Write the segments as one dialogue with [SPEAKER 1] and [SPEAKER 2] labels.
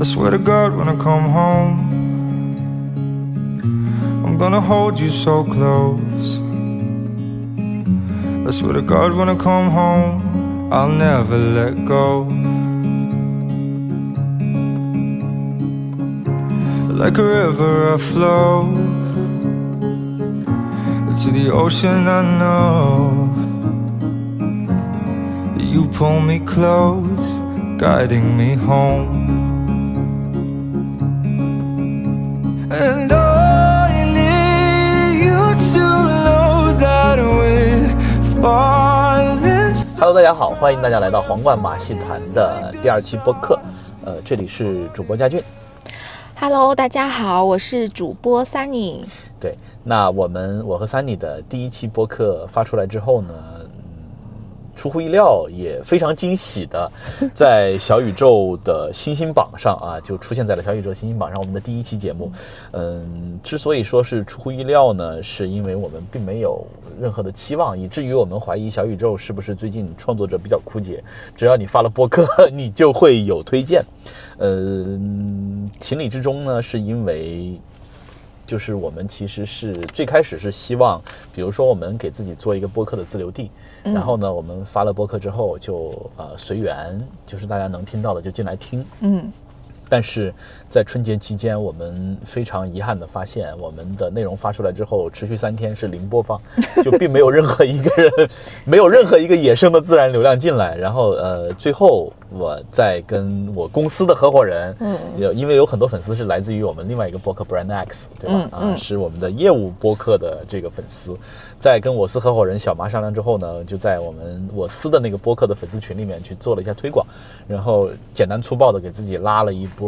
[SPEAKER 1] I swear to God, when I come home, I'm gonna hold you so close. I swear to God, when I come home, I'll never let go. Like a river, I flow to the ocean. I know you pull me close, guiding me home. And I need you to know that we're falling.
[SPEAKER 2] Hello，大家好，欢迎大家来到皇冠马戏团的第二期播客。呃，这里是主播佳俊。
[SPEAKER 3] Hello，大家好，我是主播 Sunny。
[SPEAKER 2] 对，那我们我和 Sunny 的第一期播客发出来之后呢，嗯，出乎意料，也非常惊喜的，在小宇宙的新星榜上啊，就出现在了小宇宙新星榜上。我们的第一期节目，嗯，之所以说是出乎意料呢，是因为我们并没有任何的期望，以至于我们怀疑小宇宙是不是最近创作者比较枯竭，只要你发了播客， 你就会有推荐。嗯，情理之中呢，是因为就是我们其实是最开始是希望，比如说我们给自己做一个播客的自留地，然后呢，我们发了播客之后就呃随缘，就是大家能听到的就进来听。
[SPEAKER 3] 嗯，
[SPEAKER 2] 但是在春节期间，我们非常遗憾的发现，我们的内容发出来之后，持续三天是零播放，就并没有任何一个人，没有任何一个野生的自然流量进来。然后呃，最后我在跟我公司的合伙人，嗯，因为有很多粉丝是来自于我们另外一个播客 Brand X，对吧？
[SPEAKER 3] 嗯
[SPEAKER 2] 啊，是我们的业务播客的这个粉丝，在跟我司合伙人小麻商量之后呢，就在我们我司的那个播客的粉丝群里面去做了一下推广，然后简单粗暴的给自己拉了一波。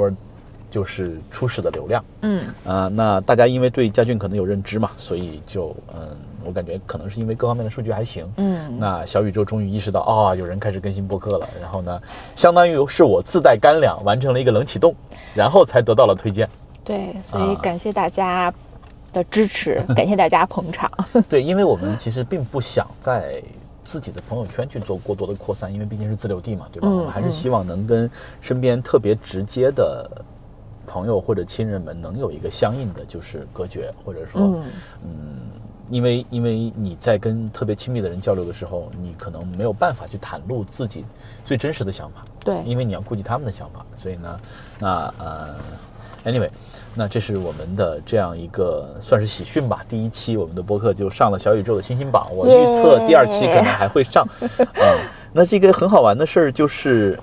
[SPEAKER 2] 就是初始的流量，
[SPEAKER 3] 嗯，
[SPEAKER 2] 啊，那大家因为对佳俊可能有认知嘛，所以就嗯，我感觉可能是因为各方面的数据还行，
[SPEAKER 3] 嗯，
[SPEAKER 2] 那小宇宙终于意识到啊、有人开始更新播客了，然后呢，相当于是我自带干粮完成了一个冷启动，然后才得到了推荐。
[SPEAKER 3] 对，所以
[SPEAKER 2] 啊
[SPEAKER 3] 感谢大家的支持，感谢大家捧场。
[SPEAKER 2] 对，因为我们其实并不想在自己的朋友圈去做过多的扩散，因为毕竟是自留地嘛，对吧？
[SPEAKER 3] 嗯
[SPEAKER 2] 我们还是希望能跟身边特别直接的朋友或者亲人们能有一个相应的就是隔绝，或者说，
[SPEAKER 3] 嗯
[SPEAKER 2] 因为因为你在跟特别亲密的人交流的时候，你可能没有办法去袒露自己最真实的想法，
[SPEAKER 3] 对
[SPEAKER 2] 因为你要顾及他们的想法，所以呢，那呃，anyway，那这是我们的这样一个算是喜讯吧。第一期我们的播客就上了小宇宙的星星榜，我预测第二期可能还会上，嗯，那这个很好玩的事儿就是。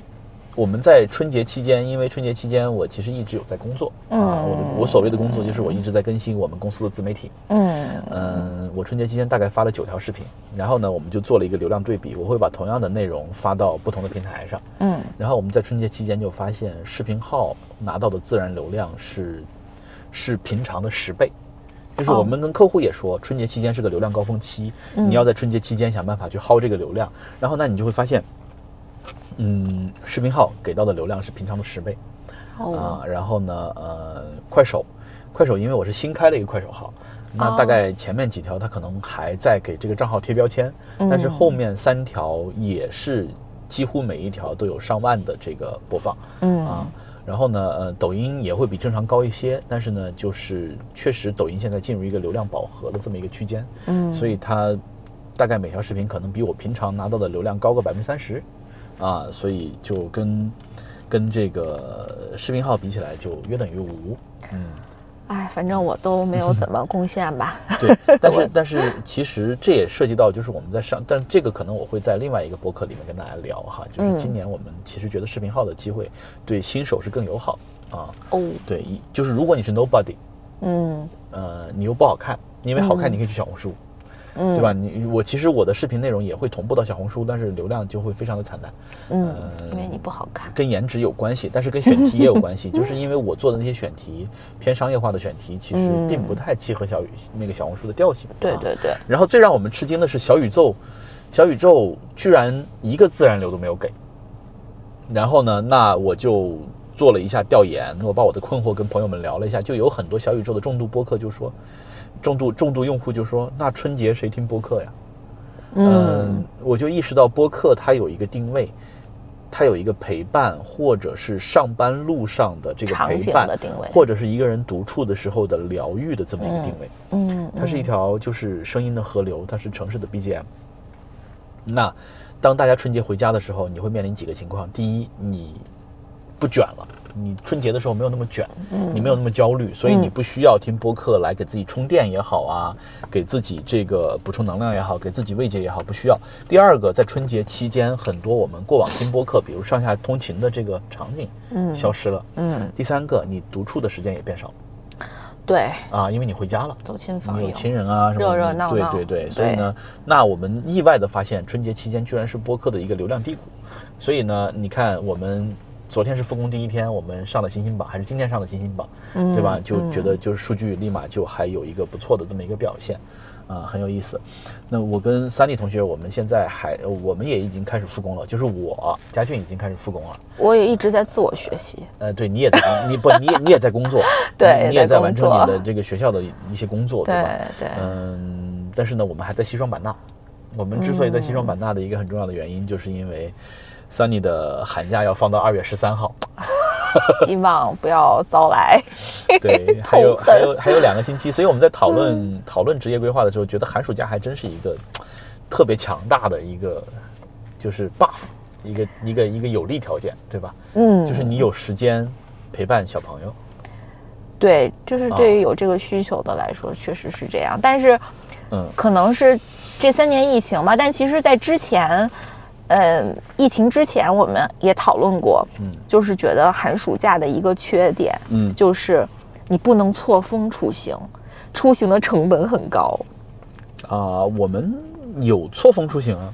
[SPEAKER 2] 我们在春节期间，因为春节期间我其实一直有在工作、啊，
[SPEAKER 3] 嗯
[SPEAKER 2] 我的我所谓的工作就是我一直在更新我们公司的自媒体，
[SPEAKER 3] 嗯
[SPEAKER 2] 嗯，我春节期间大概发了九条视频，然后呢，我们就做了一个流量对比，我会把同样的内容发到不同的平台上。
[SPEAKER 3] 嗯，
[SPEAKER 2] 然后我们在春节期间就发现，视频号拿到的自然流量是是平常的十倍。就是我们跟客户也说，春节期间是个流量高峰期，你要在春节期间想办法去薅这个流量，然后那你就会发现，嗯，视频号给到的流量是平常的十倍。
[SPEAKER 3] 哦，
[SPEAKER 2] 啊，然后呢，呃，快手，快手，因为我是新开了一个快手号，那大
[SPEAKER 3] 哦
[SPEAKER 2] 概前面几条它可能还在给这个账号贴标签，
[SPEAKER 3] 嗯
[SPEAKER 2] 但是后面三条也是几乎每一条都有上万的这个播放啊
[SPEAKER 3] 嗯。
[SPEAKER 2] 然后呢，呃，抖音也会比正常高一些，但是呢，就是确实抖音现在进入一个流量饱和的这么一个区间，
[SPEAKER 3] 嗯，
[SPEAKER 2] 所以它大概每条视频可能比我平常拿到的流量高个百分之三十，啊，所以就跟跟这个视频号比起来就约等于无。嗯，
[SPEAKER 3] 哎，反正我都没有怎么贡献吧。
[SPEAKER 2] 对，但是但是其实这也涉及到就是我们在上，但这个可能我会在另外一个博客里面跟大家聊哈，就是今
[SPEAKER 3] 嗯
[SPEAKER 2] 年我们其实觉得视频号的机会对新手是更友好啊，
[SPEAKER 3] 哦，
[SPEAKER 2] 对，一就是如果你是 nobody，
[SPEAKER 3] 嗯
[SPEAKER 2] 呃，你又不好看，因为好看你可以去小红书，
[SPEAKER 3] 嗯，
[SPEAKER 2] 对吧？你我其实我的视频内容也会同步到小红书，但是流量就会非常的惨淡，
[SPEAKER 3] 嗯，因为你不好看。
[SPEAKER 2] 跟颜值有关系，但是跟选题也有 关系，就是因为我做的那些选题偏商业化的选题，其实
[SPEAKER 3] 嗯
[SPEAKER 2] 并不太契合小宇那个小红书的调性。
[SPEAKER 3] 对
[SPEAKER 2] 啊
[SPEAKER 3] 对对，
[SPEAKER 2] 然后最让我们吃惊的是小宇宙，小宇宙居然一个自然流都没有给。然后呢，那我就做了一下调研，我把我的困惑跟朋友们聊了一下，就有很多小宇宙的重度播客就说，重度重度用户就说，那春节谁听播客呀？
[SPEAKER 3] 嗯
[SPEAKER 2] 呃嗯，我就意识到播客它有一个定位，它有一个陪伴，或者是上班路上的这个
[SPEAKER 4] 场
[SPEAKER 2] 陪
[SPEAKER 4] 景
[SPEAKER 2] 伴
[SPEAKER 4] 的，定位，
[SPEAKER 2] 或者是一个人独处的时候的疗愈的这么一个定位。
[SPEAKER 4] 嗯，
[SPEAKER 2] 它是一条就是声音的河流，它是城市的 BGM。那当大家春节回家的时候，你会面临几个情况：第一，你不卷了，你春节的时候没有那么卷，
[SPEAKER 4] 嗯
[SPEAKER 2] 你没有那么焦虑，所以你不需要听播客来给自己充电也好啊，给自己这个补充能量也好，给自己慰藉也好，不需要。第二个，在春节期间，很多我们过往听播客，比如上下通勤的这个场景
[SPEAKER 4] 嗯
[SPEAKER 2] 消失了。
[SPEAKER 4] 嗯，
[SPEAKER 2] 第三个，你独处的时间也变少
[SPEAKER 4] 对，
[SPEAKER 2] 了啊，因为你回家了。
[SPEAKER 4] 走亲访
[SPEAKER 2] 你有
[SPEAKER 4] 友，
[SPEAKER 2] 亲人啊什么
[SPEAKER 4] 热
[SPEAKER 2] 的
[SPEAKER 4] 热闹闹
[SPEAKER 2] 对对
[SPEAKER 4] 对
[SPEAKER 2] 对，所以呢，那我们意外的发现，春节期间居然是播客的一个流量低谷，所以呢，你看我们。昨天是复工第一天，我们上了新星榜，还是今天上的新星榜，
[SPEAKER 4] 嗯
[SPEAKER 2] 对吧？就觉得就是数据立马就还有一个不错的这么一个表现，啊、很有意思。那我跟三弟同学，我们现在还呃我们也已经开始复工了，就是我家俊已经开始复工了，
[SPEAKER 4] 我也一直在自我学习，
[SPEAKER 2] 呃，对你也在你不你也你也在工作，
[SPEAKER 4] 对
[SPEAKER 2] 你你也在
[SPEAKER 4] 在工
[SPEAKER 2] 完成
[SPEAKER 4] 作
[SPEAKER 2] 你的这个学校的一些工作，
[SPEAKER 4] 对
[SPEAKER 2] 吧？
[SPEAKER 4] 对，
[SPEAKER 2] 嗯，但是呢，我们还在西双版纳。我们之所以在西双版纳的一个很重要的原因，就是因为 Sunny 的寒假要放到二月十三号，
[SPEAKER 4] 希望不要遭来，
[SPEAKER 2] 对，还有
[SPEAKER 4] 痛
[SPEAKER 2] 还
[SPEAKER 4] 恨
[SPEAKER 2] 有还有两个星期，所以我们在讨论、
[SPEAKER 4] 嗯
[SPEAKER 2] 讨论职业规划的时候，觉得寒暑假还真是一个特别强大的一个就是 buff，一个一个一个有利条件，对吧？
[SPEAKER 4] 嗯
[SPEAKER 2] 就是你有时间陪伴小朋友，
[SPEAKER 4] 对，就是
[SPEAKER 2] 啊
[SPEAKER 4] 对于有这个需求的来说，确实是这样。但是
[SPEAKER 2] 嗯
[SPEAKER 4] 可能是这三年疫情吧，但其实，在之前，嗯，疫情之前我们也讨论过，
[SPEAKER 2] 嗯
[SPEAKER 4] 就是觉得寒暑假的一个缺点，
[SPEAKER 2] 嗯
[SPEAKER 4] 就是你不能错峰出行，出行的成本很高。
[SPEAKER 2] 啊、我们有错峰出行啊，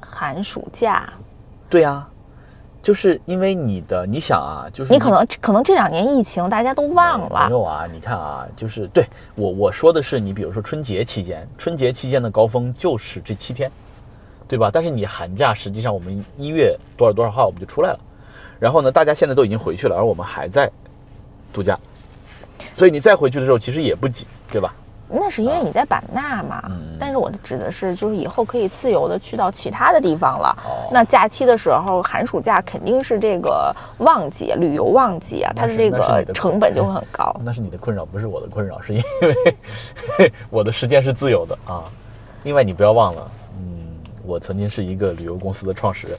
[SPEAKER 4] 寒暑假，
[SPEAKER 2] 对啊，就是因为你的，你想啊，就是
[SPEAKER 4] 你可能可能这两年疫情大家都忘
[SPEAKER 2] 没
[SPEAKER 4] 了，
[SPEAKER 2] 有啊？你看啊，就是对我我说的是，你比如说春节期间，春节期间的高峰就是这七天，对吧？但是你寒假实际上我们一月多少多少号我们就出来了，然后呢，大家现在都已经回去了，而我们还在度假，所以你再回去的时候其实也不挤，对吧？
[SPEAKER 4] 那是因为你在版纳嘛。
[SPEAKER 2] 啊嗯
[SPEAKER 4] 但是我指的是，就是以后可以自由的去到其他的地方了。
[SPEAKER 2] 哦
[SPEAKER 4] 那假期的时候，寒暑假肯定是这个旺季，旅游旺季啊，
[SPEAKER 2] 那
[SPEAKER 4] 它的
[SPEAKER 2] 是
[SPEAKER 4] 这
[SPEAKER 2] 那是
[SPEAKER 4] 个
[SPEAKER 2] 你的嗯
[SPEAKER 4] 成本就很高。
[SPEAKER 2] 那是你的困扰，不是我的困扰，是因为 我的时间是自由的啊。另外，你不要忘了，嗯，我曾经是一个旅游公司的创始人，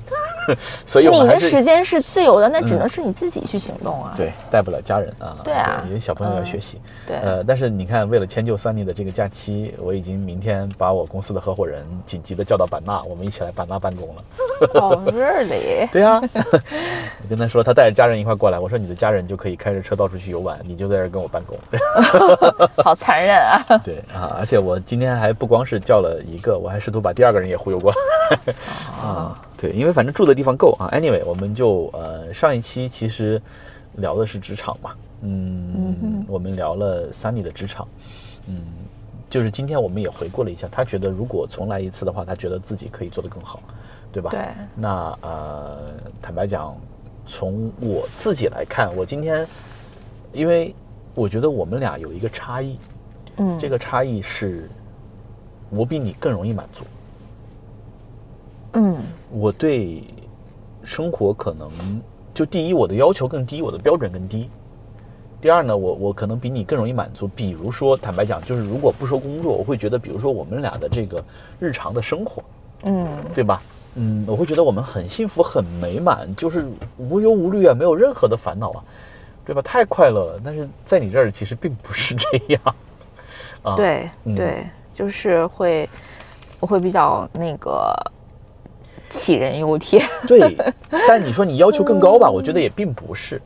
[SPEAKER 2] 所以我
[SPEAKER 4] 你
[SPEAKER 2] 们还
[SPEAKER 4] 的
[SPEAKER 2] 是嗯
[SPEAKER 4] 时间是自由的，那只能是你自己去行动啊。
[SPEAKER 2] 对带不了家人啊，
[SPEAKER 4] 对啊
[SPEAKER 2] 因为小朋友要
[SPEAKER 4] 嗯
[SPEAKER 2] 学习。
[SPEAKER 4] 对
[SPEAKER 2] 呃，但是你看，为了迁就 Sunny 的这个假期，我已经明天把我公司的合伙人紧急的叫到版纳，我们一起来版纳办公了。
[SPEAKER 4] 哦 ，really？
[SPEAKER 2] 对啊，我跟他说，他带着家人一块过来，我说你的家人就可以开着车到处去游玩，你就在这儿跟我办公。
[SPEAKER 4] 好残忍 啊！
[SPEAKER 2] 对啊，而且我今天还不光是叫了一个，我还试图把第二个人也忽悠过来。 啊，对，因为反正住的地方够啊。Anyway，我们就呃上一期其实聊的是职场嘛，嗯，我们聊了 Sunny 的职场，嗯，就是今天我们也回顾了一下，他觉得如果重来一次的话，他觉得自己可以做得更好，对吧？
[SPEAKER 4] 对
[SPEAKER 2] 那呃，坦白讲，从我自己来看，我今天因为我觉得我们俩有一个差异，
[SPEAKER 4] 嗯，
[SPEAKER 2] 这个差异是，我比你更容易满足。
[SPEAKER 4] 嗯
[SPEAKER 2] 我对生活可能就第一，我的要求更低，我的标准更低。第二呢，我我可能比你更容易满足。比如说，坦白讲，就是如果不说工作，我会觉得，比如说我们俩的这个日常的生活，
[SPEAKER 4] 嗯
[SPEAKER 2] 对吧？嗯，我会觉得我们很幸福、很美满，就是无忧无虑啊，没有任何的烦恼啊，对吧？太快乐了。但是在你这儿其实并不是这样。啊，
[SPEAKER 4] 对
[SPEAKER 2] 嗯
[SPEAKER 4] 对，就是会，我会比较那个杞人忧天。
[SPEAKER 2] 对，但你说你要求更高
[SPEAKER 4] 嗯
[SPEAKER 2] 吧，我觉得也并不是。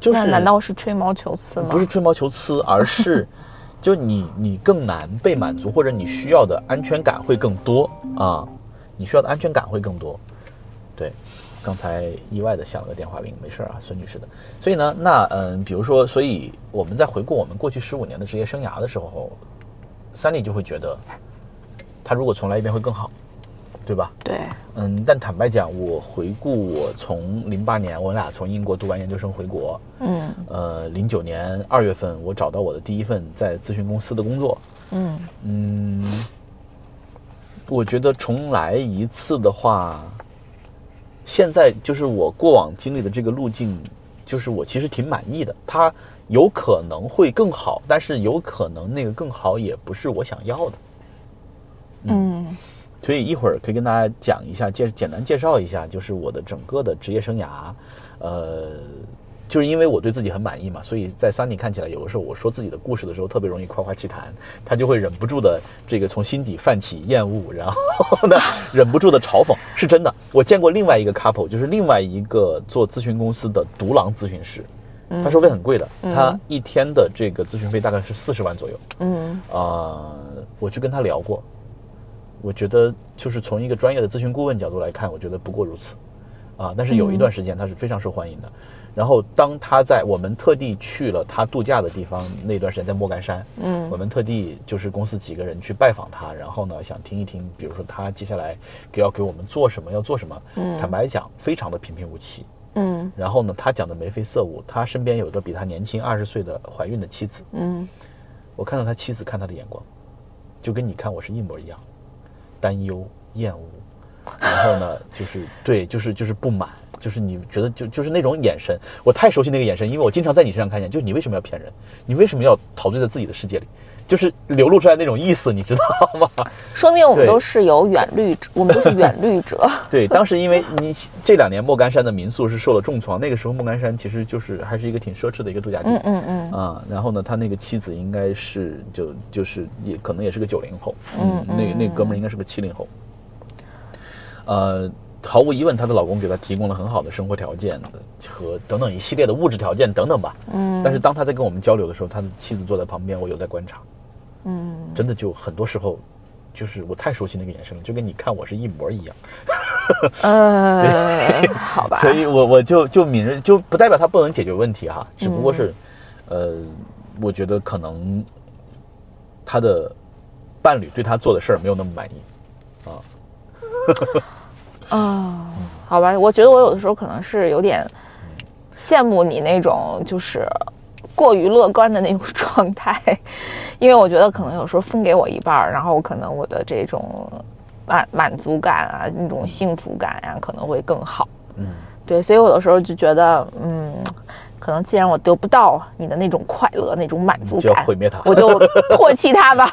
[SPEAKER 2] 就是
[SPEAKER 4] 那难道是吹毛求疵吗？
[SPEAKER 2] 不是吹毛求疵，而 是就你你更难被满足，或者你需要的安全感会更多啊，你需要的安全感会更多。对，刚才意外的响了个电话铃，没事儿啊，孙女士的。所以呢，那嗯，比如说，所以我们在回顾我们过去十五年的职业生涯的时候，三里就会觉得，他如果重来一遍会更好，对吧？
[SPEAKER 4] 对，
[SPEAKER 2] 嗯，但坦白讲，我回顾我从零八年，我俩从英国读完研究生回国，
[SPEAKER 4] 嗯
[SPEAKER 2] 呃，零九年二月份我找到我的第一份在咨询公司的工作，
[SPEAKER 4] 嗯。
[SPEAKER 2] 嗯，我觉得重来一次的话，现在就是我过往经历的这个路径，就是我其实挺满意的。它有可能会更好，但是有可能那个更好也不是我想要的。
[SPEAKER 4] 嗯
[SPEAKER 2] 所以一会儿可以跟大家讲一下，介简单介绍一下，就是我的整个的职业生涯，呃，就是因为我对自己很满意嘛，所以在 Sunny 看起来，有的时候我说自己的故事的时候，特别容易夸夸其谈，他就会忍不住 的这个从心底泛起厌恶，然后呢，忍不住的嘲讽，是真的。我见过另外一个 couple，就是另外一个做咨询公司的独狼咨询师，他收费很贵的，他一天的这个咨询费大概是四十万左右。
[SPEAKER 4] 嗯
[SPEAKER 2] 啊，我去跟他聊过，我觉得就是从一个专业的咨询顾问角度来看，我觉得不过如此，啊，但是有一段时间他是非常受欢迎的。然后当他在我们特地去了他度假的地方那段时间，在莫干山，
[SPEAKER 4] 嗯
[SPEAKER 2] 我们特地就是公司几个人去拜访他，然后呢想听一听，比如说他接下来给要给我们做什么，要做什么。坦白讲，非常的平平无奇。
[SPEAKER 4] 嗯
[SPEAKER 2] 然后呢，他讲的眉飞色舞，他身边有一个比他年轻二十岁的怀孕的妻子，
[SPEAKER 4] 嗯
[SPEAKER 2] 我看到他妻子看他的眼光，就跟你看我是一模一样，担忧、厌恶，然后呢， 就是对，就是就是不满，就是你觉得就就是那种眼神，我太熟悉那个眼神，因为我经常在你身上看见，就是你为什么要骗人？你为什么要陶醉在自己的世界里？就是流露出来那种意思，你知道吗？
[SPEAKER 4] 说明我们
[SPEAKER 2] 对
[SPEAKER 4] 都是有远虑者，我们都是远虑者。
[SPEAKER 2] 对，当时因为你这两年莫干山的民宿是受了重创，那个时候莫干山其实就是还是一个挺奢侈的一个度假地，
[SPEAKER 4] 嗯嗯嗯
[SPEAKER 2] 啊，然后呢，他那个妻子应该是就就是也可能也是个九零后，
[SPEAKER 4] 嗯
[SPEAKER 2] 那那哥们儿应该是个七零后，呃，毫无疑问，她的老公给她提供了很好的生活条件和等等一系列的物质条件等等吧，嗯，但是当他在跟我们交流的时候，他的妻子坐在旁边，我有在观察，
[SPEAKER 4] 嗯，
[SPEAKER 2] 真的就很多时候。就是我太熟悉那个眼神了，就跟你看我是一模一样，
[SPEAKER 4] 呃，好吧，
[SPEAKER 2] 所以我我就就敏锐，就不代表他不能解决问题哈，只不过是，呃，我觉得可能他的伴侣对他做的事儿没有那么满意。哦
[SPEAKER 4] 啊，好吧，我觉得我有的时候可能是有点羡慕你那种就是过于乐观的那种 状态，因为我觉得可能有时候分给我一半儿，然后可能我的这种满满足感啊，那种幸福感呀、可能会更好。
[SPEAKER 2] 嗯，
[SPEAKER 4] 对，所以我有时候就觉得，嗯，可能既然我得不到你的那种快乐、那种满足
[SPEAKER 2] 就要
[SPEAKER 4] 感，
[SPEAKER 2] 毁灭它
[SPEAKER 4] 我就唾弃 它吧。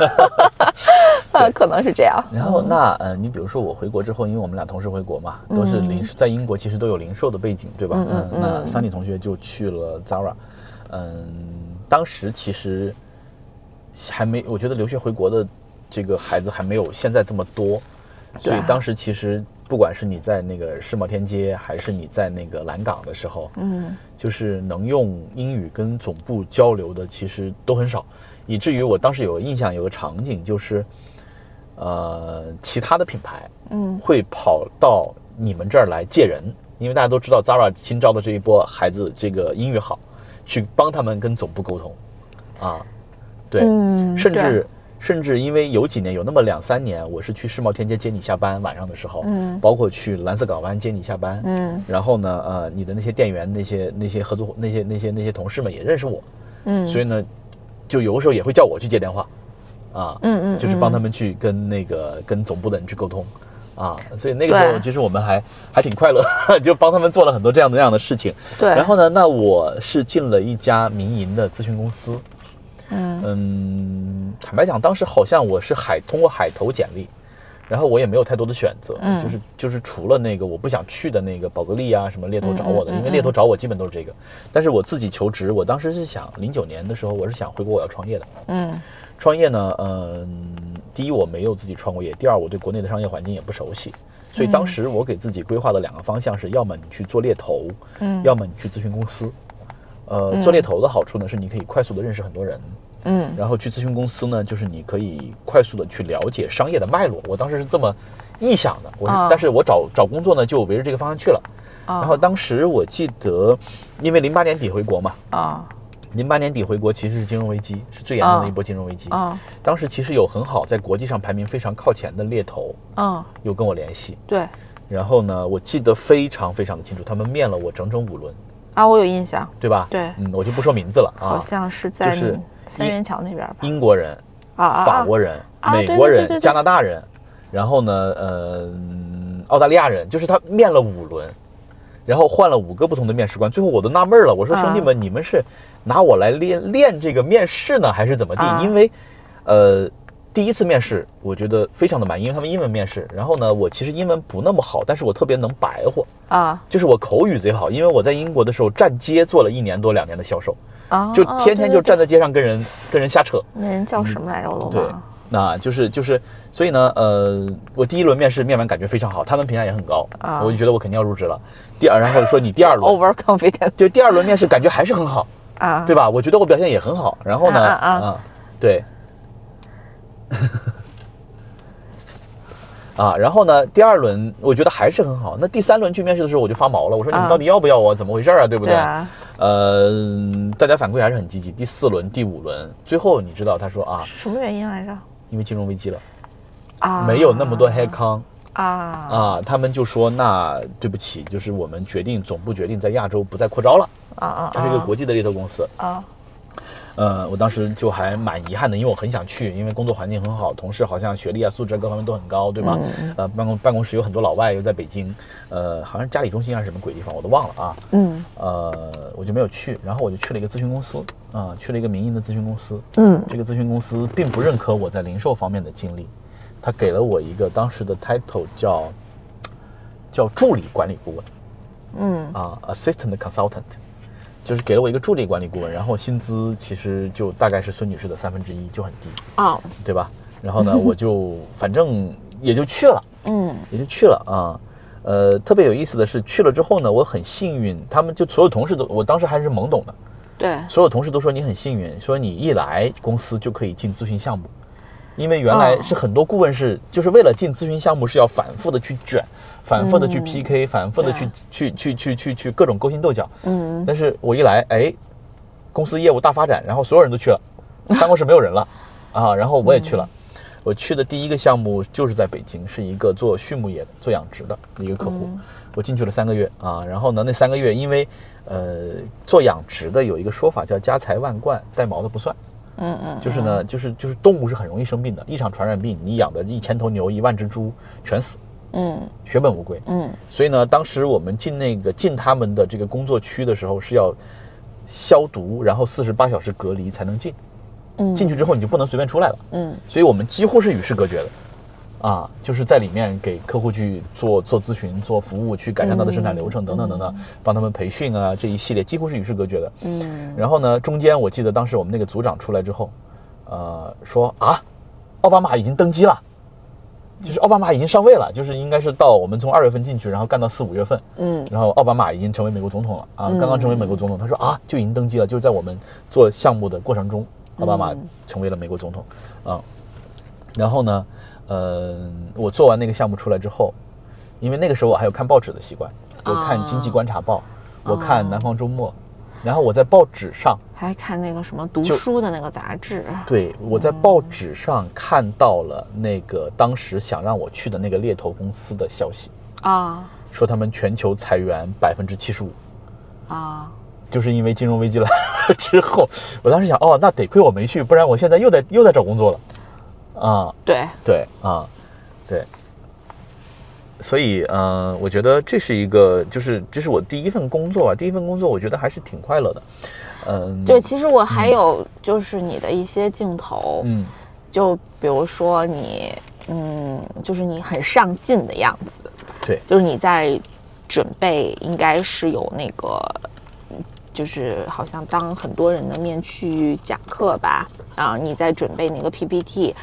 [SPEAKER 4] 啊， 可能是这样。
[SPEAKER 2] 然后那呃，你比如说我回国之后，因为我们俩同时回国嘛，都是零在英国其实都有零售的背景，对吧？嗯那桑尼同学就去了 Zara，嗯，当时其实还没，我觉得留学回国的这个孩子还没有现在这么多，所以
[SPEAKER 4] 对
[SPEAKER 2] 当时其实不管是你在那个世贸天阶，还是你在那个蓝港的时候，
[SPEAKER 4] 嗯
[SPEAKER 2] 就是能用英语跟总部交流的，其实都很少，以至于我当时有个印象，有个场景就是，呃，其他的品牌
[SPEAKER 4] 嗯
[SPEAKER 2] 会跑到你们这儿来借人，因为大家都知道 Zara 新招的这一波孩子，这个英语好，去帮他们跟总部沟通，啊，对，
[SPEAKER 4] 嗯，
[SPEAKER 2] 甚
[SPEAKER 4] 对
[SPEAKER 2] 至甚至因为有几年有那么两三年，我是去世贸天阶接你下班晚上的时候，
[SPEAKER 4] 嗯
[SPEAKER 2] 包括去蓝色港湾接你下班，
[SPEAKER 4] 嗯
[SPEAKER 2] 然后呢，呃，你的那些店员、那些那些合作伙、那些那些那些同事们也认识我，
[SPEAKER 4] 嗯，
[SPEAKER 2] 所以呢，就有的时候也会叫我去接电话，啊，
[SPEAKER 4] 嗯嗯，
[SPEAKER 2] 就是
[SPEAKER 4] 嗯
[SPEAKER 2] 帮他们去跟那个跟总部的人去沟通，啊，所以那个时候
[SPEAKER 4] 对
[SPEAKER 2] 其实我们还还挺快乐， 就帮他们做了很多这样的那样的事情。
[SPEAKER 4] 对，
[SPEAKER 2] 然后呢，那我是进了一家民营的咨询公司，
[SPEAKER 4] 嗯
[SPEAKER 2] 嗯，坦白讲，当时好像我是海通过海投简历，然后我也没有太多的选择，
[SPEAKER 4] 嗯
[SPEAKER 2] 就是就是除了那个我不想去的那个宝格丽啊什么猎头找我的，
[SPEAKER 4] 嗯嗯嗯
[SPEAKER 2] 因为猎头找我基本都是这个。但是我自己求职，我当时是想零九年的时候，我是想回国我要创业的。
[SPEAKER 4] 嗯
[SPEAKER 2] 创业呢，嗯、第一我没有自己创过业，第二我对国内的商业环境也不熟悉，所以
[SPEAKER 4] 嗯
[SPEAKER 2] 当时我给自己规划的两个方向是，要么你去做猎头，
[SPEAKER 4] 嗯
[SPEAKER 2] 要么你去咨询公司。呃，做猎头的好处呢，是你可以快速的认识很多人，
[SPEAKER 4] 嗯
[SPEAKER 2] 然后去咨询公司呢，就是你可以快速的去了解商业的脉络。我当时是这么臆想的，我是，
[SPEAKER 4] 啊
[SPEAKER 2] 但是我找找工作呢，就围着这个方向去了。
[SPEAKER 4] 啊
[SPEAKER 2] 然后当时我记得，因为零八年底回国嘛，
[SPEAKER 4] 啊
[SPEAKER 2] 零八年底回国其实是金融危机，是最严重的一波金融危机。
[SPEAKER 4] 啊
[SPEAKER 2] 当时其实有很好在国际上排名非常靠前的猎头
[SPEAKER 4] 啊，
[SPEAKER 2] 有跟我联系，
[SPEAKER 4] 对
[SPEAKER 2] 然后呢，我记得非常非常的清楚，他们面了我整整五轮，
[SPEAKER 4] 啊，我有印象，
[SPEAKER 2] 对吧？
[SPEAKER 4] 对
[SPEAKER 2] 嗯，我就不说名字了
[SPEAKER 4] 好
[SPEAKER 2] 啊。
[SPEAKER 4] 像是
[SPEAKER 2] 就
[SPEAKER 4] 在
[SPEAKER 2] 是
[SPEAKER 4] 你三元桥那边吧？
[SPEAKER 2] 英国人，
[SPEAKER 4] 啊啊
[SPEAKER 2] 法
[SPEAKER 4] 啊
[SPEAKER 2] 国人、
[SPEAKER 4] 啊
[SPEAKER 2] 美
[SPEAKER 4] 对
[SPEAKER 2] 国
[SPEAKER 4] 对对
[SPEAKER 2] 人、
[SPEAKER 4] 对对
[SPEAKER 2] 加拿大人，然后呢，呃，嗯澳大利亚人，就是他面了五轮，然后换了五个不同的面试官，最后我都纳闷了，我说
[SPEAKER 4] 啊
[SPEAKER 2] 兄弟们，你们是拿我来练练这个面试呢，还是怎么地？
[SPEAKER 4] 啊
[SPEAKER 2] 因为，呃。第一次面试，我觉得非常的满意，因为他们英文面试。然后呢，我其实英文不那么好，但是我特别能白活，
[SPEAKER 4] 啊
[SPEAKER 2] 就是我口语贼好。因为我在英国的时候站街做了一年多两年的销售，
[SPEAKER 4] 啊！
[SPEAKER 2] 就
[SPEAKER 4] 啊
[SPEAKER 2] 天天
[SPEAKER 4] 对
[SPEAKER 2] 就
[SPEAKER 4] 对对
[SPEAKER 2] 站在街上跟人跟人瞎扯。
[SPEAKER 4] 那人叫什么来着？我都
[SPEAKER 2] 对
[SPEAKER 4] 忘了。，
[SPEAKER 2] 那就是就是，所以呢，呃，我第一轮面试面完感觉非常好，他们评价也很高，
[SPEAKER 4] 啊
[SPEAKER 2] 我就觉得我肯定要入职了。第二，然后说你第二 轮，
[SPEAKER 4] Overconfident
[SPEAKER 2] 就第二轮面试感觉还是很好，
[SPEAKER 4] 啊，
[SPEAKER 2] 对吧？我觉得我表现也很好。然后呢，
[SPEAKER 4] 啊啊啊
[SPEAKER 2] 对， 啊，然后呢，第二轮我觉得还是很好。那第三轮去面试的时候我就发毛了，我说你们
[SPEAKER 4] 啊
[SPEAKER 2] 到底要不要我？怎么回事儿啊？对不
[SPEAKER 4] 对啊，
[SPEAKER 2] 呃，大家反馈还是很积极。第四轮、第五轮，最后你知道他说啊，
[SPEAKER 4] 什么原因来着？
[SPEAKER 2] 因为金融危机了。
[SPEAKER 4] 啊，
[SPEAKER 2] 没有那么多 headcount
[SPEAKER 4] 啊
[SPEAKER 2] 啊，他们就说那对不起，就是我们决定总部决定在亚洲不再扩招了，
[SPEAKER 4] 啊啊！
[SPEAKER 2] 它是一个国际的猎头公司。
[SPEAKER 4] 啊
[SPEAKER 2] 呃，我当时就还蛮遗憾的，因为我很想去，因为工作环境很好，同事好像学历啊、素质啊各方面都很高，对吧？呃，办公办公室有很多老外，又在北京，呃，好像是嘉里中心还是什么鬼地方，我都忘了啊。
[SPEAKER 4] 嗯
[SPEAKER 2] 呃，我就没有去，然后我就去了一个咨询公司，啊、去了一个民营的咨询公司，
[SPEAKER 4] 嗯
[SPEAKER 2] 这个咨询公司并不认可我在零售方面的经历，他给了我一个当时的 title 叫叫助理管理顾问
[SPEAKER 4] 嗯
[SPEAKER 2] 啊，assistant consultant，就是给了我一个助理管理顾问，然后薪资其实就大概是孙女士的三分之一，就很低，
[SPEAKER 4] 啊
[SPEAKER 2] 对吧？然 后呢，我就反正也就去了，
[SPEAKER 4] 嗯
[SPEAKER 2] 也就去了啊。呃，特别有意思的是，去了之后呢，我很幸运，他们就所有同事都，我当时还是懵懂的，
[SPEAKER 4] 对
[SPEAKER 2] 所有同事都说你很幸运，说你一来公司就可以进咨询项目，因为原来
[SPEAKER 4] 哦
[SPEAKER 2] 是很多顾问是、就是为了进咨询项目是要反复的去卷，反复的
[SPEAKER 4] 嗯
[SPEAKER 2] 去 PK，、反复的去去去去去去各种勾心斗角。
[SPEAKER 4] 嗯
[SPEAKER 2] 但是我一来，哎，公司业务大发展，然后所有人都去了，办公室没有人了啊，然后我也去了。我去的第一个项目就是在北京，是一个做畜牧业的、做养殖的一个客户。我进去了三个月啊，然后呢，那三个月因为呃做养殖的有一个说法叫家财万贯，带毛的不算。
[SPEAKER 4] 嗯嗯
[SPEAKER 2] 就是呢，就是就是动物是很容易生病的，一场传染病，你养的一千头牛、一万只猪全死，
[SPEAKER 4] 嗯
[SPEAKER 2] 血本无归。
[SPEAKER 4] 嗯
[SPEAKER 2] 所以呢，当时我们进那个进他们的这个工作区的时候是要消毒，然后四十八小时隔离才能进。
[SPEAKER 4] 嗯
[SPEAKER 2] 进去之后你就不能随便出来了，
[SPEAKER 4] 嗯
[SPEAKER 2] 所以我们几乎是与世隔绝的。啊，就是在里面给客户去做做咨询、做服务，去改善他的生产流程等等等等，帮他们培训啊，这一系列几乎是与世隔绝的。
[SPEAKER 4] 嗯
[SPEAKER 2] 然后呢，中间我记得当时我们那个组长出来之后，呃，说啊，奥巴马已经登基了，就是奥巴马已经上位了，就是应该是到我们从二月份进去，然后干到四五月份，
[SPEAKER 4] 嗯
[SPEAKER 2] 然后奥巴马已经成为美国总统了啊，
[SPEAKER 4] 嗯
[SPEAKER 2] 刚刚成为美国总统，他说啊，就已经登基了，就是在我们做项目的过程中，奥巴马成为了美国总统啊。然后呢，呃，我做完那个项目出来之后，因为那个时候我还有看报纸的习惯，我看《经济观察报》，我看《南方周末》，然后我在报纸上
[SPEAKER 4] 还看那个什么读
[SPEAKER 2] 就
[SPEAKER 4] 书的那个杂志，
[SPEAKER 2] 对，我在报纸上看到了那个当时想让我去的那个猎头公司的消息，
[SPEAKER 4] 啊
[SPEAKER 2] 说他们全球裁员百分之七十五，
[SPEAKER 4] 啊
[SPEAKER 2] 就是因为金融危机来 之后，我当时想，哦，那得亏我没去，不然我现在又在又在找工作了，啊，
[SPEAKER 4] 对
[SPEAKER 2] 对啊，对，所以呃，我觉得这是一个，就是这是我第一份工作啊，第一份工作我觉得还是挺快乐的，嗯，
[SPEAKER 4] 对，，其实我还有就是你的一些镜头，
[SPEAKER 2] 嗯
[SPEAKER 4] 就比如说你，嗯，就是你很上进的样子，
[SPEAKER 2] 对
[SPEAKER 4] 就是你在准备，应该是有那个，就是好像当很多人的面去讲课吧，啊，你在准备那个 PPT，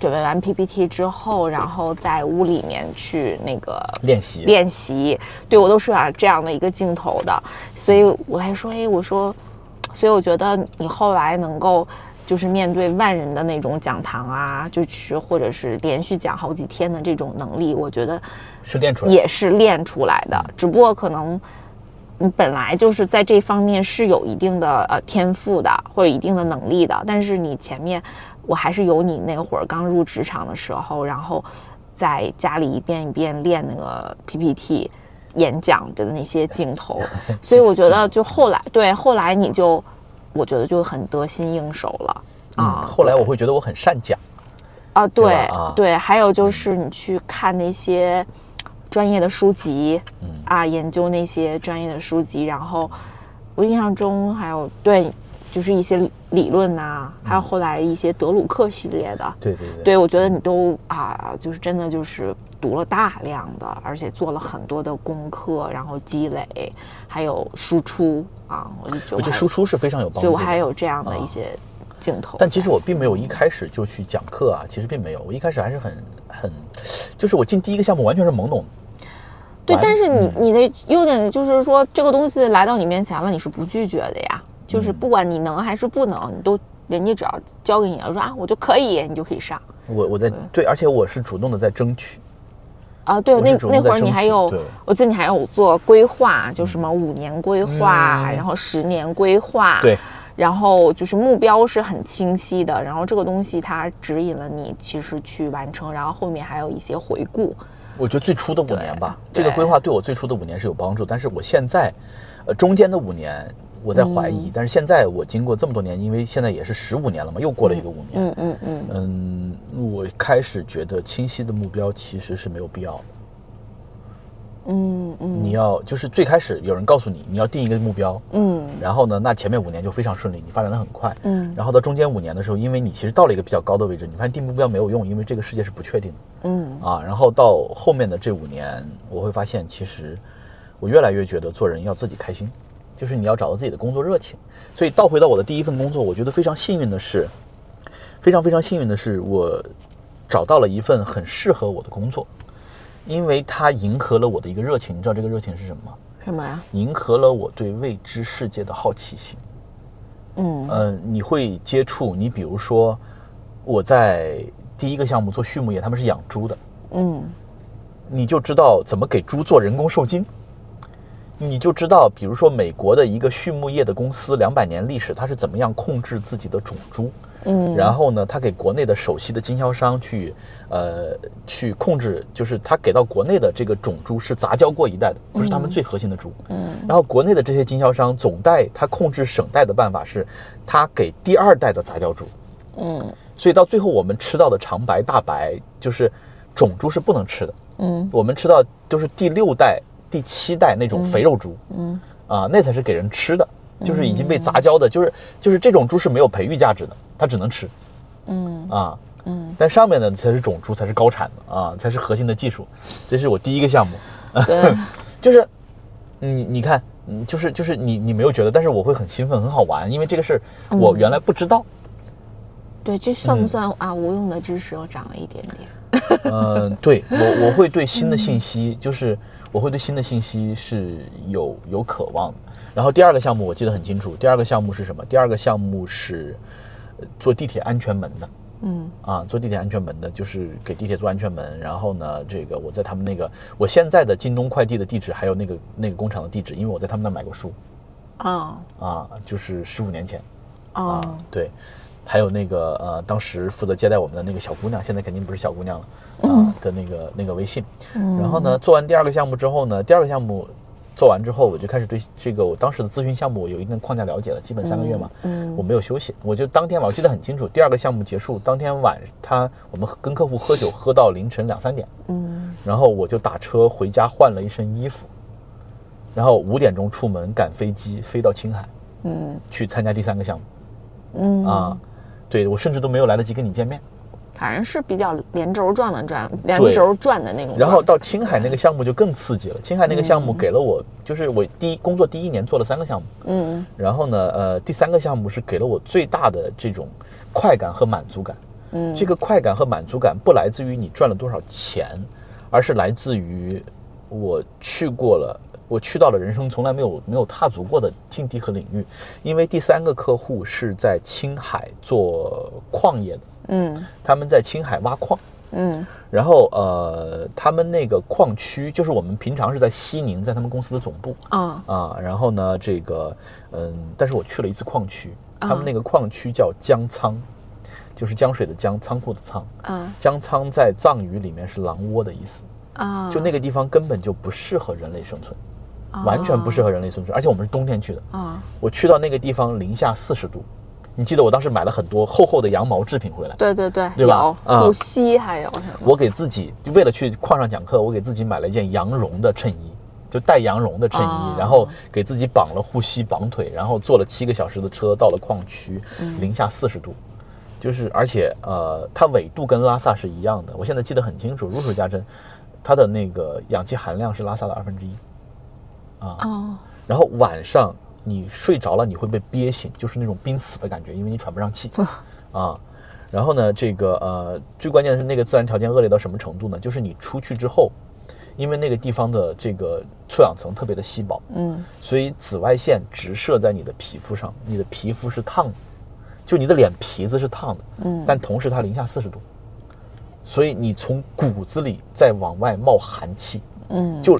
[SPEAKER 4] 准备完 PPT 之后，然后在屋里面去那个
[SPEAKER 2] 练习，
[SPEAKER 4] 练习，对我都是想这样的一个镜头的，所以我还说，哎，我说，所以我觉得你后来能够就是面对万人的那种讲堂啊，就是或者是连续讲好几天的这种能力，我觉得
[SPEAKER 2] 是练出来的，嗯
[SPEAKER 4] 也是练出来的，只不过可能你本来就是在这方面是有一定的呃天赋的或者一定的能力的，但是你前面我还是有你那会儿刚入职场的时候，然后在家里一遍一遍练那个 PPT 演讲的那些 镜头，所以我觉得就后来对后来你就我觉得就很得心应手了。
[SPEAKER 2] 嗯，
[SPEAKER 4] 啊、
[SPEAKER 2] 后来
[SPEAKER 4] 对
[SPEAKER 2] 我会觉得我很善讲。
[SPEAKER 4] 啊，对
[SPEAKER 2] 吧啊
[SPEAKER 4] 对，还有就是你去看那些专业的书籍，
[SPEAKER 2] 嗯
[SPEAKER 4] 啊，研究那些专业的书籍，然后我印象中还有对，就是一些理论呐、
[SPEAKER 2] 嗯
[SPEAKER 4] 还有后来一些德鲁克系列的，
[SPEAKER 2] 对对对，
[SPEAKER 4] 对我觉得你都啊，就是真的就是读了大量的，而且做了很多的功课，然后积累，还有输出啊，我就觉
[SPEAKER 2] 我觉
[SPEAKER 4] 得我
[SPEAKER 2] 得
[SPEAKER 4] 还
[SPEAKER 2] 输，出是非常有帮
[SPEAKER 4] 所以
[SPEAKER 2] 助的。
[SPEAKER 4] 我还有这样的
[SPEAKER 2] 啊
[SPEAKER 4] 一些镜头在。
[SPEAKER 2] 但其实我并没有一开始就去讲课啊，其实并没有，我一开始还是很很，就是我进第一个项目完全是懵懂。
[SPEAKER 4] 对，
[SPEAKER 2] 完
[SPEAKER 4] 但是你
[SPEAKER 2] 嗯
[SPEAKER 4] 你的优点就是说，这个东西来到你面前了，你是不拒绝的呀。就是
[SPEAKER 2] 嗯
[SPEAKER 4] 不管你能还是不能，你都人家只要交给你了，说啊，我就可以，你就可以上
[SPEAKER 2] 我我在对，而且我是主动的在争取。
[SPEAKER 4] 啊。对，
[SPEAKER 2] 我
[SPEAKER 4] 那
[SPEAKER 2] 是主
[SPEAKER 4] 那
[SPEAKER 2] 动
[SPEAKER 4] 会
[SPEAKER 2] 在
[SPEAKER 4] 儿你
[SPEAKER 2] 争
[SPEAKER 4] 还
[SPEAKER 2] 取
[SPEAKER 4] 有
[SPEAKER 2] 对，
[SPEAKER 4] 我记得你还有做规划，就什么五年规划，
[SPEAKER 2] 嗯
[SPEAKER 4] 然后十年规划，
[SPEAKER 2] 对，
[SPEAKER 4] 然后就是目标是很清晰的，然后这个东西它指引了你其实去完成，然后后面还有一些回顾，
[SPEAKER 2] 我觉得最初的五年吧，这
[SPEAKER 4] 对
[SPEAKER 2] 个规划对我最初的五年是有帮助，但是我现在，呃，中间的五年我在怀
[SPEAKER 4] 嗯
[SPEAKER 2] 疑，但是现在我经过这么多年，因为现在也是十五年了嘛，又过了一个五年，
[SPEAKER 4] 嗯嗯嗯，
[SPEAKER 2] 嗯我开始觉得清晰的目标其实是没有必要的。
[SPEAKER 4] 嗯嗯
[SPEAKER 2] 你要就是最开始有人告诉你你要定一个目标，
[SPEAKER 4] 嗯
[SPEAKER 2] 然后呢，那前面五年就非常顺利，你发展的很快，
[SPEAKER 4] 嗯
[SPEAKER 2] 然后到中间五年的时候，因为你其实到了一个比较高的位置，你发现定目标没有用，因为这个世界是不确定的。
[SPEAKER 4] 嗯
[SPEAKER 2] 啊，然后到后面的这五年，我会发现，其实我越来越觉得做人要自己开心，就是你要找到自己的工作热情。所以倒回到我的第一份工作，我觉得非常幸运的是，非常非常幸运的是，我找到了一份很适合我的工作，因为它迎合了我的一个热情。你知道这个热情是什么吗？
[SPEAKER 4] 什么呀？
[SPEAKER 2] 迎合了我对未知世界的好奇心。
[SPEAKER 4] 嗯
[SPEAKER 2] 呃，你会接触，你比如说，我在第一个项目做畜牧业，他们是养猪的。
[SPEAKER 4] 嗯
[SPEAKER 2] 你就知道怎么给猪做人工受精，你就知道，比如说美国的一个畜牧业的公司，两百年历史，它是怎么样控制自己的种猪，
[SPEAKER 4] 嗯
[SPEAKER 2] 然后呢，它给国内的首席的经销商去，呃，去控制，就是它给到国内的这个种猪是杂交过一代的，不是他们最核心的猪。嗯，然后国内的这些经销商总代，它控制省代的办法是，它给第二代的杂交猪。
[SPEAKER 4] 嗯
[SPEAKER 2] 所以到最后我们吃到的长白、大白，就是种猪是不能吃的。
[SPEAKER 4] 嗯
[SPEAKER 2] 我们吃到都是第六代、第七代那种肥肉猪，
[SPEAKER 4] 嗯
[SPEAKER 2] 啊，那才是给人吃的，就是已经被杂交的，就是就是这种猪是没有培育价值的，它只能吃
[SPEAKER 4] 嗯
[SPEAKER 2] 啊。
[SPEAKER 4] 嗯，
[SPEAKER 2] 但上面的才是种猪，才是高产的啊，才是核心的技术。这是我第一个项目，
[SPEAKER 4] 对，
[SPEAKER 2] 就是你你看，嗯，就是就是你你没有觉得，但是我会很兴奋，很好玩，因为这个事
[SPEAKER 4] 嗯
[SPEAKER 2] 儿我原来不知道。
[SPEAKER 4] 对，这算不
[SPEAKER 2] 嗯
[SPEAKER 4] 算啊？无用的知识又长了一点点。
[SPEAKER 2] 嗯，对我我会对新的信息，就是我会对新的信息是有有渴望的。然后第二个项目我记得很清楚，第二个项目是什么？第二个项目是呃做地铁安全门的
[SPEAKER 4] 嗯
[SPEAKER 2] 啊，做地铁安全门的，就是给地铁做安全门。然后呢，这个我在他们那个我现在的京东快递的地址，还有那个那个工厂的地址，因为我在他们那儿买过书
[SPEAKER 4] 啊
[SPEAKER 2] 啊，就是十五年前。啊
[SPEAKER 4] 啊，
[SPEAKER 2] 对，还有那个呃，当时负责接待我们的那个小姑娘，现在肯定不是小姑娘了啊、的那个那个微信。然后呢，做完第二个项目之后呢，第二个项目做完之后，我就开始对这个我当时的咨询项目我有一定的框架了解了，基本三个月嘛，我没有休息，我就当天晚我记得很清楚，第二个项目结束当天晚他我们跟客户喝酒喝到凌晨两三点，
[SPEAKER 4] 嗯
[SPEAKER 2] 然后我就打车回家换了一身衣服。然后五点钟出门赶飞机飞到青海
[SPEAKER 4] 嗯
[SPEAKER 2] 去参加第三个项目，
[SPEAKER 4] 嗯
[SPEAKER 2] 啊，对我甚至都没有来得及跟你见面。
[SPEAKER 4] 反正是比较连轴转的转，连
[SPEAKER 2] 对
[SPEAKER 4] 轴转的那种转。
[SPEAKER 2] 然后到青海那个项目就更刺激了，青海那个项目给了我，就是我第一工作第一年做了三个项目，
[SPEAKER 4] 嗯
[SPEAKER 2] 然后呢，呃，第三个项目是给了我最大的这种快感和满足感。
[SPEAKER 4] 嗯
[SPEAKER 2] 这个快感和满足感不来自于你赚了多少钱，而是来自于我去过了，我去到了人生从来没有没有踏足过的境地和领域。因为第三个客户是在青海做矿业的，
[SPEAKER 4] 嗯
[SPEAKER 2] 他们在青海挖矿。
[SPEAKER 4] 嗯
[SPEAKER 2] 然后呃，他们那个矿区就是我们平常是在西宁，在他们公司的总部
[SPEAKER 4] 啊
[SPEAKER 2] 啊。然后呢，这个嗯，但是我去了一次矿区，他们那个矿区叫江仓，就是江水的江，仓库的仓。
[SPEAKER 4] 啊
[SPEAKER 2] 江仓在藏语里面是狼窝的意思，
[SPEAKER 4] 啊！
[SPEAKER 2] 就那个地方根本就不适合人类生存，
[SPEAKER 4] 哦
[SPEAKER 2] 完全不适合人类生存。而且我们是冬天去的，
[SPEAKER 4] 啊
[SPEAKER 2] 我去到那个地方零下四十度，你记得我当时买了很多厚厚的羊毛制品回来，
[SPEAKER 4] 对对对，
[SPEAKER 2] 对吧
[SPEAKER 4] 有
[SPEAKER 2] 啊
[SPEAKER 4] 护膝，还有什么？
[SPEAKER 2] 我给自己就为了去矿上讲课，我给自己买了一件羊绒的衬衣，就带羊绒的衬衣，
[SPEAKER 4] 哦
[SPEAKER 2] 然后给自己绑了护膝、绑腿，然后坐了七个小时的车到了矿区，零下四十度。就是，而且呃，它纬度跟拉萨是一样的。我现在记得很清楚，如数家珍，它的那个氧气含量是拉萨的二分之一。
[SPEAKER 4] 哦，
[SPEAKER 2] 然后晚上你睡着了，你会被憋醒，就是那种濒死的感觉，因为你喘不上气啊。然后呢，这个呃，最关键的是那个自然条件恶劣到什么程度呢？就是你出去之后，因为那个地方的这个臭氧层特别的稀薄，
[SPEAKER 4] 嗯，
[SPEAKER 2] 所以紫外线直射在你的皮肤上，你的皮肤是烫的，就你的脸皮子是烫的，嗯，但同时它零下四十度，所以你从骨子里再往外冒寒气，嗯，就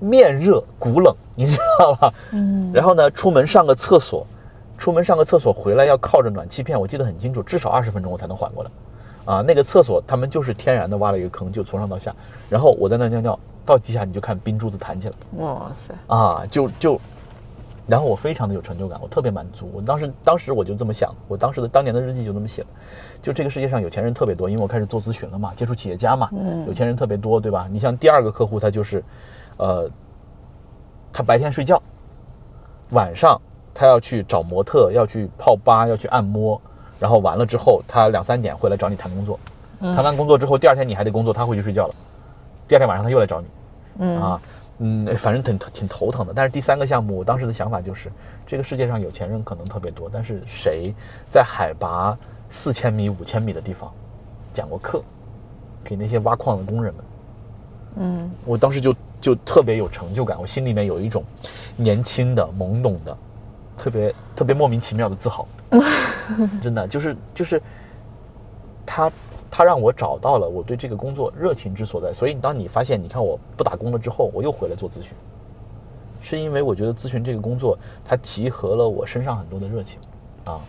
[SPEAKER 2] 面热骨冷，你知道吧？嗯，然后呢，出门上个厕所，出门上个厕所回来要靠着暖气片，我记得很清楚，至少二十分钟我才能缓过来。啊，那个厕所他们就是天然的挖了一个坑，就从上到下，然后我在那尿尿，到地下你就看冰珠子弹起来。
[SPEAKER 4] 哇塞，
[SPEAKER 2] 啊，就就，然后我非常的有成就感，我特别满足。我当时当时我就这么想，我当时的当年的日记就这么写的，就这个世界上有钱人特别多，因为我开始做咨询了嘛，接触企业家嘛，有钱人特别多，对吧？你像第二个客户，他就是，呃，他白天睡觉，晚上他要去找模特，要去泡吧，要去按摩，然后完了之后，他两三点会来找你谈工作，谈完工作之后，第二天你还得工作，他回去睡觉了，第二天晚上他又来找你，嗯啊，嗯，反正挺挺头疼的。但是第三个项目，我当时的想法就是，这个世界上有钱人可能特别多，但是谁在海拔四千米、五千米的地方讲过课，给那些挖矿的工人们，嗯，我当时就就特别有成就感，我心里面有一种年轻的、懵懂的，特别特别莫名其妙的自豪，真的就是就是他他让我找到了我对这个工作热情之所在。所以当你发现，你看我不打工了之后，我又回来做咨询，是因为我觉得咨询这个工作它集合了我身上很多的热情啊。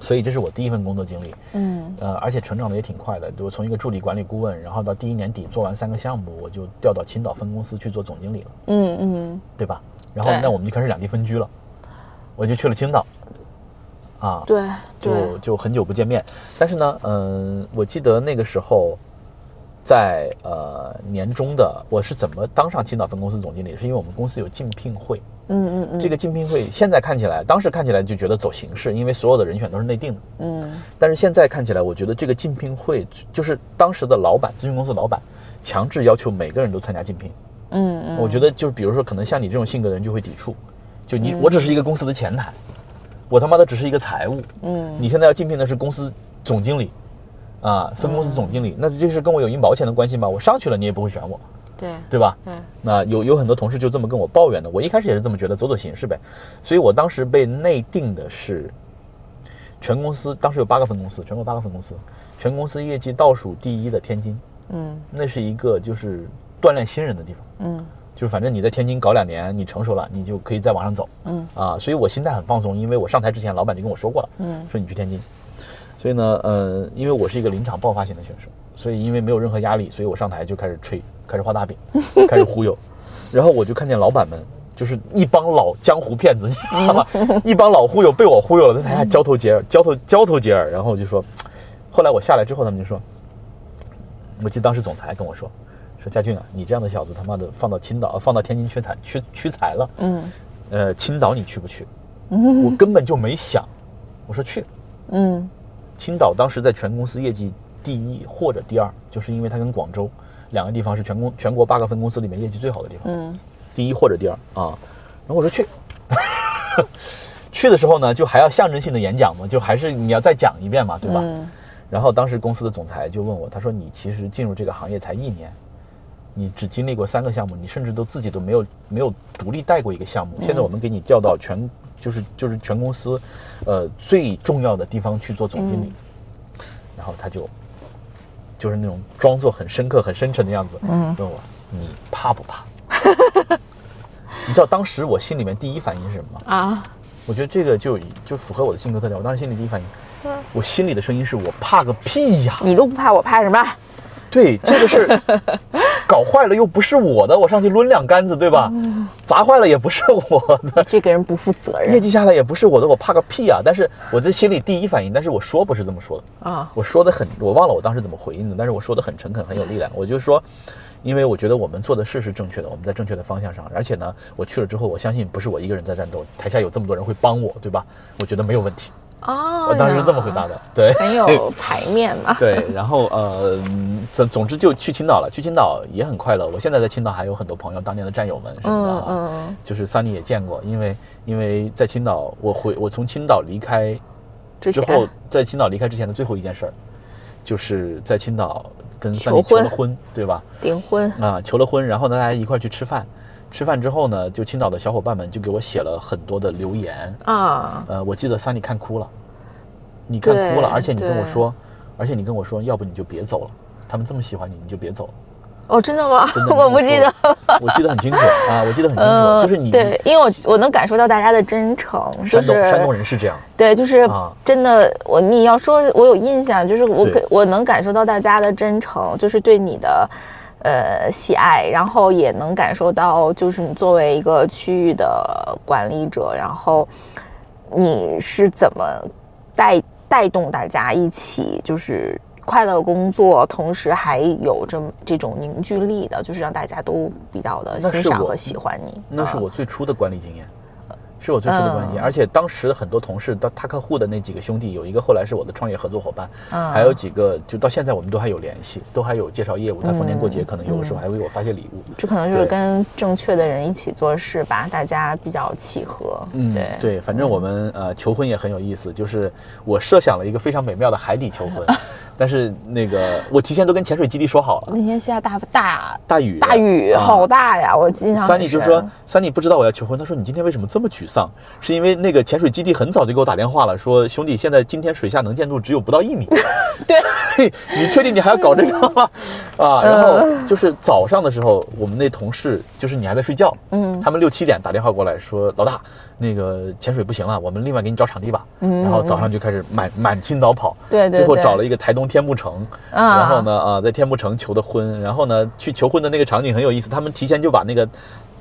[SPEAKER 2] 所以这是我第一份工作经历，
[SPEAKER 4] 嗯，
[SPEAKER 2] 呃，而且成长的也挺快的。我从一个助理管理顾问，然后到第一年底做完三个项目，我就调到青岛分公司去做总经理了。
[SPEAKER 4] 嗯嗯，
[SPEAKER 2] 对吧？然后
[SPEAKER 4] 对
[SPEAKER 2] 那我们就开始两地分居了，我就去了青岛，啊，
[SPEAKER 4] 对对
[SPEAKER 2] 就，就很久不见面。但是呢，嗯，我记得那个时候在呃年终的，我是怎么当上青岛分公司总经理，是因为我们公司有竞聘会，
[SPEAKER 4] 嗯嗯嗯，
[SPEAKER 2] 这个竞聘会现在看起来，当时看起来就觉得走形式，因为所有的人选都是内定的。
[SPEAKER 4] 嗯
[SPEAKER 2] 但是现在看起来，我觉得这个竞聘会就是当时的老板，咨询公司老板强制要求每个人都参加竞聘。
[SPEAKER 4] 嗯嗯，
[SPEAKER 2] 我觉得就是比如说，可能像你这种性格的人就会抵触，就你
[SPEAKER 4] 嗯
[SPEAKER 2] 我只是一个公司的前台，我他妈的只是一个财务，
[SPEAKER 4] 嗯，
[SPEAKER 2] 你现在要竞聘的是公司总经理，啊，分公司总经理，那这事跟我有一毛钱的关系吗？我上去了你也不会选我，
[SPEAKER 4] 对
[SPEAKER 2] 对吧？
[SPEAKER 4] 对，
[SPEAKER 2] 那有有很多同事就这么跟我抱怨的，我一开始也是这么觉得，走走形式呗。所以我当时被内定的是，全公司当时有八个分公司，全国八个分公司，全公司业绩倒数第一的天津，
[SPEAKER 4] 嗯
[SPEAKER 2] 那是一个就是锻炼新人的地方。
[SPEAKER 4] 嗯
[SPEAKER 2] 就是反正你在天津搞两年，你成熟了，你就可以再往上走。
[SPEAKER 4] 嗯
[SPEAKER 2] 啊，所以我心态很放松，因为我上台之前，老板就跟我说过了，
[SPEAKER 4] 嗯
[SPEAKER 2] 说你去天津。所以呢，呃，因为我是一个临场爆发型的选手，所以因为没有任何压力，所以我上台就开始吹，开始画 大饼，开始忽悠，然后我就看见老板们就是一帮老江湖骗子，你知 道吗？一帮老忽悠被我忽悠了，在台下交头接耳，交头交头接耳，然后我就说，后来我下来之后，他们就说，我记得当时总裁跟我说，说佳俊啊，你这样的小子他妈的放到青岛，呃放到天津缺财缺缺财了，
[SPEAKER 4] 嗯
[SPEAKER 2] 呃，青岛你去不去？我根本就没想，我说去。
[SPEAKER 4] 嗯
[SPEAKER 2] 青岛当时在全公司业绩第一或者第二，就是因为它跟广州两个地方是全公全国八个分公司里面业绩最好的地方，
[SPEAKER 4] 嗯
[SPEAKER 2] 第一或者第二啊。然后我说去， 去的时候呢，就还要象征性的演讲嘛，就还是你要再讲一遍嘛，对吧？
[SPEAKER 4] 嗯
[SPEAKER 2] 然后当时公司的总裁就问我，他说你其实进入这个行业才一年，你只经历过三个项目，你甚至都自己都没有没有独立带过一个项目。现在我们给你调到全就是就是全公司，呃最重要的地方去做总经理，然后他就就是那种装作很深刻很深沉的样子，问我你怕不怕？ 你知道当时我心里面第一反应是什么吗？
[SPEAKER 4] 啊，
[SPEAKER 2] 我觉得这个就就符合我的性格特点。我当时心里第一反应，我心里的声音是我怕个屁呀！
[SPEAKER 4] 你都不怕，我怕什么？
[SPEAKER 2] 对，这个是，搞坏了又不是我的，我上去抡两杆子，对吧？砸坏了也不是我的，
[SPEAKER 4] 这个人不负责
[SPEAKER 2] 业
[SPEAKER 4] 任
[SPEAKER 2] 绩下来也不是我的，我怕个屁啊！但是我这心里第一反应，但是我说不是这么说的，
[SPEAKER 4] 啊，
[SPEAKER 2] 我说的很，我忘了我当时怎么回应的，但是我说的很诚恳，很有力量。我就说，因为我觉得我们做的事是正确的，我们在正确的方向上，而且呢，我去了之后，我相信不是我一个人在战斗，台下有这么多人会帮我，对吧？我觉得没有问题。
[SPEAKER 4] 哦，
[SPEAKER 2] 我当时是这么回答，的， 对。。
[SPEAKER 4] 很有排面嘛
[SPEAKER 2] 对，然后呃，嗯总总之就去青岛了，去青岛也很快乐。我现在在青岛还有很多朋友，当年的战友们什么的
[SPEAKER 4] 嗯
[SPEAKER 2] 啊，
[SPEAKER 4] 嗯，
[SPEAKER 2] 就是桑尼也见过，因为因为在青岛，我回我从青岛离开
[SPEAKER 4] 之
[SPEAKER 2] 之
[SPEAKER 4] 前
[SPEAKER 2] 后，在青岛离开之前的最后一件事儿，就是在青岛跟桑尼
[SPEAKER 4] 求
[SPEAKER 2] 求
[SPEAKER 4] 婚
[SPEAKER 2] 了婚，对吧？
[SPEAKER 4] 订婚
[SPEAKER 2] 啊、求了婚，然后呢，大家一块儿去吃饭，吃饭之后呢，就青岛的小伙伴们就给我写了很多的留言，
[SPEAKER 4] 啊，
[SPEAKER 2] 呃，我记得桑尼看哭了，你看哭
[SPEAKER 4] 对
[SPEAKER 2] 了，而且你跟我
[SPEAKER 4] 对
[SPEAKER 2] 说，而且你跟我说，要不你就别走了，他们这么喜欢你，你就别走了。
[SPEAKER 4] 哦，真的吗？
[SPEAKER 2] 真的
[SPEAKER 4] 我不记得。，
[SPEAKER 2] 我记得很清楚啊，我记得很清
[SPEAKER 4] 嗯，
[SPEAKER 2] 楚，就是你
[SPEAKER 4] 对，因为我我能感受到大家的真诚，就
[SPEAKER 2] 山东
[SPEAKER 4] 是
[SPEAKER 2] 山东人是这样，
[SPEAKER 4] 对，就是
[SPEAKER 2] 啊
[SPEAKER 4] 真的，我你要说，我有印象，就是我
[SPEAKER 2] 对
[SPEAKER 4] 可我能感受到大家的真诚，就是对你的呃喜爱，然后也能感受到，就是你作为一个区域的管理者，然后你是怎么带带动大家一起就是。快乐工作，同时还有这么这种凝聚力的，就是让大家都比较的
[SPEAKER 2] 那
[SPEAKER 4] 欣
[SPEAKER 2] 是
[SPEAKER 4] 赏
[SPEAKER 2] 我
[SPEAKER 4] 和喜欢你。
[SPEAKER 2] 那是
[SPEAKER 4] 嗯
[SPEAKER 2] 我最初的管理经验，是我最初的管理经验。而且当时很多同事，到他客户的那几个兄弟，有一个后来是我的创业合作伙伴，
[SPEAKER 4] 嗯
[SPEAKER 2] 还有几个就到现在我们都还有联系，都还有介绍业务。他逢年过
[SPEAKER 4] 嗯
[SPEAKER 2] 节可能有的时候还会给我发些礼物。
[SPEAKER 4] 这可能就是
[SPEAKER 2] 对
[SPEAKER 4] 跟正确的人一起做事吧，大家比较契合。
[SPEAKER 2] 嗯，
[SPEAKER 4] 对，
[SPEAKER 2] 对，反正我们呃求婚也很有意思，就是我设想了一个非常美妙的海底求 婚，但是那个我提前都跟潜水基地说好了，
[SPEAKER 4] 那天下大大
[SPEAKER 2] 大雨
[SPEAKER 4] 大雨，
[SPEAKER 2] 啊
[SPEAKER 4] 好大呀！我印象
[SPEAKER 2] 三
[SPEAKER 4] 很
[SPEAKER 2] 里就
[SPEAKER 4] 深。
[SPEAKER 2] 说：“三里不知道我要求婚。”他说：“你今天为什么这么沮丧？是因为那个潜水基地很早就给我打电话了，说兄弟，现在今天水下能见度只有不到一米，
[SPEAKER 4] 对，
[SPEAKER 2] 你确定你还要搞这个 吗？”啊，然后
[SPEAKER 4] 嗯
[SPEAKER 2] 就是早上的时候，我们那同事就是你还在睡觉，嗯，他们六七点打电话过来说：“老大，那个潜水不行了，我们另外给你找场地吧。”然后早上就开始满满青岛跑，
[SPEAKER 4] 嗯对对
[SPEAKER 2] 最后
[SPEAKER 4] 对
[SPEAKER 2] 找了一个台东天幕城，
[SPEAKER 4] 啊
[SPEAKER 2] 然后呢啊，在天幕城求的婚，然后呢去求婚的那个场景很有意思，他们提前就把那个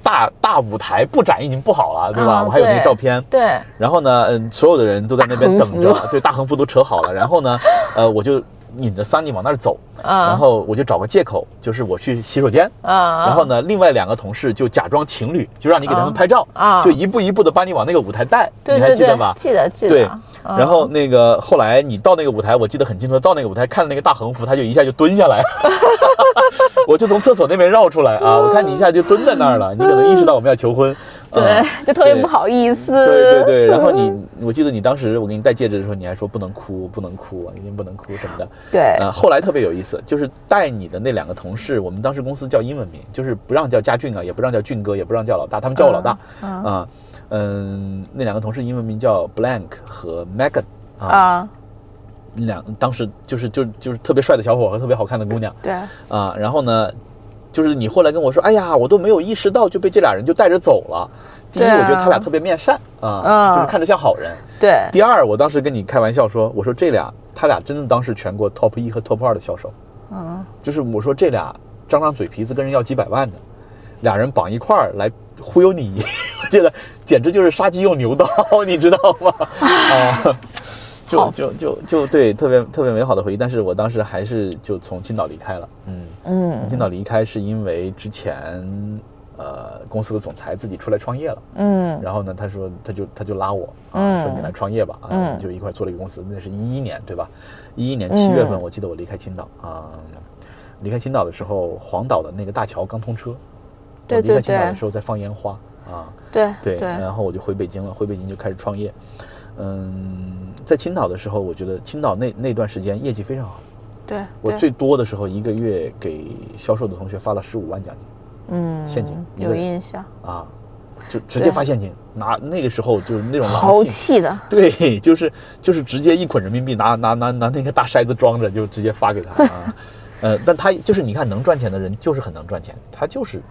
[SPEAKER 2] 大大舞台布展已经布好了，对吧？
[SPEAKER 4] 啊
[SPEAKER 2] 我还有那个
[SPEAKER 4] 对
[SPEAKER 2] 照片。
[SPEAKER 4] 对，啊
[SPEAKER 2] 然后呢，嗯，所有的人都在那边
[SPEAKER 4] 大横
[SPEAKER 2] 等
[SPEAKER 4] 幅
[SPEAKER 2] 着，对，大横幅都扯好了。然后呢，呃，我就引着 Sunny 往那儿走，
[SPEAKER 4] 啊
[SPEAKER 2] 然后我就找个借口，就是我去洗手间。
[SPEAKER 4] 啊，
[SPEAKER 2] 然后呢，另外两个同事就假装情侣，就让你给他们拍照，
[SPEAKER 4] 啊
[SPEAKER 2] 就一步一步的把你往那个舞台带，
[SPEAKER 4] 对
[SPEAKER 2] 你还
[SPEAKER 4] 对
[SPEAKER 2] 记
[SPEAKER 4] 对
[SPEAKER 2] 得吧，？
[SPEAKER 4] 记得啊记
[SPEAKER 2] 对
[SPEAKER 4] 得。，
[SPEAKER 2] 然后那个后来你到那个舞台，我记得很清楚，到那个舞台看那个大横幅，他就一下就蹲下来， 我就从厕所那边绕出来啊，我看你一下就蹲在那儿了，你可能意识到我们要求婚，
[SPEAKER 4] 对
[SPEAKER 2] 嗯，
[SPEAKER 4] 就特别
[SPEAKER 2] 对
[SPEAKER 4] 不好意思。
[SPEAKER 2] 对对 对，然后你，我记得你当时我给你戴戒指的时候，你还说不能哭，不能哭啊，一定不能哭什么的。
[SPEAKER 4] 对
[SPEAKER 2] 呃，后来特别有意思，就是带你的那两个同事，我们当时公司叫英文名，就是不让叫家俊啊，也不让叫俊哥，也不让叫老大，他们叫我老大啊。嗯，那两个同事英文名叫 Blank 和 Megan 啊，
[SPEAKER 4] 啊，
[SPEAKER 2] 两当时就是就就是特别帅的小伙和特别好看的姑娘
[SPEAKER 4] 对
[SPEAKER 2] 啊。然后呢，就是你后来跟我说，哎呀，我都没有意识到就被这俩人就带着走了。第一，
[SPEAKER 4] 对啊
[SPEAKER 2] 我觉得他俩特别面善啊，
[SPEAKER 4] 嗯
[SPEAKER 2] 就是看着像好人。
[SPEAKER 4] 对
[SPEAKER 2] 第二，我当时跟你开玩笑说，我说这俩他俩真的当是全国 top 一和 top 二的销售，嗯，就是我说这俩张张嘴皮子跟人要几百万的，俩人绑一块儿来忽悠你， 我觉得简直就是杀鸡用牛刀，你知道 吗？啊，就就就就对，特别特别美好的回忆。但是我当时还是就从青岛离开了，嗯，
[SPEAKER 4] 嗯
[SPEAKER 2] 青岛离开是因为之前呃公司的总裁自己出来创业了。
[SPEAKER 4] 嗯
[SPEAKER 2] 然后呢，他说他就他就拉我啊，
[SPEAKER 4] 嗯
[SPEAKER 2] 说你来创业吧啊，
[SPEAKER 4] 嗯
[SPEAKER 2] 我们就一块儿做了一个公司，那是一一年对吧？一一年七月份，
[SPEAKER 4] 嗯
[SPEAKER 2] 我记得我离开青岛啊、离开青岛的时候，黄岛的那个大桥刚通车，
[SPEAKER 4] 对
[SPEAKER 2] 我离开
[SPEAKER 4] 对
[SPEAKER 2] 青岛的
[SPEAKER 4] 对
[SPEAKER 2] 时候在放烟花啊，
[SPEAKER 4] 对
[SPEAKER 2] 对，
[SPEAKER 4] 对
[SPEAKER 2] 然后我就回北京了，回北京就开始创业。嗯，在青岛的时候，我觉得青岛那那段时间业绩非常好，
[SPEAKER 4] 对，
[SPEAKER 2] 我
[SPEAKER 4] 对
[SPEAKER 2] 最多的时候一个月给销售的同学发了十五万奖金。
[SPEAKER 4] 嗯
[SPEAKER 2] 陷阱一个
[SPEAKER 4] 有
[SPEAKER 2] 人
[SPEAKER 4] 印象，
[SPEAKER 2] 啊，就直接
[SPEAKER 4] 对
[SPEAKER 2] 发现金，拿那个时候就是那种狼
[SPEAKER 4] 豪
[SPEAKER 2] 性
[SPEAKER 4] 气的，
[SPEAKER 2] 对，就是就是直接一捆人民币拿拿拿拿那个大筛子装着，就直接发给他啊。 呃，但他就是你看能赚钱的人就是很能赚钱，他就是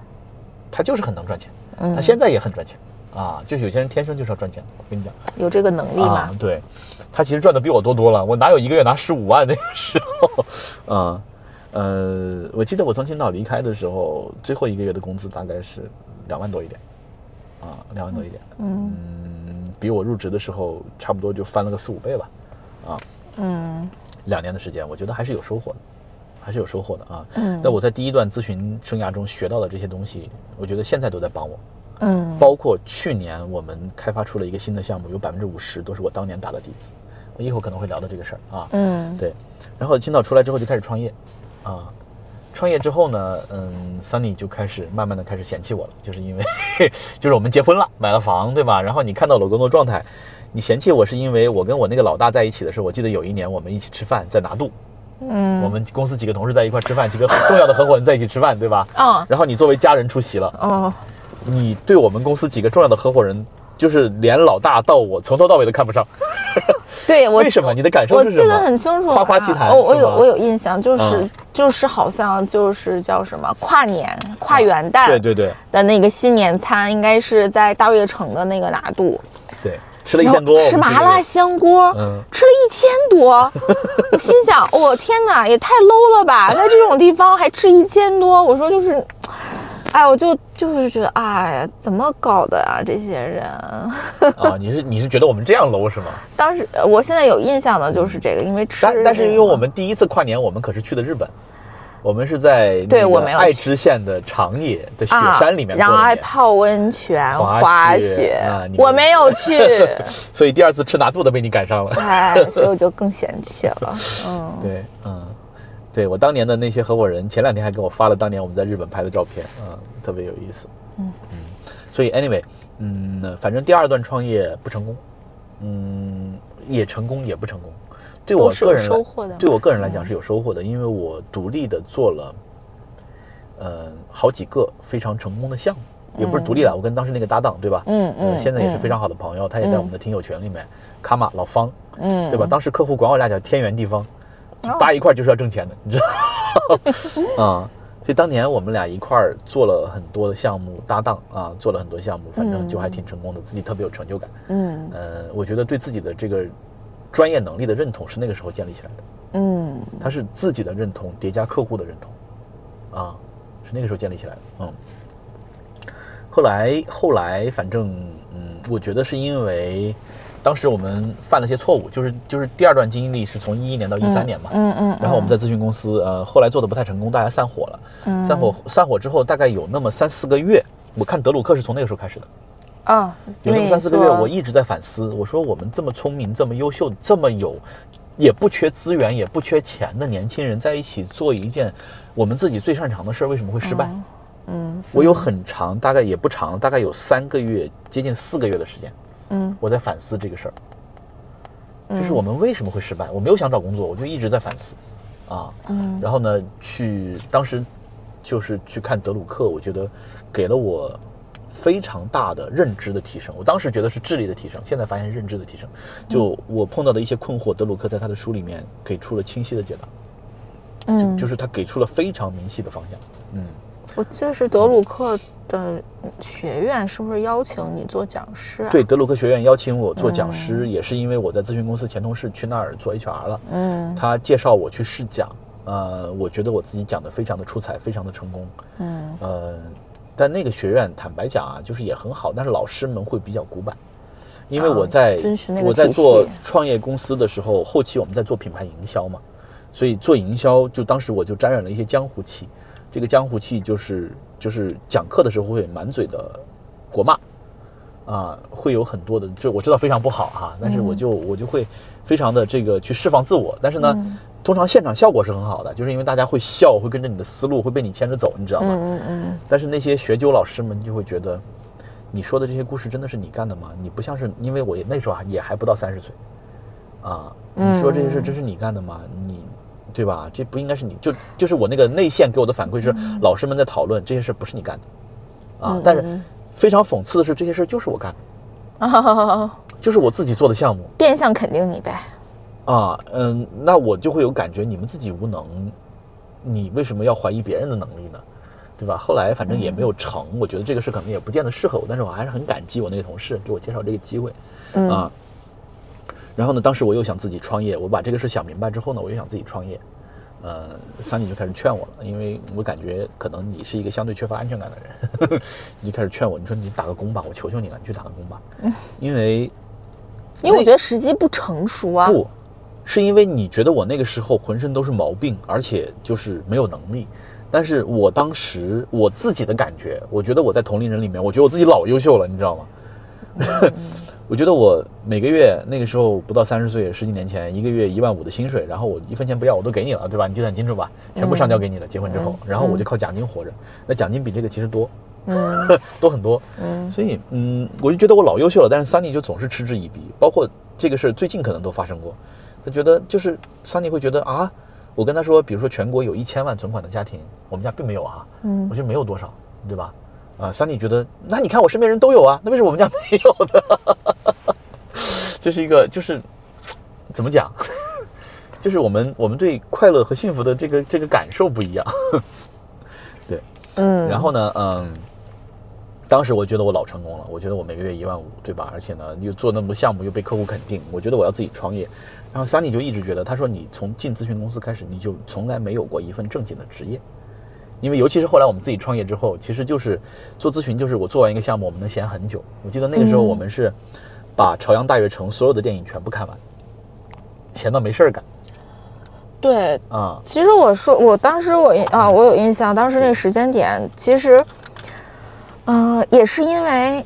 [SPEAKER 2] 他就是很能赚钱，他现在也很赚钱啊。就是有些人天生就是要赚钱，我跟你讲
[SPEAKER 4] 有这个能力
[SPEAKER 2] 啊
[SPEAKER 4] 吗？，
[SPEAKER 2] 对，他其实赚的比我多多了，我哪有一个月拿十五万那个时候啊。 呃，我记得我从青岛离开的时候，最后一个月的工资大概是两万多一点，啊，两万多一点，
[SPEAKER 4] 嗯
[SPEAKER 2] 嗯，比我入职的时候差不多就翻了个四五倍吧，啊
[SPEAKER 4] 嗯
[SPEAKER 2] 两年的时间，我觉得还是有收获的，还是有收获的啊。
[SPEAKER 4] 嗯
[SPEAKER 2] 但我在第一段咨询生涯中学到的这些东西，我觉得现在都在帮我，
[SPEAKER 4] 嗯
[SPEAKER 2] 包括去年我们开发出了一个新的项目，有百分之五十都是我当年打的底子。我一会儿可能会聊到这个事儿啊。
[SPEAKER 4] 嗯
[SPEAKER 2] 对，然后青岛出来之后就开始创业，啊，创业之后呢，嗯，Sunny 就开始慢慢的开始嫌弃我了，就是因为 就是我们结婚了，买了房，对吧？然后你看到老公的状态，你嫌弃我是因为我跟我那个老大在一起的时候，我记得有一年我们一起吃饭在拿度，
[SPEAKER 4] 嗯，
[SPEAKER 2] 我们公司几个同事在一块吃饭，几个很重要的合伙人在一起吃饭，对吧？
[SPEAKER 4] 嗯
[SPEAKER 2] 然后你作为家人出席了，
[SPEAKER 4] 嗯
[SPEAKER 2] 你对我们公司几个重要的合伙人，就是连老大到我从头到尾都看不上，
[SPEAKER 4] 对我
[SPEAKER 2] 为什么？你的感受
[SPEAKER 4] 我
[SPEAKER 2] 是
[SPEAKER 4] 记
[SPEAKER 2] 什
[SPEAKER 4] 得
[SPEAKER 2] 么？
[SPEAKER 4] 很清楚啊，
[SPEAKER 2] 夸夸其谈
[SPEAKER 4] 我我
[SPEAKER 2] 是
[SPEAKER 4] 有
[SPEAKER 2] 吗
[SPEAKER 4] 我有印象，就是、
[SPEAKER 2] 嗯
[SPEAKER 4] 就是好像就是叫什么跨年跨元
[SPEAKER 2] 嗯对
[SPEAKER 4] 旦
[SPEAKER 2] 对对
[SPEAKER 4] 的那个新年餐，应该是在大悦城的那个拿度，
[SPEAKER 2] 对，吃了一
[SPEAKER 4] 然后
[SPEAKER 2] 千多，
[SPEAKER 4] 吃
[SPEAKER 2] 我们
[SPEAKER 4] 麻
[SPEAKER 2] 这个
[SPEAKER 4] 辣香锅，
[SPEAKER 2] 嗯
[SPEAKER 4] 吃了一千 多，我心想，我、天哪，也太 low 了吧，在这种地方还吃一千多，我说就是。哎，我就就是觉得，哎呀，怎么搞的啊？这些人，
[SPEAKER 2] 啊，你是你是觉得我们这样 low 是吗？
[SPEAKER 4] 当时呃我现在有印象的就是这个，因为吃这
[SPEAKER 2] 但
[SPEAKER 4] 个嘛，
[SPEAKER 2] 但是因为我们第一次跨年，我们可是去的日本，我们是在那
[SPEAKER 4] 啊对
[SPEAKER 2] 个
[SPEAKER 4] 我没有
[SPEAKER 2] 爱
[SPEAKER 4] 去
[SPEAKER 2] 知县的长野的雪
[SPEAKER 4] 啊，
[SPEAKER 2] 山里面过的年、
[SPEAKER 4] 然后还泡温泉、
[SPEAKER 2] 滑
[SPEAKER 4] 滑
[SPEAKER 2] 雪
[SPEAKER 4] 雪，
[SPEAKER 2] 啊你
[SPEAKER 4] 我
[SPEAKER 2] 们
[SPEAKER 4] 没有去，
[SPEAKER 2] 所以第二次吃拿度的被你赶上了。
[SPEAKER 4] 哎，所以我就更嫌弃了。嗯，
[SPEAKER 2] 对，嗯，对我当年的那些合伙人，前两天还给我发了当年我们在日本拍的照片，嗯，特别有意思。
[SPEAKER 4] 嗯
[SPEAKER 2] 所以 anyway，嗯，那反正第二段创业不成功，嗯，也成功也不成功，对我
[SPEAKER 4] 都是
[SPEAKER 2] 个
[SPEAKER 4] 有
[SPEAKER 2] 人来
[SPEAKER 4] 收获的嘛嗯
[SPEAKER 2] 对我个人来讲是有收获的，因为我独立的做了，呃，好几个非常成功的项目，也不是独立了，我跟当时那个搭档对吧？
[SPEAKER 4] 嗯
[SPEAKER 2] 呃
[SPEAKER 4] 嗯
[SPEAKER 2] 现在也是非常好的朋友，他也在我们的听友群里面，卡玛老方，
[SPEAKER 4] 嗯，
[SPEAKER 2] 对吧？当时客户管我俩叫天圆地方，
[SPEAKER 4] 哦
[SPEAKER 2] 搭一块儿就是要挣钱的，你知道？ 啊、所以当年我们俩一块儿做了很多的项目，搭档啊，做了很多项目，反正就还挺成功的，自己特别有成就感。
[SPEAKER 4] 嗯
[SPEAKER 2] 呃，我觉得对自己的这个专业能力的认同是那个时候建立起来的，
[SPEAKER 4] 嗯
[SPEAKER 2] 它是自己的认同叠加客户的认同，啊，是那个时候建立起来的。嗯，后来后来反正嗯，我觉得是因为。当时我们犯了些错误，就是就是第二段经历是从一一年到一三年嘛，
[SPEAKER 4] 嗯嗯，
[SPEAKER 2] 然后我们在咨询公司，呃，后来做的不太成功，大家散伙了。
[SPEAKER 4] 嗯
[SPEAKER 2] 散伙散伙之后，大概有那么三四个月，我看德鲁克是从那个时候开始的，
[SPEAKER 4] 啊，
[SPEAKER 2] 有那么
[SPEAKER 4] 对
[SPEAKER 2] 三四个月，
[SPEAKER 4] 说
[SPEAKER 2] 我一直在反思，我说我们这么聪明、这么优秀、这么有，也不缺资源、也不缺钱的年轻人在一起做一件我们自己最擅长的事儿，为什么会失败？
[SPEAKER 4] 嗯
[SPEAKER 2] 我有很长，大概也不长，大概有三个月，接近四个月的时间，
[SPEAKER 4] 嗯
[SPEAKER 2] 我在反思这个事儿，就是我们为什么会失败？我没有想找工作，我就一直在反思，啊，
[SPEAKER 4] 嗯
[SPEAKER 2] 然后呢，去当时就是去看德鲁克，我觉得给了我非常大的认知的提升。我当时觉得是智力的提升，现在发现是认知的提升。
[SPEAKER 4] 嗯
[SPEAKER 2] 就我碰到的一些困惑，德鲁克在他的书里面给出了清晰的解答，
[SPEAKER 4] 嗯，
[SPEAKER 2] 就是他给出了非常明晰的方向。嗯，
[SPEAKER 4] 我记得是德鲁克的学院是不是邀请你做讲师啊？嗯
[SPEAKER 2] 对，，德鲁克学院邀请我做讲师，也是因为我在咨询公司前同事去那儿做 HR 了。
[SPEAKER 4] 嗯
[SPEAKER 2] 他介绍我去试讲，呃，我觉得我自己讲的非常的出彩，非常的成功，
[SPEAKER 4] 嗯
[SPEAKER 2] 呃，但那个学院坦白讲啊，就是也很好，但是老师们会比较古板，因为
[SPEAKER 4] 啊
[SPEAKER 2] 我在、
[SPEAKER 4] 遵循那个
[SPEAKER 2] 我在
[SPEAKER 4] 体系
[SPEAKER 2] 做创业公司的时候，后期我们在做品牌营销嘛，所以做营销就当时我就沾染了一些江湖气，这个江湖气就是就是讲课的时候会满嘴的国骂。啊，会有很多的，就我知道非常不好哈、但
[SPEAKER 4] 嗯
[SPEAKER 2] 是我就、我就会非常的这个去释放自我，但是呢，
[SPEAKER 4] 嗯
[SPEAKER 2] 通常现场效果是很好的，就是因为大家会笑，会跟着你的思路，会被你牵着走，你知道吗？
[SPEAKER 4] 嗯嗯
[SPEAKER 2] 但是那些学究老师们就会觉得，你说的这些故事真的是你干的吗？你不像是，因为我也那时候啊也还不到三十岁，啊，你说这些事真是你干的吗？你对吧？这不应该是你，就就是我那个内线给我的反馈是，老师们在讨论这些事不是你干的，啊，但是非常讽刺的是，这些事就是我干的，
[SPEAKER 4] 嗯，
[SPEAKER 2] 就是我自己做的项目
[SPEAKER 4] 变相肯定你呗。
[SPEAKER 2] 啊，嗯，那我就会有感觉，你们自己无能，你为什么要怀疑别人的能力呢？对吧？后来反正也没有成，我觉得这个事可能也不见得适合我，但是我还是很感激我那个同事给我介绍这个机会，啊。然后呢，当时我又想自己创业，我把这个事想明白之后呢，我又想自己创业，呃，Sunny 就开始劝我了，因为我感觉可能你是一个相对缺乏安全感的人， 你就开始劝我，你说你打个工吧，我求求你了，你去打个工吧，因为
[SPEAKER 4] 因为我觉得时机不成熟啊。
[SPEAKER 2] 不，是因为你觉得我那个时候浑身都是毛病，而且就是没有能力。但是我当时我自己的感觉，我觉得我在同龄人里面，我觉得我自己老优秀了，你知道吗？ 我觉得我每个月那个时候不到三十岁，十几年前，一个月一万五的薪水，然后我一分钱不要，我都给你了，对吧？你计算清楚吧，全部上交给你了。结婚之后，然后我就靠奖金活着，那奖金比这个其实多，多很多。所以嗯，我就觉得我老优秀了，但是 Sunny 就总是嗤之以鼻，包括这个事儿最近可能都发生过，他觉得就是 Sunny 会觉得啊，我跟他说，比如说全国有一千万存款的家庭，我们家并没有啊，
[SPEAKER 4] 嗯
[SPEAKER 2] 我觉得没有多少，对吧？啊，Sunny 觉得那你看我身边人都有啊，那为什么我们家没有呢？ 这是一个就是怎么讲， 就是我们我们对快乐和幸福的这个这个感受不一样。
[SPEAKER 4] 嗯，
[SPEAKER 2] 然后呢，嗯，当时我觉得我老成功了，我觉得我每个月一万五，对吧？而且呢，又做那么多项目，又被客户肯定，我觉得我要自己创业。然后 Sunny 就一直觉得，他说你从进咨询公司开始，你就从来没有过一份正经的职业。因为尤其是后来我们自己创业之后，其实就是做咨询，就是我做完一个项目，我们能闲很久。我记得那个时候我们是把朝阳大悦城所有的电影全部看完，闲到没事儿干
[SPEAKER 4] 对，
[SPEAKER 2] 啊。
[SPEAKER 4] 其实我说，我当时我印啊，我有印象，当时那个时间点，其实，嗯、也是因为，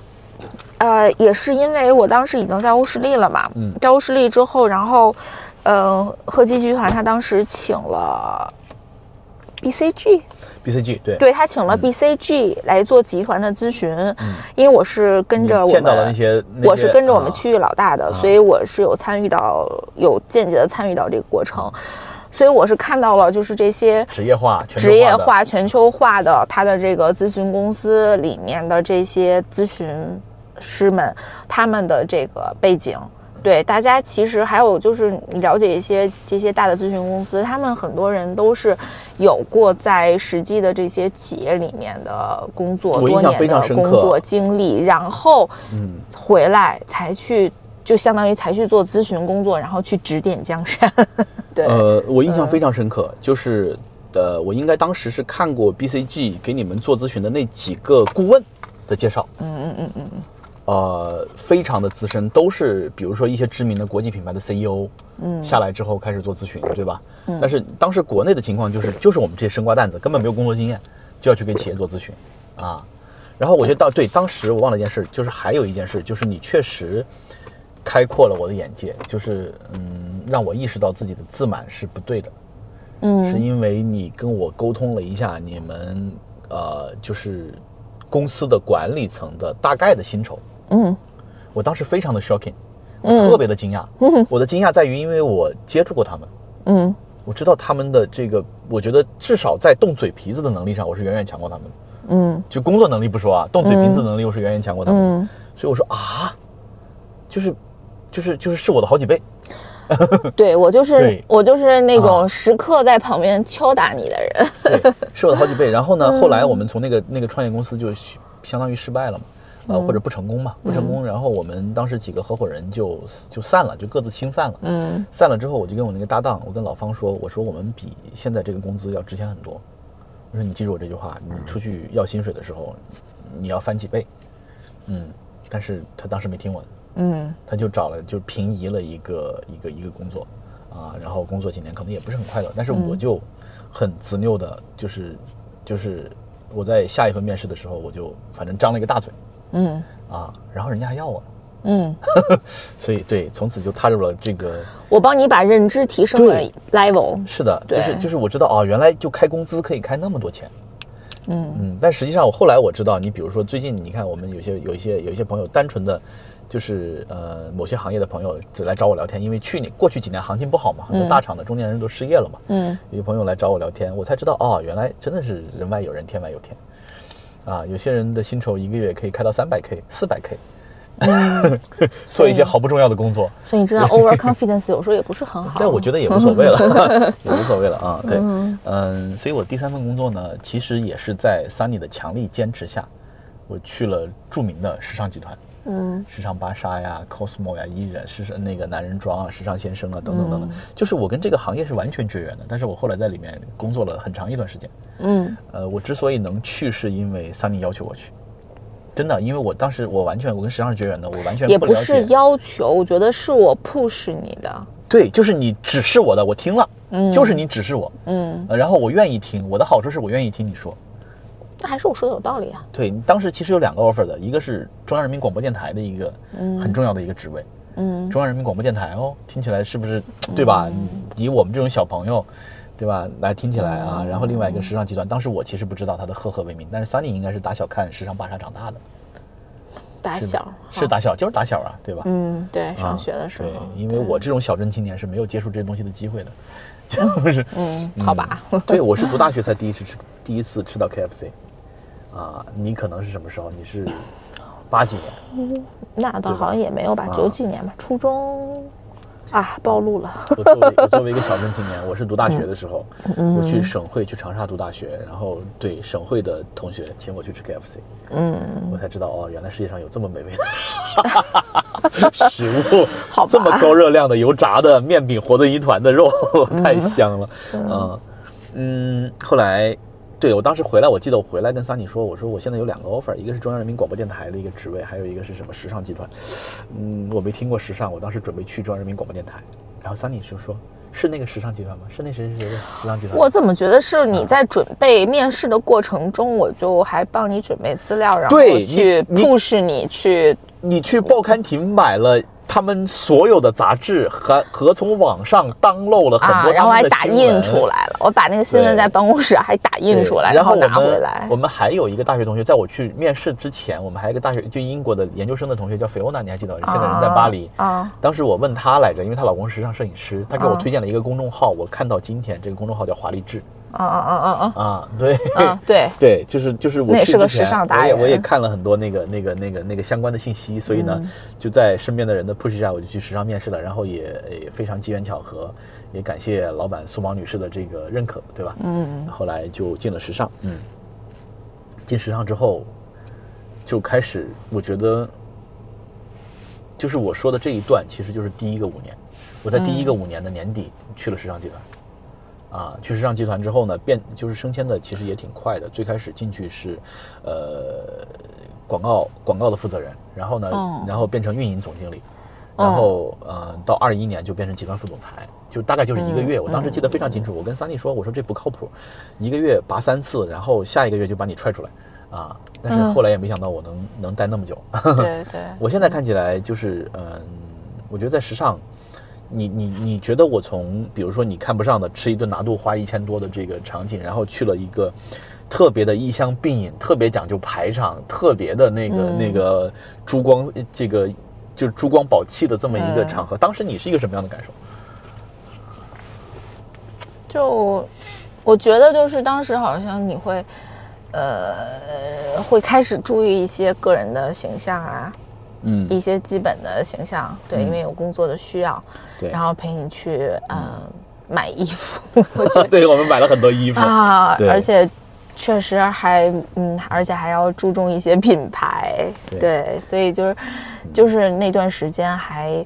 [SPEAKER 4] 呃，也是因为我当时已经在欧诗丽了嘛，
[SPEAKER 2] 嗯
[SPEAKER 4] 在欧诗丽之后，然后，呃，赫基集团他当时请了 BCG，
[SPEAKER 2] BCG 对，
[SPEAKER 4] 对他
[SPEAKER 2] 嗯
[SPEAKER 4] 请了 BCG 来做集团的咨询，因为我是跟着我
[SPEAKER 2] 你见
[SPEAKER 4] 们
[SPEAKER 2] 到了那些，那
[SPEAKER 4] 我是
[SPEAKER 2] 些
[SPEAKER 4] 跟着我们
[SPEAKER 2] 啊
[SPEAKER 4] 区域老大的，所以我是有参与到有间接的参与到这个过程，所以我是看到了就是这些
[SPEAKER 2] 职业化、全球
[SPEAKER 4] 职业
[SPEAKER 2] 的
[SPEAKER 4] 化、全球化的它的这个咨询公司里面的这些咨询师们他们的这个背景。对大家其实还有就是你了解一些这些大的咨询公司，他们很多人都是有过在实际的这些企业里面的工作，
[SPEAKER 2] 我印
[SPEAKER 4] 多
[SPEAKER 2] 象
[SPEAKER 4] 年
[SPEAKER 2] 非常
[SPEAKER 4] 的
[SPEAKER 2] 深
[SPEAKER 4] 工
[SPEAKER 2] 刻嗯
[SPEAKER 4] 作经历，然后回来才去就相当于才去做咨询工作，然后去指点江山。对，
[SPEAKER 2] 呃，我印象非常深刻，就是呃，我应该当时是看过 BCG 给你们做咨询的那几个顾问的介绍，嗯嗯嗯嗯嗯，呃，非常的资深，都是比如说一些知名的国际品牌的 CEO，嗯，下来之后开始做咨询，对吧？但是当时国内的情况就是，就是我们这些生瓜蛋子根本没有工作经验，就要去给企业做咨询，啊。然后我觉得到对当时我忘了一件事，就是还有一件事，就是你确实开阔了我的眼界，就是嗯，让我意识到自己的自满是不对的。嗯，是因为你跟我沟通了一下你们呃，就是公司的管理层的大概的薪酬。
[SPEAKER 4] 嗯，
[SPEAKER 2] 我当时非常的 shocking，我特别的惊 讶。嗯，我的惊讶在于，因为我接触过他们，
[SPEAKER 4] 嗯
[SPEAKER 2] 我知道他们的这个，我觉得至少在动嘴皮子的能力上，我是远远强过他们的。
[SPEAKER 4] 嗯
[SPEAKER 2] 就工作能力不说啊，动嘴皮子的能力我是远远强过他们的。所以我说啊，就是就是就是是我的好几倍。
[SPEAKER 4] 对我就是
[SPEAKER 2] 对
[SPEAKER 4] 我就是那
[SPEAKER 2] 啊
[SPEAKER 4] 种时刻在旁边敲打你的人。
[SPEAKER 2] 对，是我的好几倍。然后呢，后来我们从那个那个创业公司就相当于失败了嘛，呃，或者不成功嘛，不成功。然后我们当时几个合伙人就就散了，就各自清散了。
[SPEAKER 4] 嗯
[SPEAKER 2] 散了之后，我就跟我那个搭档，我跟老方说，我说我们比现在这个工资要值钱很多。我说你记住我这句话，你出去要薪水的时候，你要翻几倍。嗯，但是他当时没听我的。
[SPEAKER 4] 嗯
[SPEAKER 2] 他就找了，就平移了一个一个一个工作，啊，然后工作几年可能也不是很快乐，但是我就很执拗的，就是就是我在下一份面试的时候，我就反正张了一个大嘴
[SPEAKER 4] 嗯
[SPEAKER 2] 啊，然后人家还要我了，
[SPEAKER 4] 嗯，
[SPEAKER 2] 所以对，从此就踏入了这个，
[SPEAKER 4] 我帮你把认知提升了
[SPEAKER 2] 对
[SPEAKER 4] level。
[SPEAKER 2] 是的，就是
[SPEAKER 4] 对
[SPEAKER 2] 就是我知道啊，原来就开工资可以开那么多钱，
[SPEAKER 4] 嗯
[SPEAKER 2] 嗯，但实际上我后来我知道，你比如说最近你看我们有些有一些有一些朋友单纯的。就是呃，某些行业的朋友就来找我聊天，因为去年过去几年行情不好嘛，很多大厂的中年人都失业了嘛，
[SPEAKER 4] 嗯
[SPEAKER 2] 有朋友来找我聊天，我才知道哦，原来真的是人外有人，天外有天，啊，有些人的薪酬一个月可以开到三百 K、四百 K，做一
[SPEAKER 4] 嗯
[SPEAKER 2] 些毫不重要的工作，
[SPEAKER 4] 所以你知道 over confidence 有时候也不是很好。
[SPEAKER 2] 但我觉得也无所谓了， 也无所谓了啊。对，嗯，所以我第三份工作呢，其实也是在 Sunny 的强力坚持下，我去了著名的时尚集团，
[SPEAKER 4] 嗯
[SPEAKER 2] 时尚芭莎呀、Cosmo 呀、伊人、时尚那个男人装啊、时尚先生啊等等等等，
[SPEAKER 4] 嗯
[SPEAKER 2] 就是我跟这个行业是完全绝缘的。但是我后来在里面工作了很长一段时间。
[SPEAKER 4] 嗯
[SPEAKER 2] 呃，我之所以能去，是因为 Sunny 要求我去，真的，因为我当时我完全我跟时尚是绝缘的，我完全
[SPEAKER 4] 也
[SPEAKER 2] 嗯不了
[SPEAKER 4] 不
[SPEAKER 2] 解。
[SPEAKER 4] 是要求，我觉得是我 push 你的，
[SPEAKER 2] 对，就是你指示我的，我听了，
[SPEAKER 4] 嗯
[SPEAKER 2] 就是你指示我、
[SPEAKER 4] 嗯，
[SPEAKER 2] 呃然后我愿意听。我的好处是我愿意听你说。
[SPEAKER 4] 那还是我说的有道理啊，
[SPEAKER 2] 对，当时其实有两个 offer 的，一个是中央人民广播电台的一个
[SPEAKER 4] 嗯
[SPEAKER 2] 很重要的一个职位，
[SPEAKER 4] 嗯
[SPEAKER 2] 中央人民广播电台哦，听起来是不是对吧？以我们这种小朋友，对吧？来听起来
[SPEAKER 4] 嗯
[SPEAKER 2] 啊。然后另外一个时尚集团，当时我其实不知道它的赫赫为名，但是 Sunny 应该是打小看时尚芭莎长大的，
[SPEAKER 4] 打
[SPEAKER 2] 是
[SPEAKER 4] 小
[SPEAKER 2] 是，
[SPEAKER 4] 好
[SPEAKER 2] 打小就是打小啊，对吧？
[SPEAKER 4] 嗯，对，
[SPEAKER 2] 啊
[SPEAKER 4] 上学的时候，
[SPEAKER 2] 对，因为我这种小镇青年是没有接触这些东西的机会的， 就是
[SPEAKER 4] 嗯，好吧，
[SPEAKER 2] 对我是读大学才第一次吃第一次吃到 KFC，啊，你可能是什么时候？你是八几年？
[SPEAKER 4] 那倒好像也没有
[SPEAKER 2] 啊
[SPEAKER 4] 吧，九几年吧，初中啊，暴露了，
[SPEAKER 2] 我作为我作为一个小镇青年，我是读大
[SPEAKER 4] 嗯
[SPEAKER 2] 学的时候，我去省会去长沙读大学，然后对省会的同学请我去吃 KFC，
[SPEAKER 4] 嗯，
[SPEAKER 2] 我才知道哦，原来世界上有这么美味的 食物，
[SPEAKER 4] 好吧
[SPEAKER 2] 这么高热量的油炸的面饼和在一团的肉，太香了，嗯嗯，后来。对，我当时回来，我记得我回来跟桑尼说，我说我现在有两个 offer，一个是中央人民广播电台的一个职位，还有一个是什么时尚集团。嗯，我没听过时尚，我当时准备去中央人民广播电台，然后 Sunny 就说：“是那个时尚集团吗？是那谁谁谁的时尚集团吗？”
[SPEAKER 4] 我怎么觉得是你在准备面试的过程中，我就还帮你准备资料，然后
[SPEAKER 2] 对
[SPEAKER 4] 去
[SPEAKER 2] 你你
[SPEAKER 4] push 你去，
[SPEAKER 2] 你去报刊亭买了他们所有的杂志，还和从网上当漏了很
[SPEAKER 4] 啊，
[SPEAKER 2] 多
[SPEAKER 4] 然后
[SPEAKER 2] 他
[SPEAKER 4] 还
[SPEAKER 2] 们的
[SPEAKER 4] 打
[SPEAKER 2] 新闻
[SPEAKER 4] 印出。来了，我把那个新闻
[SPEAKER 2] 对
[SPEAKER 4] 在办公室还打印出来，
[SPEAKER 2] 对然
[SPEAKER 4] 后
[SPEAKER 2] 我
[SPEAKER 4] 拿
[SPEAKER 2] 们
[SPEAKER 4] 回来
[SPEAKER 2] 我。们还有一个大学同学，在我去面试之前，我们还有一个大学就英国的研究生的同学叫菲欧娜，你还记得吗？现在人在巴黎。
[SPEAKER 4] 啊，
[SPEAKER 2] 当时我问她来着，因为她老公是时尚摄影师，她给我
[SPEAKER 4] 啊
[SPEAKER 2] 推荐了一个公众号，我看到今天这个公众号叫华丽志
[SPEAKER 4] 啊啊啊啊
[SPEAKER 2] 啊，对，
[SPEAKER 4] 啊啊！对，
[SPEAKER 2] 对，就是就是我
[SPEAKER 4] 那也
[SPEAKER 2] 去
[SPEAKER 4] 是个
[SPEAKER 2] 之前啊
[SPEAKER 4] 时尚达
[SPEAKER 2] 我也
[SPEAKER 4] 人
[SPEAKER 2] 我也看了很多那个那个那个那个相关的信息，所以呢，
[SPEAKER 4] 嗯
[SPEAKER 2] 就在身边的人的 push 下，我就去时尚面试了，然后也也非常机缘巧合，也感谢老板苏芒女士的这个认可，对吧？
[SPEAKER 4] 嗯，
[SPEAKER 2] 后来就进了时尚，嗯，进时尚之后，就开始我觉得，就是我说的这一段，其实就是第一个五年，我在第一个五年的年底去了时尚集团。啊，去时尚集团之后呢，变就是升迁的其实也挺快的。最开始进去是，呃，广告广告的负责人，然后呢，
[SPEAKER 4] 哦
[SPEAKER 2] 然后变成运营总经理，然后呃，到二一年就变成集团副总裁，就大概就是一个月。我当时记得非常清楚，我跟桑尼说，我说这不靠谱，一个月拔三次，然后下一个月就把你踹出来，啊！但是后来也没想到我能能待那么久。
[SPEAKER 4] 对对，
[SPEAKER 2] 我现在看起来就是，嗯、我觉得在时尚，你你你觉得我从比如说你看不上的吃一顿拿度花一千多的这个场景，然后去了一个特别的异乡并隐、特别讲究排场、特别的那个、
[SPEAKER 4] 嗯
[SPEAKER 2] 那个珠光这个就是珠光宝气的这么
[SPEAKER 4] 嗯
[SPEAKER 2] 一个场合，当时你是一个什么样的感受？
[SPEAKER 4] 就我觉得就是当时好像你会，呃，会开始注意一些个人的形象啊，
[SPEAKER 2] 嗯
[SPEAKER 4] 一些基本的形象，对，因为有工作的需要，
[SPEAKER 2] 对
[SPEAKER 4] 然后陪你去呃
[SPEAKER 2] 嗯
[SPEAKER 4] 买衣服， 我觉得
[SPEAKER 2] 对我们买了很多衣服，
[SPEAKER 4] 啊
[SPEAKER 2] 对，
[SPEAKER 4] 而且确实还嗯，而且还要注重一些品牌，
[SPEAKER 2] 对
[SPEAKER 4] 所以就是就是那段时间还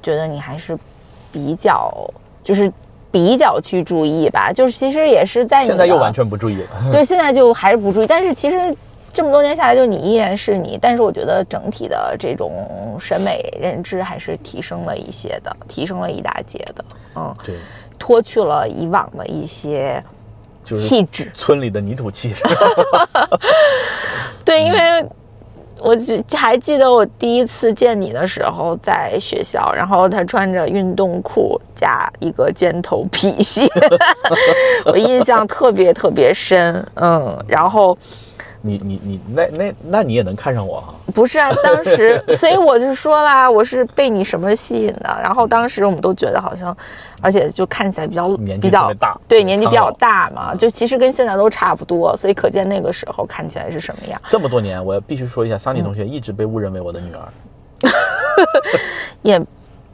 [SPEAKER 4] 觉得你还是比较就是比较去注意吧，就是其实也是在你
[SPEAKER 2] 现在又
[SPEAKER 4] 的
[SPEAKER 2] 完全不注意 了。
[SPEAKER 4] 对，现在就还是不注意，但是其实。这么多年下来，就你依然是你，但是我觉得整体的这种审美认知还是提升了一些的，提升了一大截的，嗯，
[SPEAKER 2] 对，
[SPEAKER 4] 脱去了以往的一些
[SPEAKER 2] 就是
[SPEAKER 4] 气质。
[SPEAKER 2] 村里的泥土气。
[SPEAKER 4] 对，因为我记还记得我第一次见你的时候在学校，然后他穿着运动裤加一个尖头皮 鞋， 我印象特别特别深。嗯，然后
[SPEAKER 2] 你你你那那那你也能看上我哈、
[SPEAKER 4] 不是啊，当 时所以我就说啦，我是被你什么吸引的。然后当时我们都觉得好像，而且就看起来比较
[SPEAKER 2] 年纪
[SPEAKER 4] 比较
[SPEAKER 2] 特别大
[SPEAKER 4] 对
[SPEAKER 2] 对
[SPEAKER 4] 年纪
[SPEAKER 2] 苍
[SPEAKER 4] 比较
[SPEAKER 2] 老
[SPEAKER 4] 大嘛，就其实跟现在都差不多，所以可见那个时候看起来是什么样。
[SPEAKER 2] 这么多
[SPEAKER 4] 嗯
[SPEAKER 2] 年，我必须说一下，桑尼同学一直被误认为我的女儿。
[SPEAKER 4] 也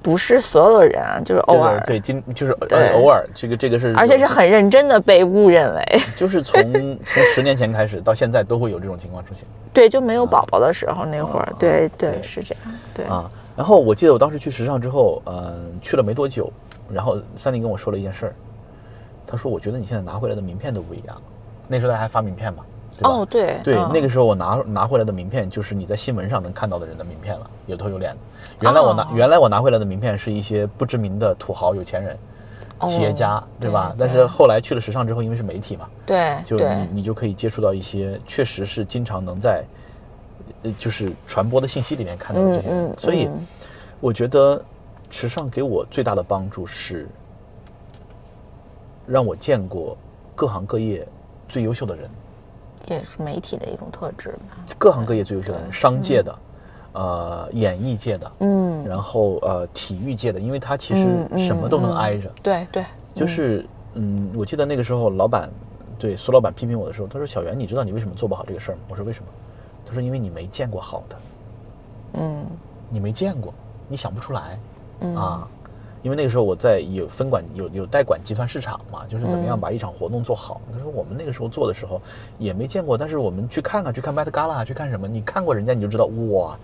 [SPEAKER 4] 不是所有人啊，就是偶
[SPEAKER 2] 真的
[SPEAKER 4] 尔，
[SPEAKER 2] 对，今就是呃
[SPEAKER 4] 对
[SPEAKER 2] 偶尔，这个这个是，
[SPEAKER 4] 而且是很认真的被误认为，
[SPEAKER 2] 就是从从十年前开始到现在都会有这种情况 出现
[SPEAKER 4] 对，就没有宝宝的时候那会儿，对对
[SPEAKER 2] 啊对
[SPEAKER 4] 是这样，对
[SPEAKER 2] 啊。然后我记得我当时去时尚之后，嗯、去了没多久，然后三林跟我说了一件事儿，他说我觉得你现在拿回来的名片都不一样，那时候他还发名片嘛，对吧？
[SPEAKER 4] 哦对
[SPEAKER 2] 对，
[SPEAKER 4] 嗯
[SPEAKER 2] 那个时候我拿拿回来的名片就是你在新闻上能看到的人的名片了，有头有脸的。原来我拿、
[SPEAKER 4] 哦
[SPEAKER 2] 原来我拿回来的名片是一些不知名的土豪、有钱人、企业家，
[SPEAKER 4] 哦
[SPEAKER 2] 对吧？
[SPEAKER 4] 对
[SPEAKER 2] 但是
[SPEAKER 4] 对
[SPEAKER 2] 后来去了时尚之后，因为是媒体嘛，
[SPEAKER 4] 对
[SPEAKER 2] 就
[SPEAKER 4] 对
[SPEAKER 2] 你你就可以接触到一些确实是经常能在，呃，就是传播的信息里面看到的这些人。
[SPEAKER 4] 嗯嗯
[SPEAKER 2] 所以
[SPEAKER 4] 嗯
[SPEAKER 2] 我觉得时尚给我最大的帮助是，让我见过各行各业最优秀的人。
[SPEAKER 4] 也是媒体的一种特质吧，
[SPEAKER 2] 各行各业最优秀的人，商界的，呃，演艺界的，
[SPEAKER 4] 嗯，
[SPEAKER 2] 然后呃，体育界的，因为他其实
[SPEAKER 4] 嗯嗯
[SPEAKER 2] 什么都能挨着。
[SPEAKER 4] 对对，
[SPEAKER 2] 就是，嗯，我记得那个时候，老板对苏老板批评我的时候，他说：“小袁，你知道你为什么做不好这个事儿吗？”我说：“为什么？”他说：“因为你没见过好的，
[SPEAKER 4] 嗯
[SPEAKER 2] 你没见过，你想不出来。”啊，因为那个时候我在有分管有有代管集团市场嘛，就是怎么样把一场活动做好。他说我们那个时候做的时候也没见过，但是我们去看看，去看 Met Gala，去看什么？你看过人家你就知道，哇，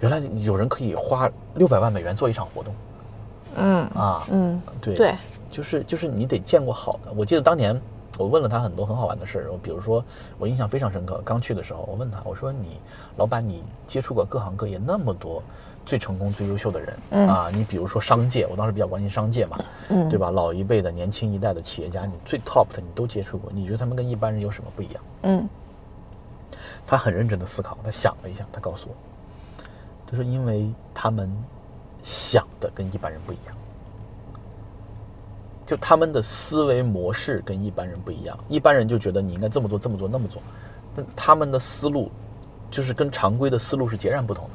[SPEAKER 2] 原来有人可以花六百万美元做一场活动
[SPEAKER 4] 嗯
[SPEAKER 2] 啊！
[SPEAKER 4] 嗯，
[SPEAKER 2] 对
[SPEAKER 4] 对，
[SPEAKER 2] 就是就是你得见过好的。我记得当年我问了他很多很好玩的事儿，我比如说我印象非常深刻，刚去的时候我问他，我说你老板你接触过各行各业那么多最成功最优秀的人、啊，你比如说商界，我当时比较关心商界嘛，
[SPEAKER 4] 嗯
[SPEAKER 2] 对吧？老一辈的年轻一代的企业家，你最 top 的你都接触过，你觉得他们跟一般人有什么不一样？
[SPEAKER 4] 嗯
[SPEAKER 2] 他很认真的思考，他想了一下，他告诉我，他说因为他们想的跟一般人不一样，就他们的思维模式跟一般人不一样。一般人就觉得你应该这么做、这么做、那么做，但他们的思路就是跟常规的思路是截然不同的。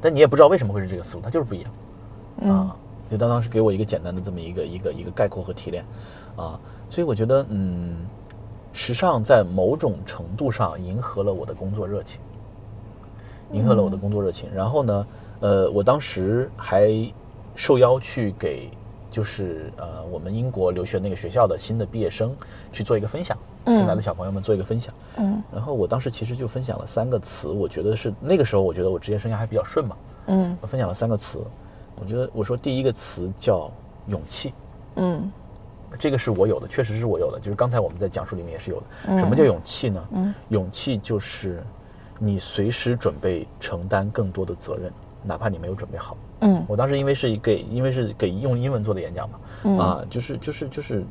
[SPEAKER 2] 但你也不知道为什么会是这个思路，它就是不一样。
[SPEAKER 4] 嗯
[SPEAKER 2] 啊，就当当时给我一个简单的这么一个一个一个概括和提炼，啊，所以我觉得，嗯，时尚在某种程度上迎合了我的工作热情，迎合了我的工作热情。然后呢，呃，我当时还受邀去给就是呃我们英国留学那个学校的新的毕业生去做一个分享，新来的小朋友们做一个分享。
[SPEAKER 4] 嗯
[SPEAKER 2] 然后我当时其实就分享了三个词，我觉得是那个时候我觉得我职业生涯还比较顺嘛，
[SPEAKER 4] 嗯
[SPEAKER 2] 我分享了三个词，我觉得我说第一个词叫勇气，
[SPEAKER 4] 嗯
[SPEAKER 2] 这个是我有的，确实是我有的，就是刚才我们在讲述里面也是有的。
[SPEAKER 4] 嗯
[SPEAKER 2] 什么叫勇气呢？勇气就是你随时准备承担更多的责任，哪怕你没有准备好。
[SPEAKER 4] 嗯
[SPEAKER 2] 我当时因为是给，因为是给用英文做的演讲嘛，
[SPEAKER 4] 嗯
[SPEAKER 2] 啊，就是就是就是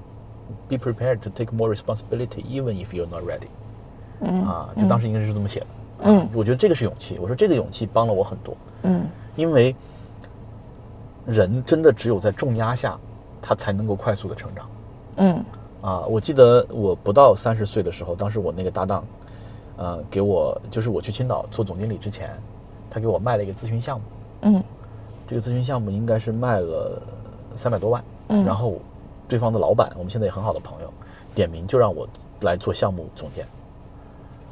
[SPEAKER 2] ，be prepared to take more responsibility even if you're not ready。
[SPEAKER 4] 嗯
[SPEAKER 2] 啊，就当时应该是这么写的。
[SPEAKER 4] 嗯
[SPEAKER 2] 啊，我觉得这个是勇气。我说这个勇气帮了我很多。
[SPEAKER 4] 嗯
[SPEAKER 2] 因为人真的只有在重压下，他才能够快速的成长
[SPEAKER 4] 嗯
[SPEAKER 2] 啊！我记得我不到三十岁的时候，当时我那个搭档，呃，给我就是我去青岛做总经理之前，他给我卖了一个咨询项目，
[SPEAKER 4] 嗯
[SPEAKER 2] 这个咨询项目应该是卖了三百多万，
[SPEAKER 4] 嗯
[SPEAKER 2] 然后对方的老板，我们现在也很好的朋友，点名就让我来做项目总监，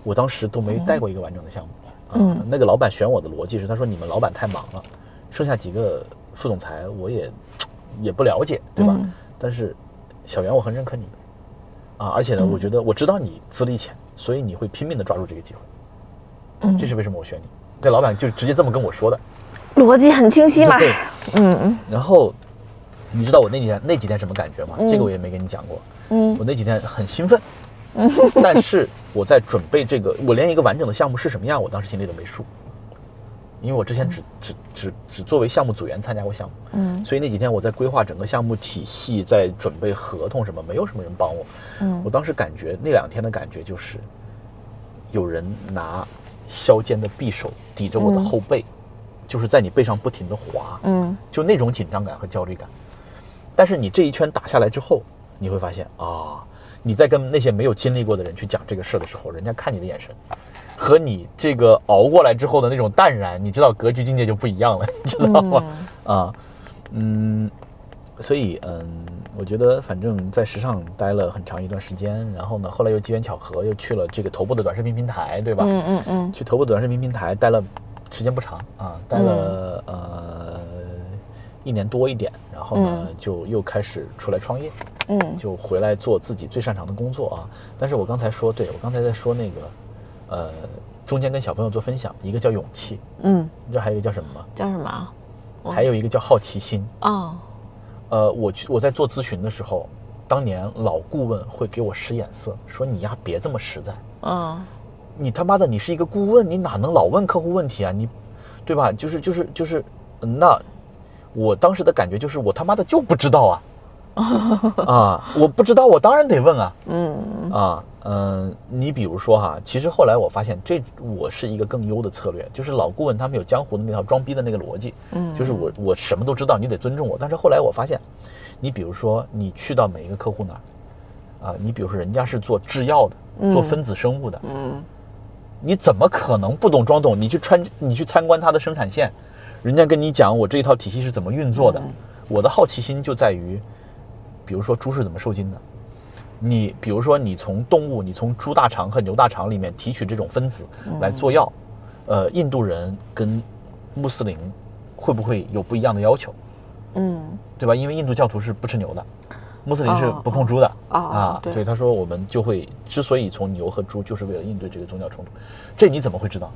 [SPEAKER 2] 我当时都没带过一个完整的项目，
[SPEAKER 4] 嗯
[SPEAKER 2] 啊，那个老板选我的逻辑是，他说你们老板太忙了，剩下几个副总裁我也也不了解，对吧？
[SPEAKER 4] 嗯
[SPEAKER 2] 但是小袁我很认可你，啊，而
[SPEAKER 4] 嗯
[SPEAKER 2] 且呢，我觉得我知道你资历浅，所以你会拼命的抓住这个机会，
[SPEAKER 4] 嗯
[SPEAKER 2] 这是为什么我选你。这老板就直接这么跟我说的，
[SPEAKER 4] 逻辑很清晰嘛，
[SPEAKER 2] 对，
[SPEAKER 4] 嗯
[SPEAKER 2] 然后你知道我那几天那几天什么感觉吗？这个我也没跟你讲过。
[SPEAKER 4] 嗯
[SPEAKER 2] 我那几天很兴奋， 但是我在准备这个，我连一个完整的项目是什么样，我当时心里都没数，因为我之前只只只只作为项目组员参加过项目，
[SPEAKER 4] 嗯
[SPEAKER 2] 所以那几天我在规划整个项目体系，在准备合同什么，没有什么人帮我。
[SPEAKER 4] 嗯
[SPEAKER 2] 我当时感觉那两天的感觉就是，有人拿削尖的匕首抵着我的后背，就是在你背上不停的划，
[SPEAKER 4] 嗯
[SPEAKER 2] 就那种紧张感和焦虑感。但是你这一圈打下来之后，你会发现啊，你在跟那些没有经历过的人去讲这个事儿的时候，人家看你的眼神，和你这个熬过来之后的那种淡然，你知道格局境界就不一样了，你知
[SPEAKER 4] 嗯
[SPEAKER 2] 道吗？啊，嗯，所以嗯，我觉得反正在时尚待了很长一段时间，然后呢，后来又机缘巧合又去了这个头部的短视频平台，对吧？
[SPEAKER 4] 嗯嗯嗯
[SPEAKER 2] 去
[SPEAKER 4] 嗯
[SPEAKER 2] 头部短视频平台待了时间不长啊，待了、呃一年多一点，然后呢
[SPEAKER 4] 嗯
[SPEAKER 2] 就又开始出来创业，
[SPEAKER 4] 嗯
[SPEAKER 2] 就回来做自己最擅长的工作啊。但是我刚才说，对我刚才在说那个，呃，中间跟小朋友做分享，一个叫勇气，
[SPEAKER 4] 嗯，
[SPEAKER 2] 你知道还有一个叫什么吗？
[SPEAKER 4] 叫什么啊？嗯
[SPEAKER 2] 还有一个叫好奇心。
[SPEAKER 4] 哦，
[SPEAKER 2] 呃，我去我在做咨询的时候，当年老顾问会给我使眼色，说你呀别这么实在，
[SPEAKER 4] 嗯
[SPEAKER 2] 你他妈的你是一个顾问，你哪能老问客户问题啊？你，对吧？就是就是就是，那我当时的感觉就是我他妈的就不知道啊， 啊，我不知道，我当然得问啊。
[SPEAKER 4] 嗯
[SPEAKER 2] 啊，嗯、你比如说哈，其实后来我发现这我是一个更优的策略，就是老顾问他们有江湖的那套装逼的那个逻辑，
[SPEAKER 4] 嗯
[SPEAKER 2] 就是我我什么都知道，你得尊重我。但是后来我发现，你比如说你去到每一个客户那儿，啊，你比如说人家是做制药的，做分子生物的，
[SPEAKER 4] 嗯
[SPEAKER 2] 你怎么可能不懂装懂？你去穿，你去参观它的生产线，人家跟你讲我这一套体系是怎么运作的。我的好奇心就在于，比如说猪是怎么受精的，你比如说你从动物，你从猪大肠和牛大肠里面提取这种分子来做药，呃，印度人跟穆斯林会不会有不一样的要求？
[SPEAKER 4] 嗯
[SPEAKER 2] 对吧？因为印度教徒是不吃牛的，穆斯林是
[SPEAKER 4] 哦
[SPEAKER 2] 不控猪的、
[SPEAKER 4] 哦
[SPEAKER 2] 啊。
[SPEAKER 4] 对
[SPEAKER 2] 所以他说我们就会之所以从牛和猪，就是为了应对这个宗教冲突。这你怎么会知道？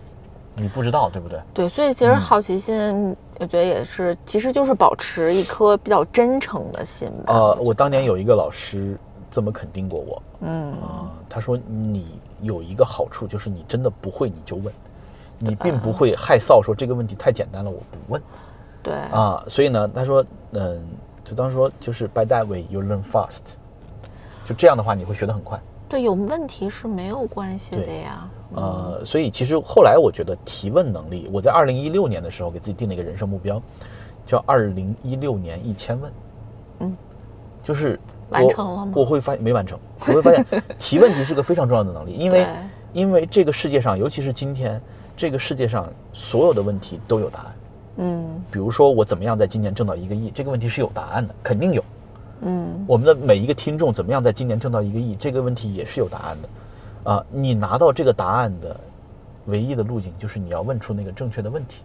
[SPEAKER 2] 你不知道，对不对？
[SPEAKER 4] 对，所以其
[SPEAKER 2] 嗯
[SPEAKER 4] 实好奇心，我觉得也是，其实就是保持一颗比较真诚的心吧。
[SPEAKER 2] 呃，我当年有一个老师这么肯定过我
[SPEAKER 4] 嗯
[SPEAKER 2] 啊、他说你有一个好处就是你真的不会你就问，你并
[SPEAKER 4] 嗯
[SPEAKER 2] 不会害臊说这个问题太简单了我不问
[SPEAKER 4] 对，
[SPEAKER 2] 啊。所以呢，他说嗯，就当时说就是 by that way you learn fast，就这样的话你会学得很快。
[SPEAKER 4] 对，有问题是没有关系的
[SPEAKER 2] 对
[SPEAKER 4] 呀。
[SPEAKER 2] 呃，所以其实后来我觉得提问能力，我在二零一六年的时候给自己定了一个人生目标，叫二零一六年一千问。
[SPEAKER 4] 嗯，
[SPEAKER 2] 就是我
[SPEAKER 4] 完成了吗
[SPEAKER 2] 我会发没完成，我会发现 提问题是个非常重要的能力，因为
[SPEAKER 4] 对
[SPEAKER 2] 因为这个世界上，尤其是今天这个世界上所有的问题都有答案。
[SPEAKER 4] 嗯
[SPEAKER 2] 比如说我怎么样在今年挣到一个亿，这个问题是有答案的，肯定有。
[SPEAKER 4] 嗯
[SPEAKER 2] 我们的每一个听众怎么样在今年挣到一个亿，这个问题也是有答案的。啊，你拿到这个答案的唯一的路径就是你要问出那个正确的问题。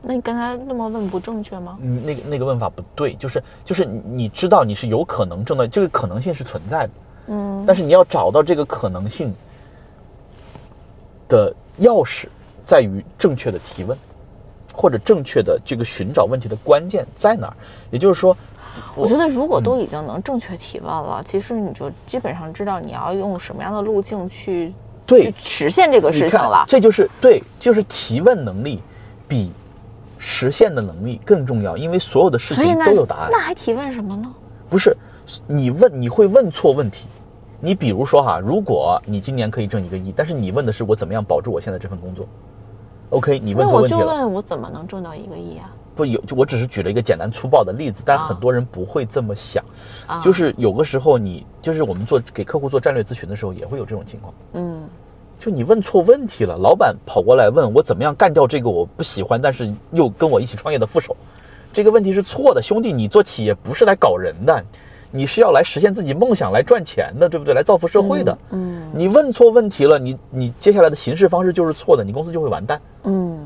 [SPEAKER 4] 那你刚才那么问不正确吗？
[SPEAKER 2] 嗯，那个那个问法不对，就是就是你你知道你是有可能挣到这个可能性是存在的，
[SPEAKER 4] 嗯
[SPEAKER 2] 但是你要找到这个可能性的钥匙在于正确的提问，或者正确的这个寻找问题的关键在哪儿。也就是说，
[SPEAKER 4] 我觉得如果
[SPEAKER 2] 嗯
[SPEAKER 4] 都已经能正确提问了，其实你就基本上知道你要用什么样的路径去
[SPEAKER 2] 对
[SPEAKER 4] 去实现这个
[SPEAKER 2] 你
[SPEAKER 4] 事情
[SPEAKER 2] 看啊
[SPEAKER 4] 了。
[SPEAKER 2] 这就是对，就是提问能力比实现的能力更重要，因为所有的事
[SPEAKER 4] 所以
[SPEAKER 2] 情
[SPEAKER 4] 那
[SPEAKER 2] 都有答案
[SPEAKER 4] 那。还提问什么呢？
[SPEAKER 2] 不是你问你会问错问题。你比如说哈，如果你今年可以挣一个亿，但是你问的是我怎么样保住我现在这份工作，OK，你问
[SPEAKER 4] 那
[SPEAKER 2] 错
[SPEAKER 4] 我
[SPEAKER 2] 问题
[SPEAKER 4] 就
[SPEAKER 2] 了。
[SPEAKER 4] 问我怎么能挣到一个亿啊？
[SPEAKER 2] 不有，就我只是举了一个简单粗暴的例子，但
[SPEAKER 4] 啊
[SPEAKER 2] 很多人不会这么想。
[SPEAKER 4] 啊
[SPEAKER 2] 就是有个时候你，就是我们做给客户做战略咨询的时候，也会有这种情况。
[SPEAKER 4] 嗯
[SPEAKER 2] 就你问错问题了，老板跑过来问我怎么样干掉这个我不喜欢但是又跟我一起创业的副手，这个问题是错的，兄弟，你做企业不是来搞人的，你是要来实现自己梦想、来赚钱的，对不对？来造福社会的。
[SPEAKER 4] 嗯
[SPEAKER 2] 你问错问题了，你你接下来的行事方式就是错的，你公司就会完蛋
[SPEAKER 4] 嗯，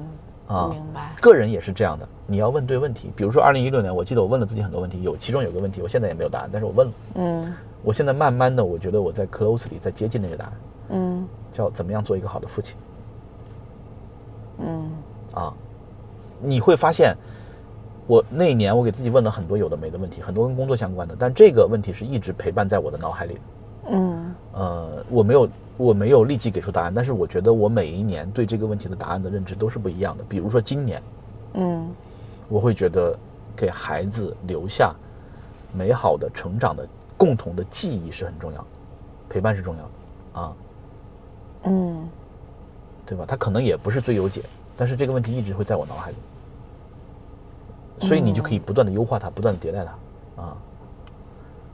[SPEAKER 2] 啊。
[SPEAKER 4] 明白。
[SPEAKER 2] 个人也是这样的，你要问对问题。比如说，二零一六年，我记得我问了自己很多问题，有其中有个问题，我现在也没有答案，但是我问了。
[SPEAKER 4] 嗯
[SPEAKER 2] 我现在慢慢的，我觉得我在 closely 在接近那个答案，
[SPEAKER 4] 嗯
[SPEAKER 2] 叫怎么样做一个好的父亲。
[SPEAKER 4] 嗯
[SPEAKER 2] 啊，你会发现，我那一年我给自己问了很多有的没的问题，很多跟工作相关的，但这个问题是一直陪伴在我的脑海里的。
[SPEAKER 4] 嗯
[SPEAKER 2] 呃，我没有我没有立即给出答案，但是我觉得我每一年对这个问题的答案的认知都是不一样的。比如说今年，
[SPEAKER 4] 嗯
[SPEAKER 2] 我会觉得给孩子留下美好的成长的共同的记忆是很重要的，陪伴是重要的啊，
[SPEAKER 4] 嗯，
[SPEAKER 2] 对吧？他可能也不是最优解，但是这个问题一直会在我脑海里，所以你就可
[SPEAKER 4] 嗯
[SPEAKER 2] 以不断的优化它，不断的迭代它，啊，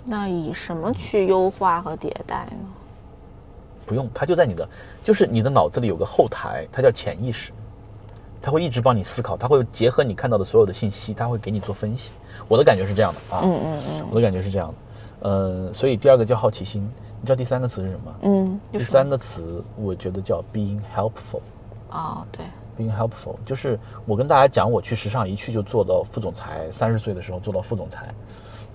[SPEAKER 4] 那以什么去优化和迭代呢？
[SPEAKER 2] 不用，它就在你的，就是你的脑子里有个后台，它叫潜意识，它会一直帮你思考，它会结合你看到的所有的信息，它会给你做分析。我的感觉是这样的啊，
[SPEAKER 4] 嗯嗯嗯
[SPEAKER 2] 我的感觉是这样的，呃，所以第二个叫好奇心，你知道第三个词是什么吗？
[SPEAKER 4] 嗯，
[SPEAKER 2] 第
[SPEAKER 4] 就是
[SPEAKER 2] 三个词我觉得叫 being helpful，
[SPEAKER 4] 哦，对，
[SPEAKER 2] being helpful，就是我跟大家讲，我去时尚一去就做到副总裁，三十岁的时候做到副总裁。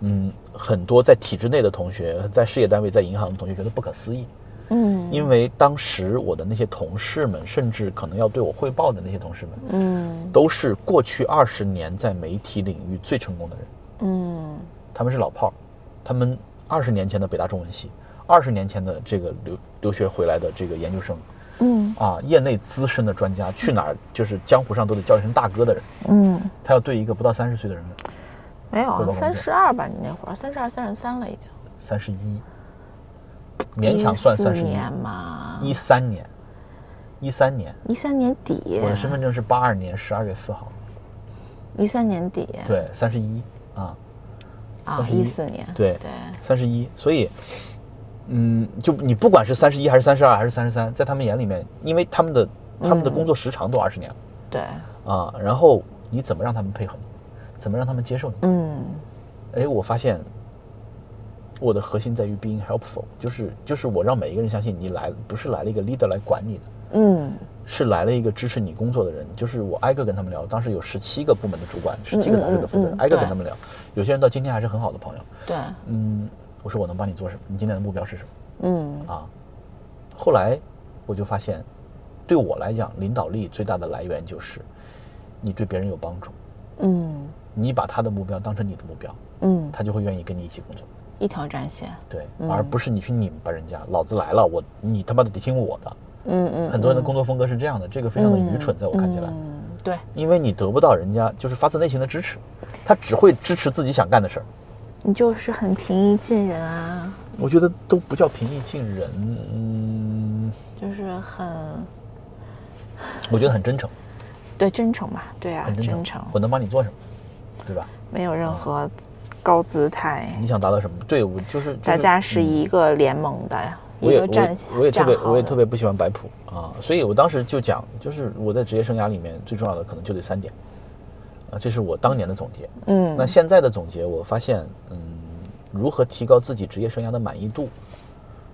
[SPEAKER 2] 嗯，很多在体制内的同学，在事业单位、在银行的同学觉得不可思议，
[SPEAKER 4] 嗯
[SPEAKER 2] 因为当时我的那些同事们，甚至可能要对我汇报的那些同事们，
[SPEAKER 4] 嗯
[SPEAKER 2] 都是过去二十年在媒体领域最成功的人。
[SPEAKER 4] 嗯
[SPEAKER 2] 他们是老炮儿，他们二十年前的北大中文系，二十年前的这个留留学回来的这个研究生
[SPEAKER 4] 嗯
[SPEAKER 2] 啊，业内资深的专家，去哪儿就是江湖上都得叫一声大哥的人。
[SPEAKER 4] 嗯，
[SPEAKER 2] 他要对一个不到三十岁的人，
[SPEAKER 4] 没有
[SPEAKER 2] 汇
[SPEAKER 4] 啊，
[SPEAKER 2] 报工作
[SPEAKER 4] 三十二吧，你那会儿三十二、三十三了已经，
[SPEAKER 2] 三十一，勉强算三十
[SPEAKER 4] 14
[SPEAKER 2] 一，
[SPEAKER 4] 年嘛，
[SPEAKER 2] 一三年，一三年，
[SPEAKER 4] 一三年底
[SPEAKER 2] 我，的身份证是八二年十二月四号，
[SPEAKER 4] 一三年底
[SPEAKER 2] 对，三十一啊，
[SPEAKER 4] 啊，
[SPEAKER 2] 31
[SPEAKER 4] 一四年，
[SPEAKER 2] 对
[SPEAKER 4] 对，
[SPEAKER 2] 三十一，所以，嗯，就你不管是三十一还是三十二还是三十三，在他们眼里面，因为他们的他
[SPEAKER 4] 嗯
[SPEAKER 2] 们的工作时长都二十年了、
[SPEAKER 4] 对，
[SPEAKER 2] 啊，然后你怎么让他们配合你，怎么让他们接受你？
[SPEAKER 4] 嗯
[SPEAKER 2] 哎，我发现我的核心在于 being helpful，就是就是我让每一个人相信你来不是来了一个 leader 来管你的，
[SPEAKER 4] 嗯
[SPEAKER 2] 是来了一个支持你工作的人。就是我挨个跟他们聊，当时有十七个部门的主管，十七个杂志的负责人，
[SPEAKER 4] 嗯嗯嗯
[SPEAKER 2] 挨个跟
[SPEAKER 4] 对
[SPEAKER 2] 他们聊。有些人到今天还是很好的朋友。
[SPEAKER 4] 对，
[SPEAKER 2] 嗯，我说我能帮你做什么？你今天的目标是什么？
[SPEAKER 4] 嗯
[SPEAKER 2] 啊，后来我就发现，对我来讲，领导力最大的来源就是你对别人有帮助，
[SPEAKER 4] 嗯
[SPEAKER 2] 你把他的目标当成你的目标，
[SPEAKER 4] 嗯，
[SPEAKER 2] 他就会愿意跟你一起工作。
[SPEAKER 4] 一条战线，
[SPEAKER 2] 对，
[SPEAKER 4] 嗯
[SPEAKER 2] 而不是你去拧巴人家，老子来了，我你他妈的得听我的。
[SPEAKER 4] 嗯嗯，
[SPEAKER 2] 很多人的工作风格是这样的，这个非常的愚蠢，在我看起来，
[SPEAKER 4] 嗯，对，
[SPEAKER 2] 因为你得不到人家就是发自内心的支持，他只会支持自己想干的事儿。
[SPEAKER 4] 你就是很平易近人啊，
[SPEAKER 2] 我觉得都不叫平易近人，嗯，
[SPEAKER 4] 就是很
[SPEAKER 2] 我觉得很真诚，
[SPEAKER 4] 对真诚吧，对啊
[SPEAKER 2] 很，真诚。
[SPEAKER 4] 真诚，
[SPEAKER 2] 我能帮你做什么，对吧？
[SPEAKER 4] 没有任何高姿态，
[SPEAKER 2] 你想达到什么？对我就是、就是、
[SPEAKER 4] 大家是一个联盟的，
[SPEAKER 2] 嗯我
[SPEAKER 4] 一
[SPEAKER 2] 也
[SPEAKER 4] 个战线，
[SPEAKER 2] 我也我也特别
[SPEAKER 4] 战壕的
[SPEAKER 2] 我也特别不喜欢摆谱啊，所以我当时就讲，就是我在职业生涯里面最重要的可能就这三点啊，这是我当年的总结。
[SPEAKER 4] 嗯
[SPEAKER 2] 那现在的总结，我发现，嗯，如何提高自己职业生涯的满意度？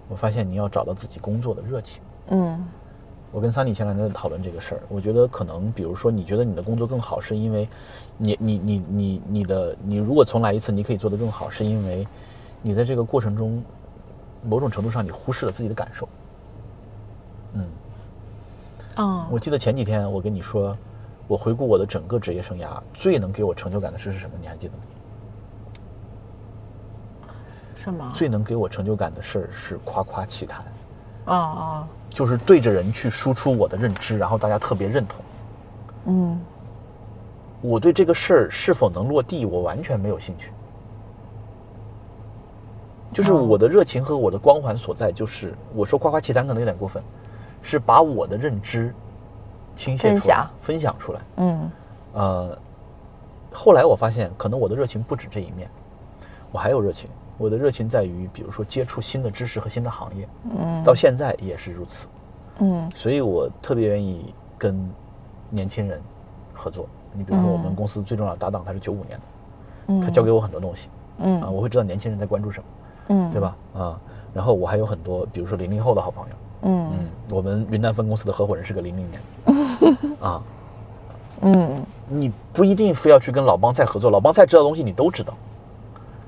[SPEAKER 2] 我发现你要找到自己工作的热情。
[SPEAKER 4] 嗯
[SPEAKER 2] 我跟桑尼前两天在讨论这个事儿，我觉得可能，比如说，你觉得你的工作更好，是因为你你你你你的你如果重来一次，你可以做得更好，是因为你在这个过程中，某种程度上你忽视了自己的感受。嗯，
[SPEAKER 4] 嗯
[SPEAKER 2] 我记得前几天我跟你说，我回顾我的整个职业生涯，最能给我成就感的事是什么？你还记得吗？
[SPEAKER 4] 是吗？
[SPEAKER 2] 最能给我成就感的事儿是夸夸其谈，
[SPEAKER 4] 啊啊
[SPEAKER 2] 就是对着人去输出我的认知，然后大家特别认同。
[SPEAKER 4] 嗯
[SPEAKER 2] 我对这个事儿是否能落地，我完全没有兴趣。就是我的热情和我的光环所在，就是我说夸夸其谈可能有点过分，是把我的认知倾泻
[SPEAKER 4] 分
[SPEAKER 2] 出来
[SPEAKER 4] 享、
[SPEAKER 2] 分享出来。
[SPEAKER 4] 嗯
[SPEAKER 2] 呃，后来我发现，可能我的热情不止这一面，我还有热情。我的热情在于，比如说接触新的知识和新的行业，嗯，到现在也是如此。
[SPEAKER 4] 嗯
[SPEAKER 2] 所以我特别愿意跟年轻人合作。你比如说，我们公司最重要的搭档他是九五年的，他教给我很多东西啊、
[SPEAKER 4] 嗯
[SPEAKER 2] 我会知道年轻人在关注什么，
[SPEAKER 4] 嗯，
[SPEAKER 2] 对吧？啊、然后我还有很多，比如说零零后的好朋友，
[SPEAKER 4] 嗯
[SPEAKER 2] 嗯，我们云南分公司的合伙人是个零零年， 啊，
[SPEAKER 4] 嗯
[SPEAKER 2] 你不一定非要去跟老帮菜合作，老帮菜知道的东西你都知道，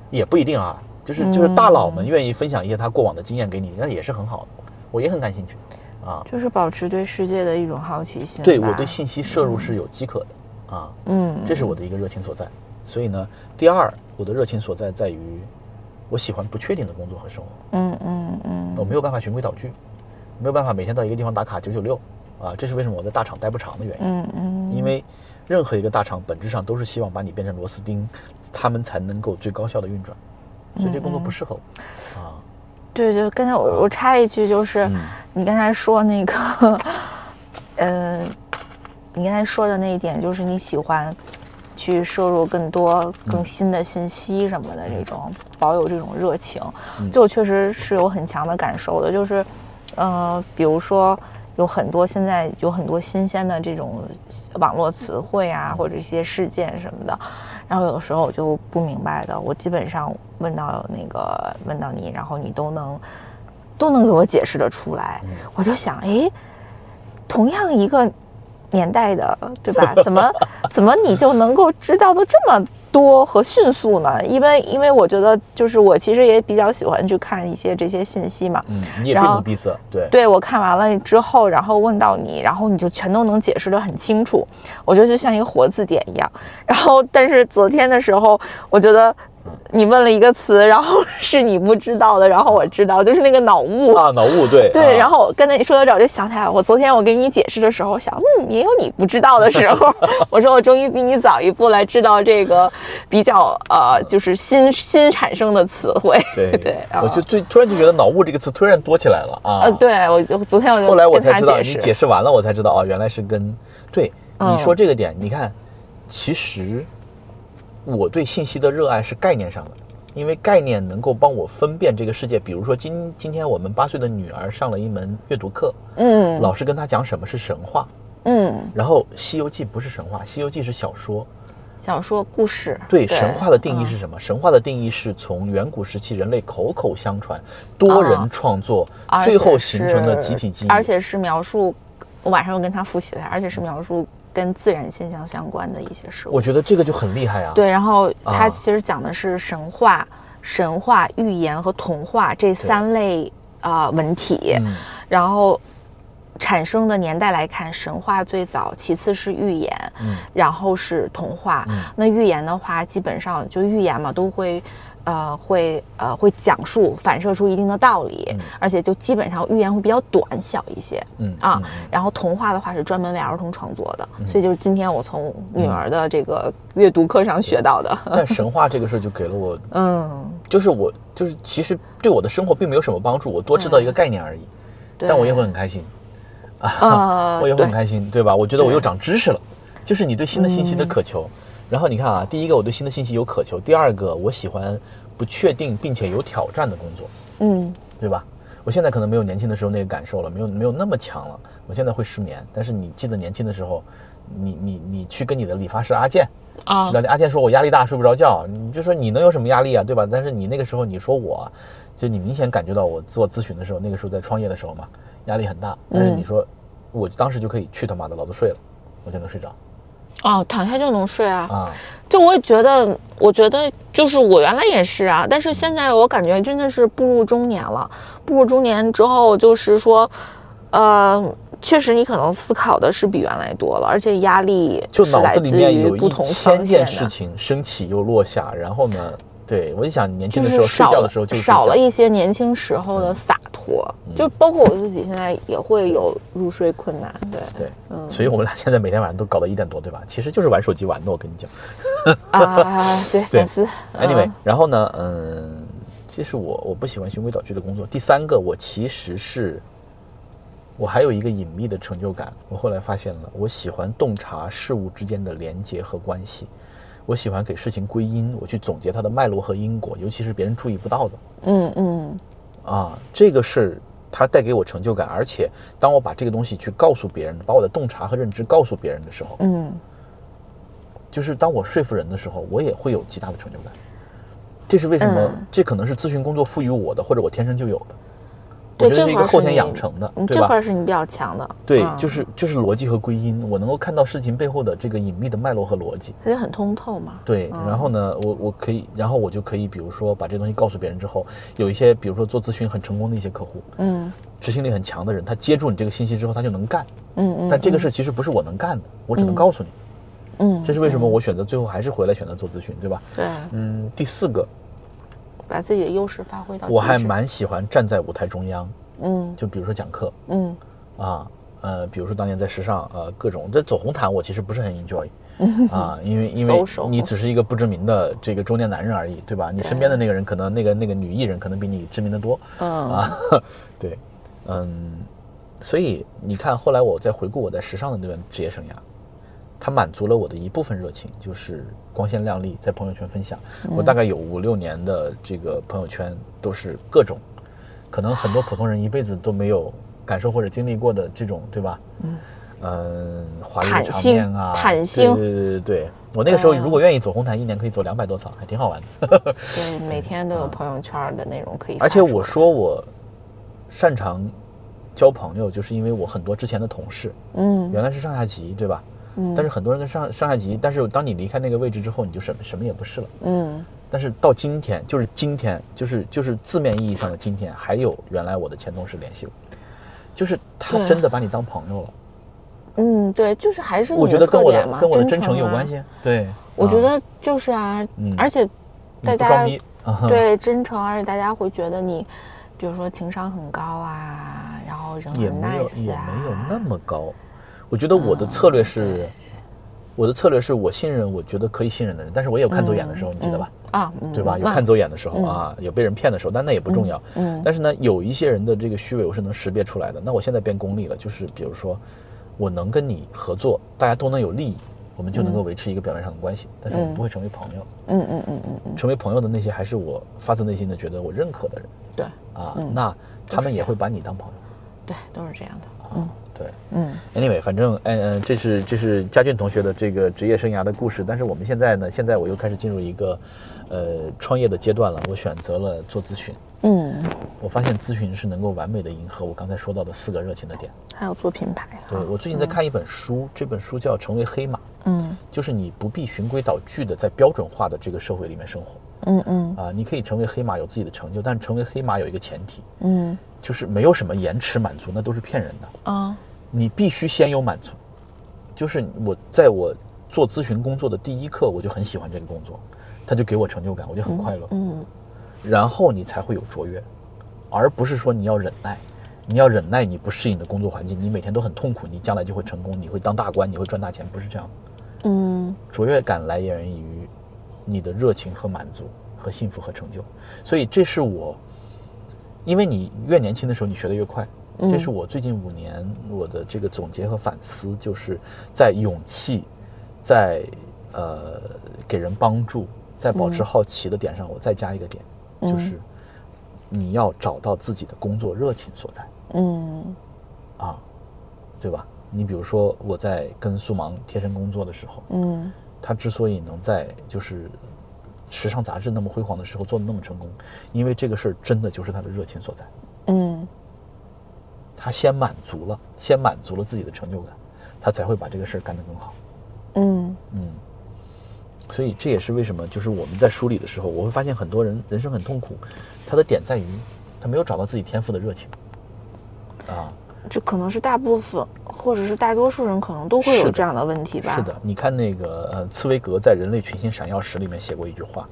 [SPEAKER 2] 也不一定啊。就是
[SPEAKER 4] 嗯
[SPEAKER 2] 就是大佬们愿意分享一些他过往的经验给你，那也是很好的，我也很感兴趣啊。
[SPEAKER 4] 就是保持对世界的一种好奇心吧。
[SPEAKER 2] 对我对信息摄入是有饥渴的啊，
[SPEAKER 4] 嗯
[SPEAKER 2] 这是我的一个热情所在。所以呢，第二，我的热情所在在于，我喜欢不确定的工作和生活，
[SPEAKER 4] 嗯嗯嗯
[SPEAKER 2] 我没有办法循规蹈矩，没有办法每天到一个地方打卡九九六啊，这是为什么我在大厂待不长的原因。
[SPEAKER 4] 嗯嗯
[SPEAKER 2] 因为任何一个大厂本质上都是希望把你变成螺丝钉，他们才能够最高效的运转，所以这工作不适合我啊。
[SPEAKER 4] 对对，刚才我我插一句，就是你刚才说那个，嗯，你刚才说的那一点，就是你喜欢去摄入更多更新的信息什么的，这种保有这种热情，就我确实是有很强的感受的，就是，呃，比如说。有很多现在有很多新鲜的这种网络词汇啊，或者一些事件什么的，然后有的时候我就不明白的，我基本上问到那个问到你，然后你都能都能给我解释得出来，我就想，诶，同样一个年代的，对吧？怎么怎么你就能够知道的这么多和迅速呢？因为因为我觉得就是我其实也比较喜欢去看一些这些信息嘛。
[SPEAKER 2] 嗯，你也
[SPEAKER 4] 然
[SPEAKER 2] 并
[SPEAKER 4] 后
[SPEAKER 2] 不闭塞，对，
[SPEAKER 4] 对我看完了之后，然后问到你，然后你就全都能解释得很清楚。我觉得就像一个活字典一样。然后，但是昨天的时候，我觉得你问了一个词，然后 是你不知道的，然后我知道，就是那个脑雾。
[SPEAKER 2] 啊，脑雾，对
[SPEAKER 4] 对，
[SPEAKER 2] 啊
[SPEAKER 4] 然后我跟你说到这儿，我就想起来，我昨天我跟你解释的时候，我想，嗯，也有你不知道的时候。 我说我终于比你早一步来知道这个比较呃，就是新新产生的词汇。
[SPEAKER 2] 对
[SPEAKER 4] 对，啊
[SPEAKER 2] 我就最突然就觉得“脑雾”这个词突然多起来了啊。
[SPEAKER 4] 呃，对我就昨天我就
[SPEAKER 2] 后来我
[SPEAKER 4] 跟
[SPEAKER 2] 才
[SPEAKER 4] 他
[SPEAKER 2] 知道，
[SPEAKER 4] 解
[SPEAKER 2] 你
[SPEAKER 4] 释，
[SPEAKER 2] 解释完了，我才知道哦，原来是跟对你
[SPEAKER 4] 嗯
[SPEAKER 2] 说这个点，你看，其实我对信息的热爱是概念上的，因为概念能够帮我分辨这个世界。比如说今今天我们八岁的女儿上了一门阅读课，
[SPEAKER 4] 嗯
[SPEAKER 2] 老师跟她讲什么是神话，
[SPEAKER 4] 嗯。
[SPEAKER 2] 然后《西游记》不是神话，《西游记》是小说，
[SPEAKER 4] 小说故事，
[SPEAKER 2] 对神话的定义
[SPEAKER 4] 嗯
[SPEAKER 2] 是什么？神话的定义是从远古时期人类口口相传、多人创作，
[SPEAKER 4] 哦而且
[SPEAKER 2] 最后形成的集体记忆。
[SPEAKER 4] 是而且是描述，我晚上又跟他复习了，而且是描述跟自然现象相关的一些事物
[SPEAKER 2] 我。觉得这个就很厉害啊。，
[SPEAKER 4] 对，然后
[SPEAKER 2] 啊
[SPEAKER 4] 他其实讲的是神话、神话、寓言和童话这三类啊、呃文体，
[SPEAKER 2] 嗯
[SPEAKER 4] 然后。产生的年代来看，神话最早，其次是寓言，
[SPEAKER 2] 嗯
[SPEAKER 4] 然后是童话。
[SPEAKER 2] 嗯
[SPEAKER 4] 那寓言的话，基本上就寓言嘛，都会，呃，会呃会讲述反射出一定的道理，
[SPEAKER 2] 嗯
[SPEAKER 4] 而且就基本上寓言会比较短小一些
[SPEAKER 2] 嗯
[SPEAKER 4] 啊。
[SPEAKER 2] 嗯
[SPEAKER 4] 然后童话的话是专门为儿童创作的，所以就是今天我从女儿的这个阅读课上学到的。
[SPEAKER 2] 但神话这个事儿就给了我，
[SPEAKER 4] 嗯，
[SPEAKER 2] 就是我就是其实对我的生活并没有什么帮助，我多知道一个概念而已，
[SPEAKER 4] 嗯对
[SPEAKER 2] 但我也会很开心，
[SPEAKER 4] 呃，
[SPEAKER 2] 我也会
[SPEAKER 4] 对
[SPEAKER 2] 很，开心，对吧？我觉得我又
[SPEAKER 4] 对
[SPEAKER 2] 长知识了，就是你对新的信息的渴求。然后你看啊，第一个我对新的信息有渴求，第二个我喜欢不确定并且有挑战的工作。
[SPEAKER 4] 嗯
[SPEAKER 2] 对吧？我现在可能没有年轻的时候那个感受了，没有没有那么强了。我现在会失眠，但是你记得年轻的时候，你你你去跟你的理发师阿健，
[SPEAKER 4] 啊
[SPEAKER 2] 去了解阿健说我压力大睡不着觉，你就说你能有什么压力啊，对吧？但是你那个时候你说我，就你明显感觉到我做咨询的时候，那个时候在创业的时候嘛，压力很大。但
[SPEAKER 4] 嗯
[SPEAKER 2] 是你说、我当时就可以去他妈的老子睡了，我就能睡着
[SPEAKER 4] 哦，躺下就能睡啊。
[SPEAKER 2] 啊。
[SPEAKER 4] 就我也觉得，我觉得就是我原来也是啊，但是现在我感觉真的是步入中年了。步入中年之后，就是说，呃，确实你可能思考的是比原来多了，而且压力
[SPEAKER 2] 就是脑
[SPEAKER 4] 来
[SPEAKER 2] 子里
[SPEAKER 4] 自
[SPEAKER 2] 面
[SPEAKER 4] 于
[SPEAKER 2] 有
[SPEAKER 4] 不
[SPEAKER 2] 一
[SPEAKER 4] 同
[SPEAKER 2] 千
[SPEAKER 4] 方
[SPEAKER 2] 件
[SPEAKER 4] 向
[SPEAKER 2] 事
[SPEAKER 4] 的。
[SPEAKER 2] 情升起又落下，然后呢，对我就想你年轻的
[SPEAKER 4] 就是
[SPEAKER 2] 时候睡
[SPEAKER 4] 少
[SPEAKER 2] 觉
[SPEAKER 4] 了
[SPEAKER 2] 的时候就睡
[SPEAKER 4] 少
[SPEAKER 2] 觉嗯
[SPEAKER 4] 了一些年轻时候的洒脱，就包括我自己现在也会有入睡困难，对
[SPEAKER 2] 对，
[SPEAKER 4] 嗯
[SPEAKER 2] 所以我们俩现在每天晚上都搞到一点多，对吧？其实就是玩手机玩的，我跟你讲。
[SPEAKER 4] 啊，对
[SPEAKER 2] 对
[SPEAKER 4] 反思。
[SPEAKER 2] Anyway，、
[SPEAKER 4] 嗯
[SPEAKER 2] 然后呢，嗯，这是我我不喜欢循规蹈矩的工作。第三个，我其实是我还有一个隐秘的成就感。我后来发现了，我喜欢洞察事物之间的连结和关系，我喜欢给事情归因，我去总结它的脉络和因果，尤其是别人注意不到的。
[SPEAKER 4] 嗯嗯
[SPEAKER 2] 啊，这个是它带给我成就感，而且当我把这个东西去告诉别人，把我的洞察和认知告诉别人的时候，
[SPEAKER 4] 嗯，
[SPEAKER 2] 就是当我说服人的时候，我也会有极大的成就感。这是为什么？
[SPEAKER 4] 嗯
[SPEAKER 2] 这可能是咨询工作赋予我的，或者我天生就有的。
[SPEAKER 4] 对，
[SPEAKER 2] 我觉得
[SPEAKER 4] 这
[SPEAKER 2] 是一
[SPEAKER 4] 块
[SPEAKER 2] 个
[SPEAKER 4] 儿
[SPEAKER 2] 后
[SPEAKER 4] 是
[SPEAKER 2] 天
[SPEAKER 4] 你
[SPEAKER 2] 养成的，
[SPEAKER 4] 嗯
[SPEAKER 2] 对
[SPEAKER 4] 这块
[SPEAKER 2] 吧？
[SPEAKER 4] 儿是你比较强的，
[SPEAKER 2] 对，
[SPEAKER 4] 嗯
[SPEAKER 2] 就是就是逻辑和归因，我能够看到事情背后的这个隐秘的脉络和逻辑。
[SPEAKER 4] 它就很通透嘛。
[SPEAKER 2] 对，
[SPEAKER 4] 嗯
[SPEAKER 2] 然后呢，我我可以，然后我就可以，比如说把这东西告诉别人之后，有一些，比如说做咨询很成功的一些客户，
[SPEAKER 4] 嗯
[SPEAKER 2] 执行力很强的人，他接住你这个信息之后，他就能干。
[SPEAKER 4] 嗯嗯，
[SPEAKER 2] 但这个事其实不是我能干的，我只能告诉你。
[SPEAKER 4] 嗯，
[SPEAKER 2] 这是为什么我选择最后还是回来选择做咨询，对吧？
[SPEAKER 4] 对，
[SPEAKER 2] 嗯，第四个，
[SPEAKER 4] 把自己的优势发挥到极致。
[SPEAKER 2] 我还蛮喜欢站在舞台中央，
[SPEAKER 4] 嗯
[SPEAKER 2] 就比如说讲课
[SPEAKER 4] 嗯
[SPEAKER 2] 啊，呃，比如说当年在时尚，呃，各种这走红毯，我其实不是很 enjoy 啊，因为因为
[SPEAKER 4] Social
[SPEAKER 2] 你只是一个不知名的这个中年男人而已，对吧？你身边的那个人可能那个那个女艺人可能比你知名的多，
[SPEAKER 4] 嗯
[SPEAKER 2] 啊对，嗯，所以你看，后来我再回顾我在时尚的那段职业生涯，它满足了我的一部分热情，就是光鲜亮丽，在朋友圈分享。我大概有五六年的这个朋友圈都是各种，可能很多普通人一辈子都没有感受或者经历过的这种，对吧？嗯。华丽的
[SPEAKER 4] 坦
[SPEAKER 2] 场
[SPEAKER 4] 星
[SPEAKER 2] 面啊，
[SPEAKER 4] 坦
[SPEAKER 2] 对
[SPEAKER 4] 星
[SPEAKER 2] 对对对对，我那个时候如果愿意走红毯，一年可以走两百多场，还挺好玩的。
[SPEAKER 4] 对， 每天都有朋友圈的内容可以发出。
[SPEAKER 2] 而且我说我擅长交朋友，就是因为我很多之前的同事，
[SPEAKER 4] 嗯
[SPEAKER 2] 原来是上下级，对吧？
[SPEAKER 4] 嗯
[SPEAKER 2] 但是很多人跟上上下级，但是当你离开那个位置之后，你就什么什么也不是了。
[SPEAKER 4] 嗯
[SPEAKER 2] 但是到今天，就是今天，就是就是字面意义上的今天，还有原来我的前同事联系我，就是他
[SPEAKER 3] 对
[SPEAKER 2] 真的把你当朋友了。
[SPEAKER 4] 嗯，对，就是还是
[SPEAKER 2] 我
[SPEAKER 4] 你
[SPEAKER 2] 觉得跟
[SPEAKER 4] 特
[SPEAKER 2] 我
[SPEAKER 4] 点
[SPEAKER 2] 的
[SPEAKER 4] 嘛，
[SPEAKER 2] 跟我的真
[SPEAKER 4] 诚
[SPEAKER 2] 诚有
[SPEAKER 4] 啊
[SPEAKER 2] 关。系。对，
[SPEAKER 4] 我觉
[SPEAKER 2] 啊
[SPEAKER 4] 得就是啊，
[SPEAKER 2] 嗯
[SPEAKER 4] 而且
[SPEAKER 2] 你
[SPEAKER 4] 大
[SPEAKER 2] 不
[SPEAKER 4] 家
[SPEAKER 2] 装 逼，啊
[SPEAKER 4] 对真诚，而且大家会觉得你，比如说情商很高啊，然后人
[SPEAKER 2] 也
[SPEAKER 4] 很
[SPEAKER 2] 没有
[SPEAKER 4] nice
[SPEAKER 2] 也
[SPEAKER 4] 啊，哦
[SPEAKER 2] 没有那么高。我觉得我的策略是，我的策略是我信任我觉得可以信任的人，但是我也有看走眼的时候，你记得吧？
[SPEAKER 4] 啊，嗯
[SPEAKER 2] 对吧？有
[SPEAKER 4] 那
[SPEAKER 2] 看走眼的时候啊，有被人骗的时候，但那也不重要。
[SPEAKER 4] 嗯
[SPEAKER 2] 但是呢，有一些人的这个虚伪我是能识别出来的。那我现在变功利了，就是比如说，我能跟你合作，大家都能有利益，我们就能够维持一个表面上的关系，但是我们不会成为朋友。
[SPEAKER 4] 嗯嗯嗯嗯嗯，
[SPEAKER 2] 成为朋友的那些还是我发自内心的觉得我认可的人
[SPEAKER 4] 对
[SPEAKER 2] 啊，
[SPEAKER 4] 嗯
[SPEAKER 2] 那他们也会把你当朋友。
[SPEAKER 4] 对，都是这样的。
[SPEAKER 2] 对
[SPEAKER 4] 嗯
[SPEAKER 2] ，anyway，反正嗯嗯，这是这是佳俊同学的这个职业生涯的故事。但是我们现在呢，现在我又开始进入一个呃创业的阶段了，我选择了做咨询。
[SPEAKER 4] 嗯，
[SPEAKER 2] 我发现咨询是能够完美的迎合我刚才说到的四个热情的点。
[SPEAKER 4] 还有做品牌
[SPEAKER 2] 对我最近在看一本书，这本书叫《成为黑马》，
[SPEAKER 4] 嗯
[SPEAKER 2] 就是你不必循规蹈矩的在标准化的这个社会里面生活
[SPEAKER 4] 嗯嗯
[SPEAKER 2] 啊、你可以成为黑马，有自己的成就，但成为黑马有一个前提，
[SPEAKER 4] 嗯
[SPEAKER 2] 就是没有什么延迟满足，那都是骗人的。
[SPEAKER 4] 啊
[SPEAKER 2] 你必须先有满足。就是我在我做咨询工作的第一刻，我就很喜欢这个工作，它就给我成就感，我就很快乐。
[SPEAKER 4] 嗯
[SPEAKER 2] 然后你才会有卓越，而不是说你要忍耐。你要忍耐你不适应的工作环境，你每天都很痛苦，你将来就会成功，你会当大官，你会赚大钱，不是这样的。
[SPEAKER 4] 嗯
[SPEAKER 2] 卓越感来源于你的热情和满足和幸福和成就，所以这是我，因为你越年轻的时候你学得越快，这是我最近五年我的这个总结和反思，就是在勇气，在呃给人帮助，在保持好奇的点上，我再加一个点，就是你要找到自己的工作热情所在。
[SPEAKER 4] 嗯
[SPEAKER 2] 啊，对吧？你比如说我在跟苏芒贴身工作的时候，
[SPEAKER 4] 嗯
[SPEAKER 2] 他之所以能在就是时尚杂志那么辉煌的时候做的那么成功，因为这个事儿真的就是他的热情所在。
[SPEAKER 4] 嗯
[SPEAKER 2] 他先满足了，先满足了自己的成就感，他才会把这个事儿干得更好。
[SPEAKER 4] 嗯
[SPEAKER 2] 嗯，所以这也是为什么就是我们在梳理的时候，我会发现很多人人生很痛苦，他的点在于他没有找到自己天赋的热情。啊，
[SPEAKER 4] 这可能是大部分或者是大多数人可能都会
[SPEAKER 2] 是
[SPEAKER 4] 有
[SPEAKER 2] 的
[SPEAKER 4] 这样的问题吧。
[SPEAKER 2] 是，的，你看那个呃，茨威格在《人类群星闪耀时》里面写过一句话，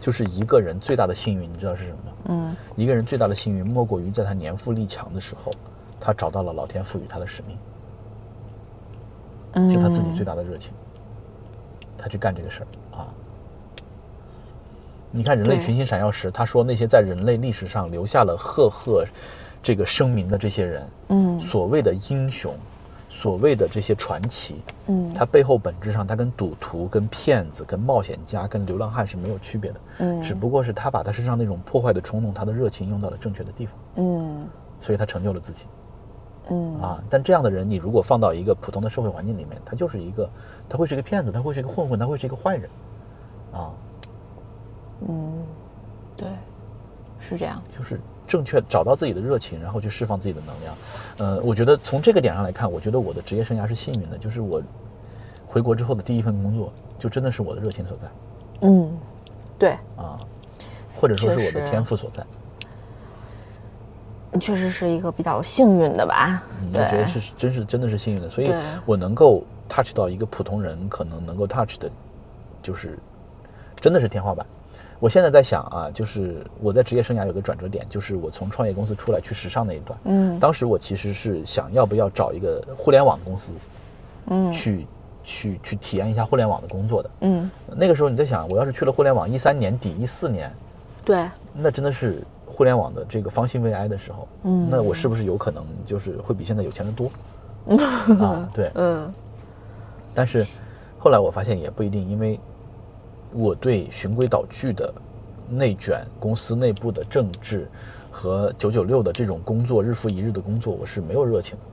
[SPEAKER 2] 就是一个人最大的幸运，你知道是什么吗？
[SPEAKER 4] 嗯
[SPEAKER 2] 一个人最大的幸运，莫过于在他年富力强的时候，他找到了老天赋予他的使命，
[SPEAKER 4] 嗯，
[SPEAKER 2] 尽他自己最大的热情，他去干这个事儿啊。你看《人类
[SPEAKER 4] 对
[SPEAKER 2] 群星闪耀时》，他说那些在人类历史上留下了赫赫这个声名的这些人，
[SPEAKER 4] 嗯
[SPEAKER 2] 所谓的英雄，所谓的这些传奇，
[SPEAKER 4] 嗯
[SPEAKER 2] 它背后本质上，它跟赌徒、跟骗子、跟冒险家、跟流浪汉是没有区别的，
[SPEAKER 4] 嗯
[SPEAKER 2] 只不过是他把他身上那种破坏的冲动、他的热情用到了正确的地方，
[SPEAKER 4] 嗯
[SPEAKER 2] 所以他成就了自己
[SPEAKER 4] 嗯
[SPEAKER 2] 啊。但这样的人，你如果放到一个普通的社会环境里面，他就是一个，他会是一个骗子，他会是一个混混，他会是一个坏人，啊，
[SPEAKER 4] 嗯，对，是这样。
[SPEAKER 2] 就是正确找到自己的热情，然后去释放自己的能量。呃，我觉得从这个点上来看，我觉得我的职业生涯是幸运的，就是我回国之后的第一份工作，就真的是我的热情所在。
[SPEAKER 4] 嗯，对，
[SPEAKER 2] 啊，或者说是我
[SPEAKER 4] 确
[SPEAKER 2] 的
[SPEAKER 4] 实
[SPEAKER 2] 天赋所在。
[SPEAKER 4] 你确实是一个比较幸运的吧？
[SPEAKER 2] 嗯我觉
[SPEAKER 4] 对
[SPEAKER 2] 得，是真是真的是幸运的，所以
[SPEAKER 4] 对
[SPEAKER 2] 我能够 touch 到一个普通人可能能够 touch 的，就是真的是天花板。我现在在想啊，就是我在职业生涯有个转折点，就是我从创业公司出来去时尚那一段。
[SPEAKER 4] 嗯
[SPEAKER 2] 当时我其实是想要不要找一个互联网公司
[SPEAKER 4] 嗯
[SPEAKER 2] 去、去去体验一下互联网的工作的。
[SPEAKER 4] 嗯，
[SPEAKER 2] 那个时候你在想，我要是去了互联网，一三年底一四年，
[SPEAKER 4] 对，
[SPEAKER 2] 那真的是互联网的这个方兴未艾的时候，
[SPEAKER 4] 嗯
[SPEAKER 2] 那我是不是有可能就是会比现在有钱的 多？啊，对，
[SPEAKER 4] 嗯
[SPEAKER 2] 但是后来我发现也不一定，因为我对循规蹈矩的内卷、公司内部的政治和九九六的这种工作，日复一日的工作，我是没有热情的，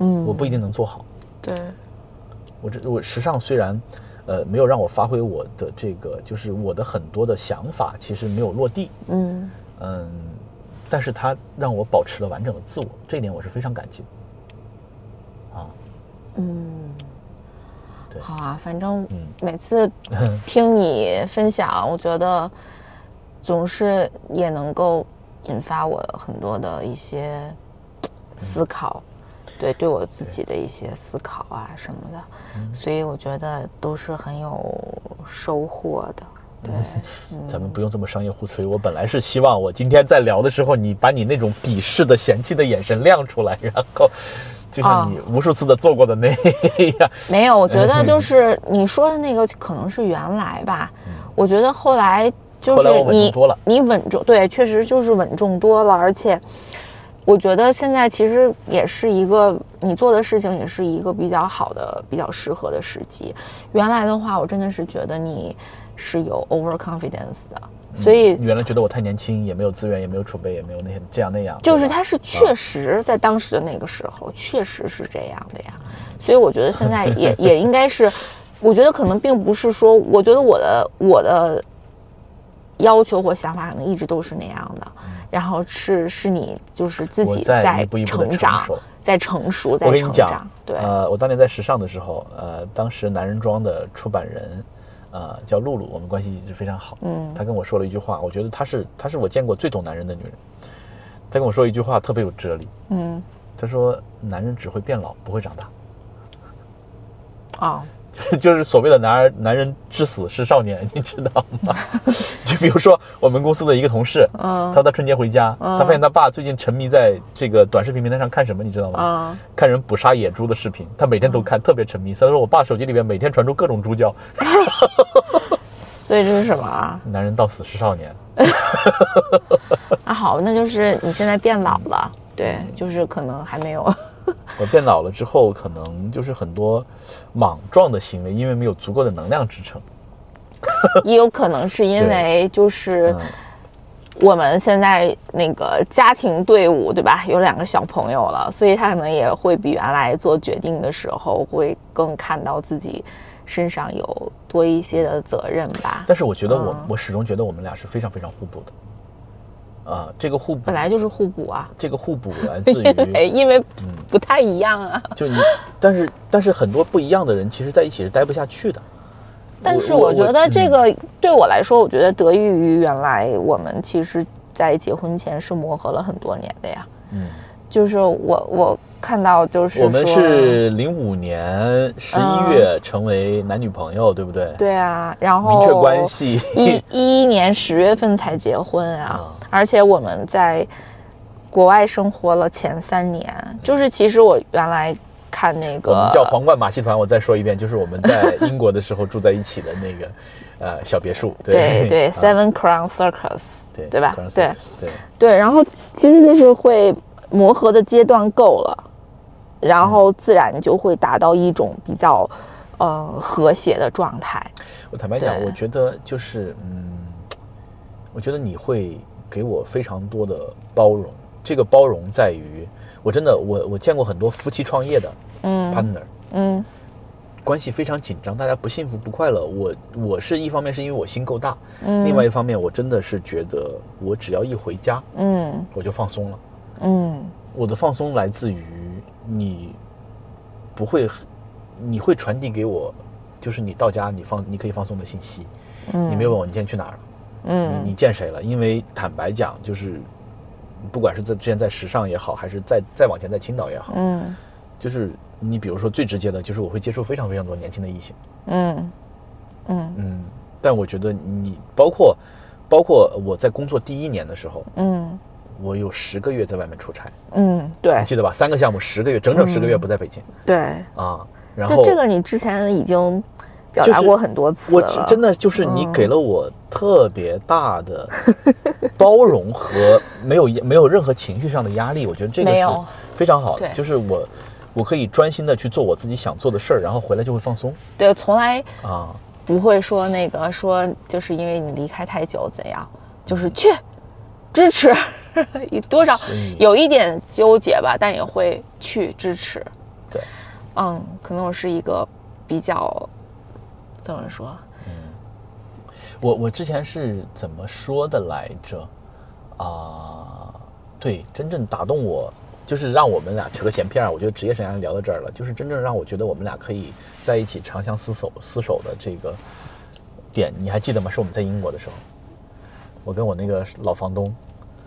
[SPEAKER 4] 嗯，
[SPEAKER 2] 我不一定能做好。
[SPEAKER 4] 对，
[SPEAKER 2] 我这我时尚虽然，呃，没有让我发挥我的这个，就是我的很多的想法，其实没有落地，
[SPEAKER 4] 嗯
[SPEAKER 2] 嗯，但是它让我保持了完整的自我，这一点我是非常感激的。对
[SPEAKER 3] 好啊，反正
[SPEAKER 2] 嗯
[SPEAKER 3] 每次
[SPEAKER 4] 听你分享，我觉得总是也能够
[SPEAKER 3] 引发我很多的一些思考，对对我自己的一些思考啊什么的，所以我觉得都是很有收获的。对，嗯
[SPEAKER 2] 咱们不用这么商业互吹。我本来是希望我今天在聊的时候，你把你那种鄙视的、嫌弃的眼神亮出来，然后就像你无数次的做过的那样。
[SPEAKER 3] 没有，我觉得就是
[SPEAKER 2] 嗯
[SPEAKER 3] 你说的那个可能是原来吧，我觉得后来就
[SPEAKER 2] 后来我
[SPEAKER 3] 是
[SPEAKER 2] 稳重
[SPEAKER 3] 你
[SPEAKER 2] 多了
[SPEAKER 3] 你稳重，对，确实就是稳重多了，而且我觉得现在其实也是一个你做的事情，也是一个比较好的、比较适合的时机。原来的话，我真的是觉得你是有 overconfidence 的，所以
[SPEAKER 2] 原来觉得我太年轻，也没有资源，也没有储备，也没有那些这样那样。
[SPEAKER 3] 就是
[SPEAKER 2] 对吧啊
[SPEAKER 3] 它是确实在当时的那个时候，确实是这样的呀。所以我觉得现在也也应该是，我觉得可能并不是说，我觉得我的我的要求或想法可能一直都是那样的，然后是是你就是自己
[SPEAKER 2] 嗯我在一
[SPEAKER 3] 在
[SPEAKER 2] 步一步地
[SPEAKER 3] 成
[SPEAKER 2] 成
[SPEAKER 3] 长
[SPEAKER 2] 熟，
[SPEAKER 3] 在成熟，
[SPEAKER 2] 我
[SPEAKER 3] 在
[SPEAKER 2] 跟你
[SPEAKER 3] 成
[SPEAKER 2] 讲
[SPEAKER 3] 长，，对，
[SPEAKER 2] 呃，我当年在时尚的时候，呃，当时男人装的出版人，呃，叫露露，我们关系一直非常好。嗯，她跟我说了一句话，我觉得她是她是我见过最懂男人的女人。她跟我说一句话特别有哲理，
[SPEAKER 3] 嗯，
[SPEAKER 2] 她说：“男人只会变老，不会长大。
[SPEAKER 3] 哦，”
[SPEAKER 2] 就是所谓的男儿男人至死是少年，你知道吗？ 就比如说我们公司的一个同事，嗯，他在春节回家，他发现他爸最近沉迷在这个短视频平台上看什么，你知道吗？
[SPEAKER 3] 嗯，
[SPEAKER 2] 看人捕杀野猪的视频，他每天都看，特别沉迷。所以说我爸手机里面每天传出各种猪叫，
[SPEAKER 3] 所以这是什么啊？
[SPEAKER 2] 男人到死是少年。
[SPEAKER 3] 那好，那就是你现在变老了，对，
[SPEAKER 2] 嗯
[SPEAKER 3] 就是可能还没有，
[SPEAKER 2] 我变老了之后，可能就是很多莽撞的行为，因为没有足够的能量支撑。
[SPEAKER 4] 也有可能是因
[SPEAKER 2] 对
[SPEAKER 4] 为就是
[SPEAKER 2] 嗯
[SPEAKER 4] 我们现在那个家庭队伍对吧，有两个小朋友了，所以他可能也会比原来做决定的时候会更看到自己身上有多一些的责任吧。
[SPEAKER 2] 但是我觉得我、我始终觉得我们俩是非常非常互补的。啊，这个互补
[SPEAKER 3] 本，来就是互补啊，
[SPEAKER 2] 这个互补来自 嗯于
[SPEAKER 4] 因为不太一样啊。
[SPEAKER 2] 就你，但是但是很多不一样的人，其实在一起是待不下去的。
[SPEAKER 4] 但是我觉得这
[SPEAKER 2] 嗯
[SPEAKER 4] 个对我来说，我觉得得益于原来我们其实，在结婚前是磨合了很多年的呀。
[SPEAKER 2] 嗯
[SPEAKER 4] 就是我我看到就是
[SPEAKER 2] 我们
[SPEAKER 4] 说
[SPEAKER 2] 是零五年十一月成为男女朋友，对不对？哦
[SPEAKER 4] 对啊，然后
[SPEAKER 2] 明确关系。
[SPEAKER 4] 一一一年十月份才结婚啊
[SPEAKER 2] 啊，
[SPEAKER 4] 而且我们在国外生活了前三年，就是其实我原来看那
[SPEAKER 2] 嗯我
[SPEAKER 4] 个
[SPEAKER 2] 们叫皇冠马戏团，我再说一遍，就是我们在英国的时候住在一起的那个， 呃，小别墅。
[SPEAKER 4] 对 对
[SPEAKER 2] 啊
[SPEAKER 4] Seven Crown Circus，
[SPEAKER 2] 对
[SPEAKER 4] 对吧
[SPEAKER 2] Crown Circus，
[SPEAKER 4] 对
[SPEAKER 2] 对，
[SPEAKER 4] 对，然后其实就是会磨合的阶段够了，然后自然就会达到一种比较呃和谐的状态。
[SPEAKER 2] 我坦白讲，
[SPEAKER 4] 对
[SPEAKER 2] 我觉得就是嗯，我觉得你会给我非常多的包容，这个包容在于，我真的我我见过很多夫妻创业的，嗯，partner，
[SPEAKER 4] 嗯，
[SPEAKER 2] 关系非常紧张，大家不幸福不快乐。我我是一方面是因为我心够大，嗯，另外一方面我真的是觉得我只要一回家，
[SPEAKER 4] 嗯
[SPEAKER 2] 我就放松了。
[SPEAKER 4] 嗯
[SPEAKER 2] 我的放松来自于你不会，你会传递给我，就是你到家你放你可以放松的信息。嗯，你没有问我你今天去哪儿了，
[SPEAKER 4] 嗯
[SPEAKER 2] 你你见谁了？因为坦白讲，就是不管是在之前在时尚也好，还是再再往前在青岛也好，
[SPEAKER 4] 嗯
[SPEAKER 2] 就是你比如说最直接的，就是我会接触非常非常多年轻的异性。
[SPEAKER 4] 嗯
[SPEAKER 2] 嗯，但我觉得你包括包括我在工作第一年的时候，
[SPEAKER 4] 嗯
[SPEAKER 2] 我有十个月在外面出差，
[SPEAKER 4] 嗯，对
[SPEAKER 2] 你记得吧？三个项目，十个月，整整十个月不在北京、
[SPEAKER 4] 嗯对，
[SPEAKER 2] 啊。然
[SPEAKER 4] 就
[SPEAKER 2] 后
[SPEAKER 4] 这个你之前已经表
[SPEAKER 2] 就是
[SPEAKER 4] 达过很多次
[SPEAKER 2] 我
[SPEAKER 4] 了，
[SPEAKER 2] 真的就是你给了我特别大的包容和没有没有任何情绪上的压力，我觉得这个
[SPEAKER 4] 没
[SPEAKER 2] 是
[SPEAKER 4] 有
[SPEAKER 2] 非常好的，
[SPEAKER 4] 对
[SPEAKER 2] 就是我我可以专心的去做我自己想做的事儿，然后回来就会放松
[SPEAKER 4] 对，从来
[SPEAKER 2] 啊。
[SPEAKER 4] 不会说那个说就是因为你离开太久怎样，就是去支持， 多少
[SPEAKER 2] 所以
[SPEAKER 4] 有一点纠结吧，但也会去支持。
[SPEAKER 2] 对，
[SPEAKER 4] 嗯，可能我是一个比较怎么说，
[SPEAKER 2] 我我之前是怎么说的来着？啊、对，真正打动我，就是让我们俩扯个闲篇儿。我觉得职业生涯聊到这儿了，就是真正让我觉得我们俩可以在一起长相厮守厮守的这个点，你还记得吗？是我们在英国的时候，我跟我那个老房东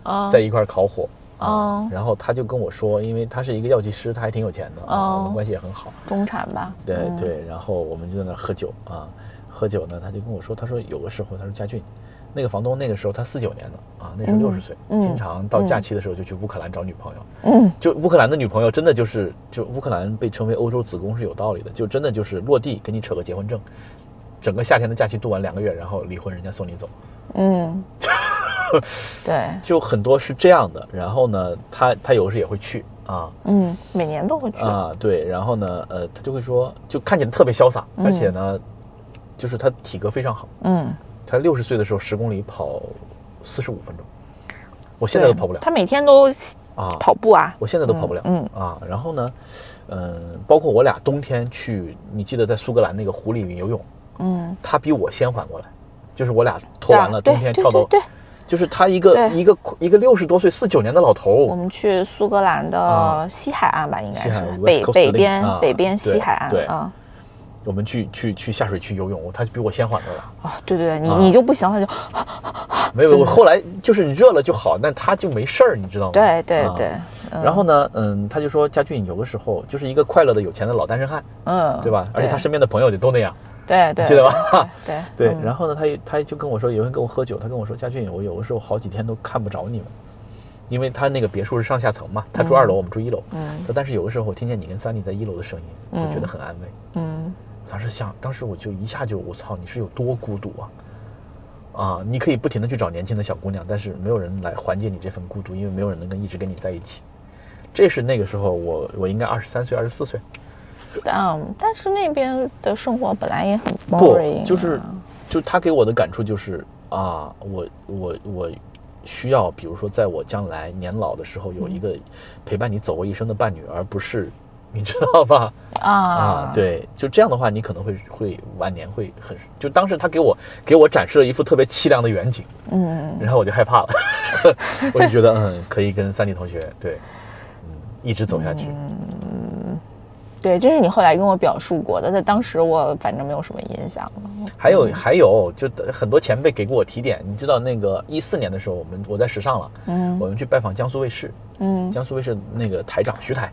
[SPEAKER 4] 啊
[SPEAKER 2] 在一块儿烤火。啊
[SPEAKER 4] 哦
[SPEAKER 2] 然后他就跟我说，因为他是一个药剂师，他还挺有钱的啊，我们
[SPEAKER 4] 哦
[SPEAKER 2] 关系也很好。
[SPEAKER 4] 中产吧，
[SPEAKER 2] 对对，然后我们就在那儿喝酒啊，喝酒呢，他就跟我说，他说有个时候，他说佳俊，那个房东那个时候他四九年的啊，那时候六十岁，经常到假期的时候就去乌克兰找女朋友，
[SPEAKER 4] 嗯，
[SPEAKER 2] 就乌克兰的女朋友真的就是，就乌克兰被称为欧洲子宫是有道理的，就真的就是落地给你扯个结婚证，整个夏天的假期度完两个月，然后离婚，人家送你走，
[SPEAKER 4] 嗯， 对，
[SPEAKER 2] 就很多是这样的。然后呢，他他有时也会去啊，
[SPEAKER 4] 嗯，每年都会去，
[SPEAKER 2] 啊，对，然后呢，呃，他就会说，就看起来特别潇洒，而且呢，就是他体格非常好。
[SPEAKER 4] 嗯，
[SPEAKER 2] 他六十岁的时候，十公里跑四十五分钟，我现在都
[SPEAKER 4] 对
[SPEAKER 2] 跑不了
[SPEAKER 4] 他每天都
[SPEAKER 2] 啊，
[SPEAKER 4] 跑步啊，
[SPEAKER 2] 我现在都跑不了，
[SPEAKER 4] 嗯
[SPEAKER 2] 啊。然后呢，嗯、包括我俩冬天去，你记得在苏格兰那个湖里游泳，
[SPEAKER 4] 嗯，
[SPEAKER 2] 他比我先缓过来，就是我俩脱完了，
[SPEAKER 4] 对
[SPEAKER 2] 冬天
[SPEAKER 4] 对
[SPEAKER 2] 跳到，
[SPEAKER 4] 对对
[SPEAKER 2] 就是他一个
[SPEAKER 4] 对
[SPEAKER 2] 一个一个六十多岁四九年的老头，
[SPEAKER 4] 我们去苏格兰
[SPEAKER 2] 啊
[SPEAKER 4] 的西海岸吧，应该
[SPEAKER 2] 西海
[SPEAKER 4] 是
[SPEAKER 2] 岸 West
[SPEAKER 4] 北
[SPEAKER 2] Coast
[SPEAKER 4] 北
[SPEAKER 2] Link，
[SPEAKER 4] 边
[SPEAKER 2] 啊
[SPEAKER 4] 北边
[SPEAKER 2] 对
[SPEAKER 4] 西海岸
[SPEAKER 2] 对
[SPEAKER 4] 啊
[SPEAKER 2] 我们去去去下水去游泳，他比我先缓过来。
[SPEAKER 4] 啊，对对对，你
[SPEAKER 2] 啊
[SPEAKER 4] 你就不行，他就
[SPEAKER 2] 没有，我后来就是热了就好，但他就没事儿，你知道吗？
[SPEAKER 4] 对对
[SPEAKER 2] 啊
[SPEAKER 4] 对，
[SPEAKER 2] 然后呢，嗯，他就说佳俊有的时候就是一个快乐的有钱的老单身汉，
[SPEAKER 4] 嗯，
[SPEAKER 2] 对吧？而且他身边的朋友就都那样，
[SPEAKER 4] 对
[SPEAKER 2] 你
[SPEAKER 4] 对，
[SPEAKER 2] 记得吧？
[SPEAKER 4] 对？对
[SPEAKER 2] 对。然后呢，他也他就跟我说，有人跟我喝酒，他跟我说佳俊，我有的时候好几天都看不着你们，因为他那个别墅是上下层嘛，他住二楼，我们住一楼。
[SPEAKER 4] 嗯
[SPEAKER 2] 说但是有的时候我听见你跟三妮在一楼的声音，我觉得很安慰。
[SPEAKER 4] 嗯
[SPEAKER 2] 当时想，当时我就一下就我操，你是有多孤独啊！啊，你可以不停的去找年轻的小姑娘，但是没有人来缓解你这份孤独，因为没有人能跟一直跟你在一起。这是那个时候我我应该二十三岁、二十四岁，
[SPEAKER 4] 嗯但但是那边的生活本来也很
[SPEAKER 2] 不
[SPEAKER 4] boring，啊
[SPEAKER 2] 就是就他给我的感触就是啊，我我我需要，比如说在我将来年老的时候有一个
[SPEAKER 4] 嗯
[SPEAKER 2] 陪伴你走过一生的伴侣，而不是你知道吧？
[SPEAKER 4] 啊
[SPEAKER 2] 啊，，对，就这样的话，你可能会会晚年会很，就当时他给我给我展示了一幅特别凄凉的远景，
[SPEAKER 4] 嗯，
[SPEAKER 2] 然后我就害怕了， 我就觉得嗯，可以跟三弟同学对，嗯，一直走下去，
[SPEAKER 4] 对，这是你后来跟我表述过的，在当时我反正没有什么印象了，
[SPEAKER 2] 还有还有，就很多前辈给过我提点，你知道那个一四年的时候，我们我在时尚了，
[SPEAKER 4] 嗯
[SPEAKER 2] 我们去拜访江苏卫视，
[SPEAKER 4] 嗯
[SPEAKER 2] 江苏卫视那个台长徐台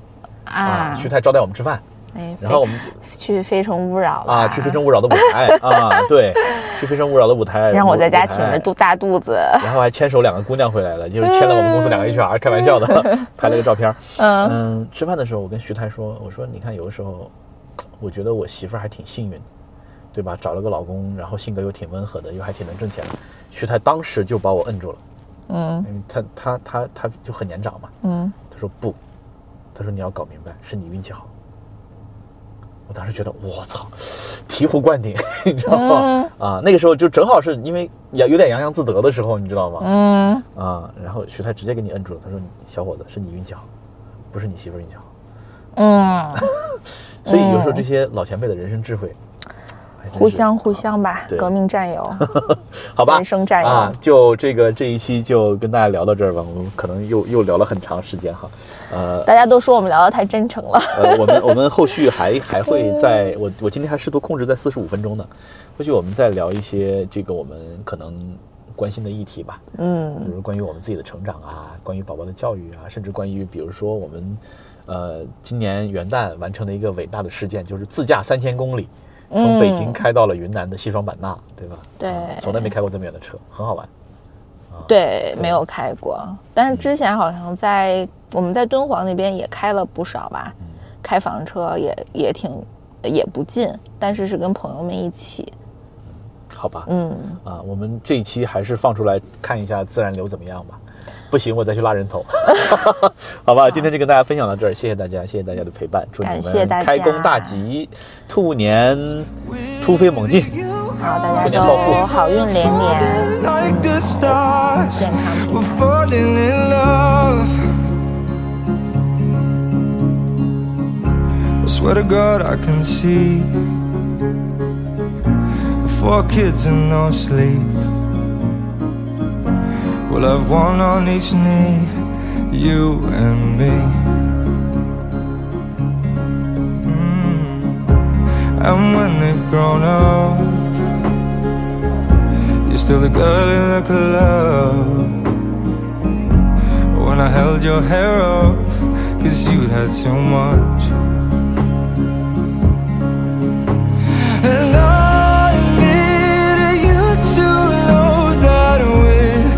[SPEAKER 2] 啊，
[SPEAKER 4] 啊
[SPEAKER 2] 徐，台招待我们吃饭，
[SPEAKER 4] 哎
[SPEAKER 2] 然后我
[SPEAKER 4] 非
[SPEAKER 2] 们
[SPEAKER 4] 去《非诚勿扰》
[SPEAKER 2] 啊
[SPEAKER 4] 啦
[SPEAKER 2] 去《非诚勿扰》的舞台啊，对，去《非诚勿扰》的舞台，
[SPEAKER 4] 让我在家
[SPEAKER 2] 舞
[SPEAKER 4] 挺
[SPEAKER 2] 台
[SPEAKER 4] 着肚大肚子，
[SPEAKER 2] 然后还牵手两个姑娘回来了，就是签了我们公司两个 HR，开玩笑的， 拍了个照片儿。
[SPEAKER 4] 嗯
[SPEAKER 2] 嗯，吃饭的时候我跟徐太说，我说你看有的时候，我觉得我媳妇儿还挺幸运的，对吧？找了个老公，然后性格又挺温和的，又还挺能挣钱的。徐太当时就把我摁住了，
[SPEAKER 4] 嗯
[SPEAKER 2] 因为他他他他就很年长嘛，
[SPEAKER 4] 嗯，
[SPEAKER 2] 他说不，他说你要搞明白，是你运气好。我当时觉得我操，醍醐灌顶， 你知道
[SPEAKER 4] 嗯
[SPEAKER 2] 吗？啊，那个时候就正好是因为也有点洋洋自得的时候，你知道吗？
[SPEAKER 4] 嗯
[SPEAKER 2] 啊，然后徐太直接给你摁住了，他说你：“小伙子，是你运气好，不是你媳妇儿运气好。
[SPEAKER 4] 嗯，”
[SPEAKER 2] 所以有时候这些老前辈的人生智慧，哎真
[SPEAKER 4] 互
[SPEAKER 2] 是
[SPEAKER 4] 相互相吧
[SPEAKER 2] 对，
[SPEAKER 4] 革命战友，
[SPEAKER 2] 好吧，
[SPEAKER 4] 人生战友
[SPEAKER 2] 啊，就这个这一期就跟大家聊到这儿吧，我们可能又又聊了很长时间哈，呃
[SPEAKER 4] 大家都说我们聊得太真诚 了，
[SPEAKER 2] 呃，我们我们后续还还会在我我今天还试图控制在四十五分钟呢，或许我们再聊一些这个我们可能关心的议题吧，
[SPEAKER 4] 嗯，
[SPEAKER 2] 比如关于我们自己的成长啊，关于宝宝的教育啊，甚至关于比如说我们，呃，今年元旦完成的一个伟大的事件，就是自驾三千公里，从北京开到了云南的西双版纳，对吧？
[SPEAKER 4] 嗯对
[SPEAKER 2] 啊从来没开过这么远的车，很好玩。
[SPEAKER 4] 对，没有开过，但是之前好像在我们在敦煌那边也开了不少吧，
[SPEAKER 2] 嗯
[SPEAKER 4] 开房车也也挺也不近，但是是跟朋友们一起，
[SPEAKER 2] 好吧，
[SPEAKER 4] 嗯，
[SPEAKER 2] 啊，我们这一期还是放出来看一下自然流怎么样吧。不行，我再去拉人头， 好吧？今天就跟大家分享到这儿，谢谢大家，谢谢大家的陪伴，祝你
[SPEAKER 4] 感谢
[SPEAKER 2] 们
[SPEAKER 4] 大家
[SPEAKER 2] 开工大吉，兔年突飞猛进。
[SPEAKER 4] 好，
[SPEAKER 2] 兔
[SPEAKER 4] 大家
[SPEAKER 2] 年暴富。
[SPEAKER 4] 都好运连连。
[SPEAKER 1] Falling like the stars.
[SPEAKER 4] Then come.
[SPEAKER 1] We're falling in love. I swear to God, I can see four kids and no sleep. We'll have one on each knee. you and me. Mm. And when they've grown up, you're still the girl in the club. When I held your hair up, cause you'd had too much. And I needed you to know that we're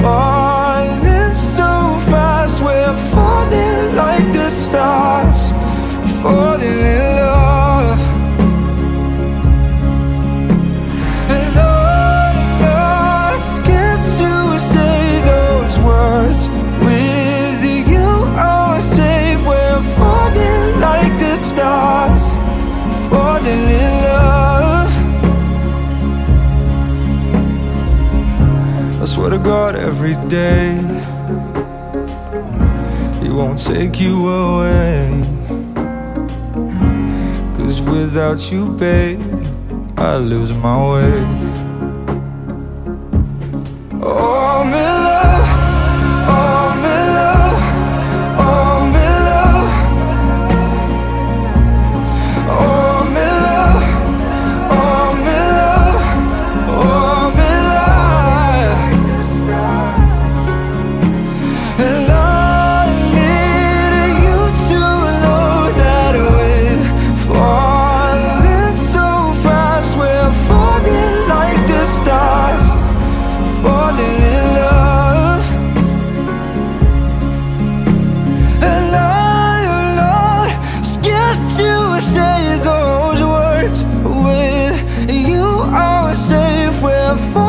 [SPEAKER 1] falling so fast. We're falling like the stars, falling in love. And I scared to say those words. With you, I'm safe. We're falling like the stars, falling in love. I swear to God, every day He won't take you away. Cause without you, babe, I lose my way. Oh, my love, oh, my love, oh, my love, oh, my love, oh, my love, oh, my love. And I needed you to know that we're falling so fast. We're falling like the stars, falling in love. And I'm not scared to say those words. With you, I'm safe. We're falling.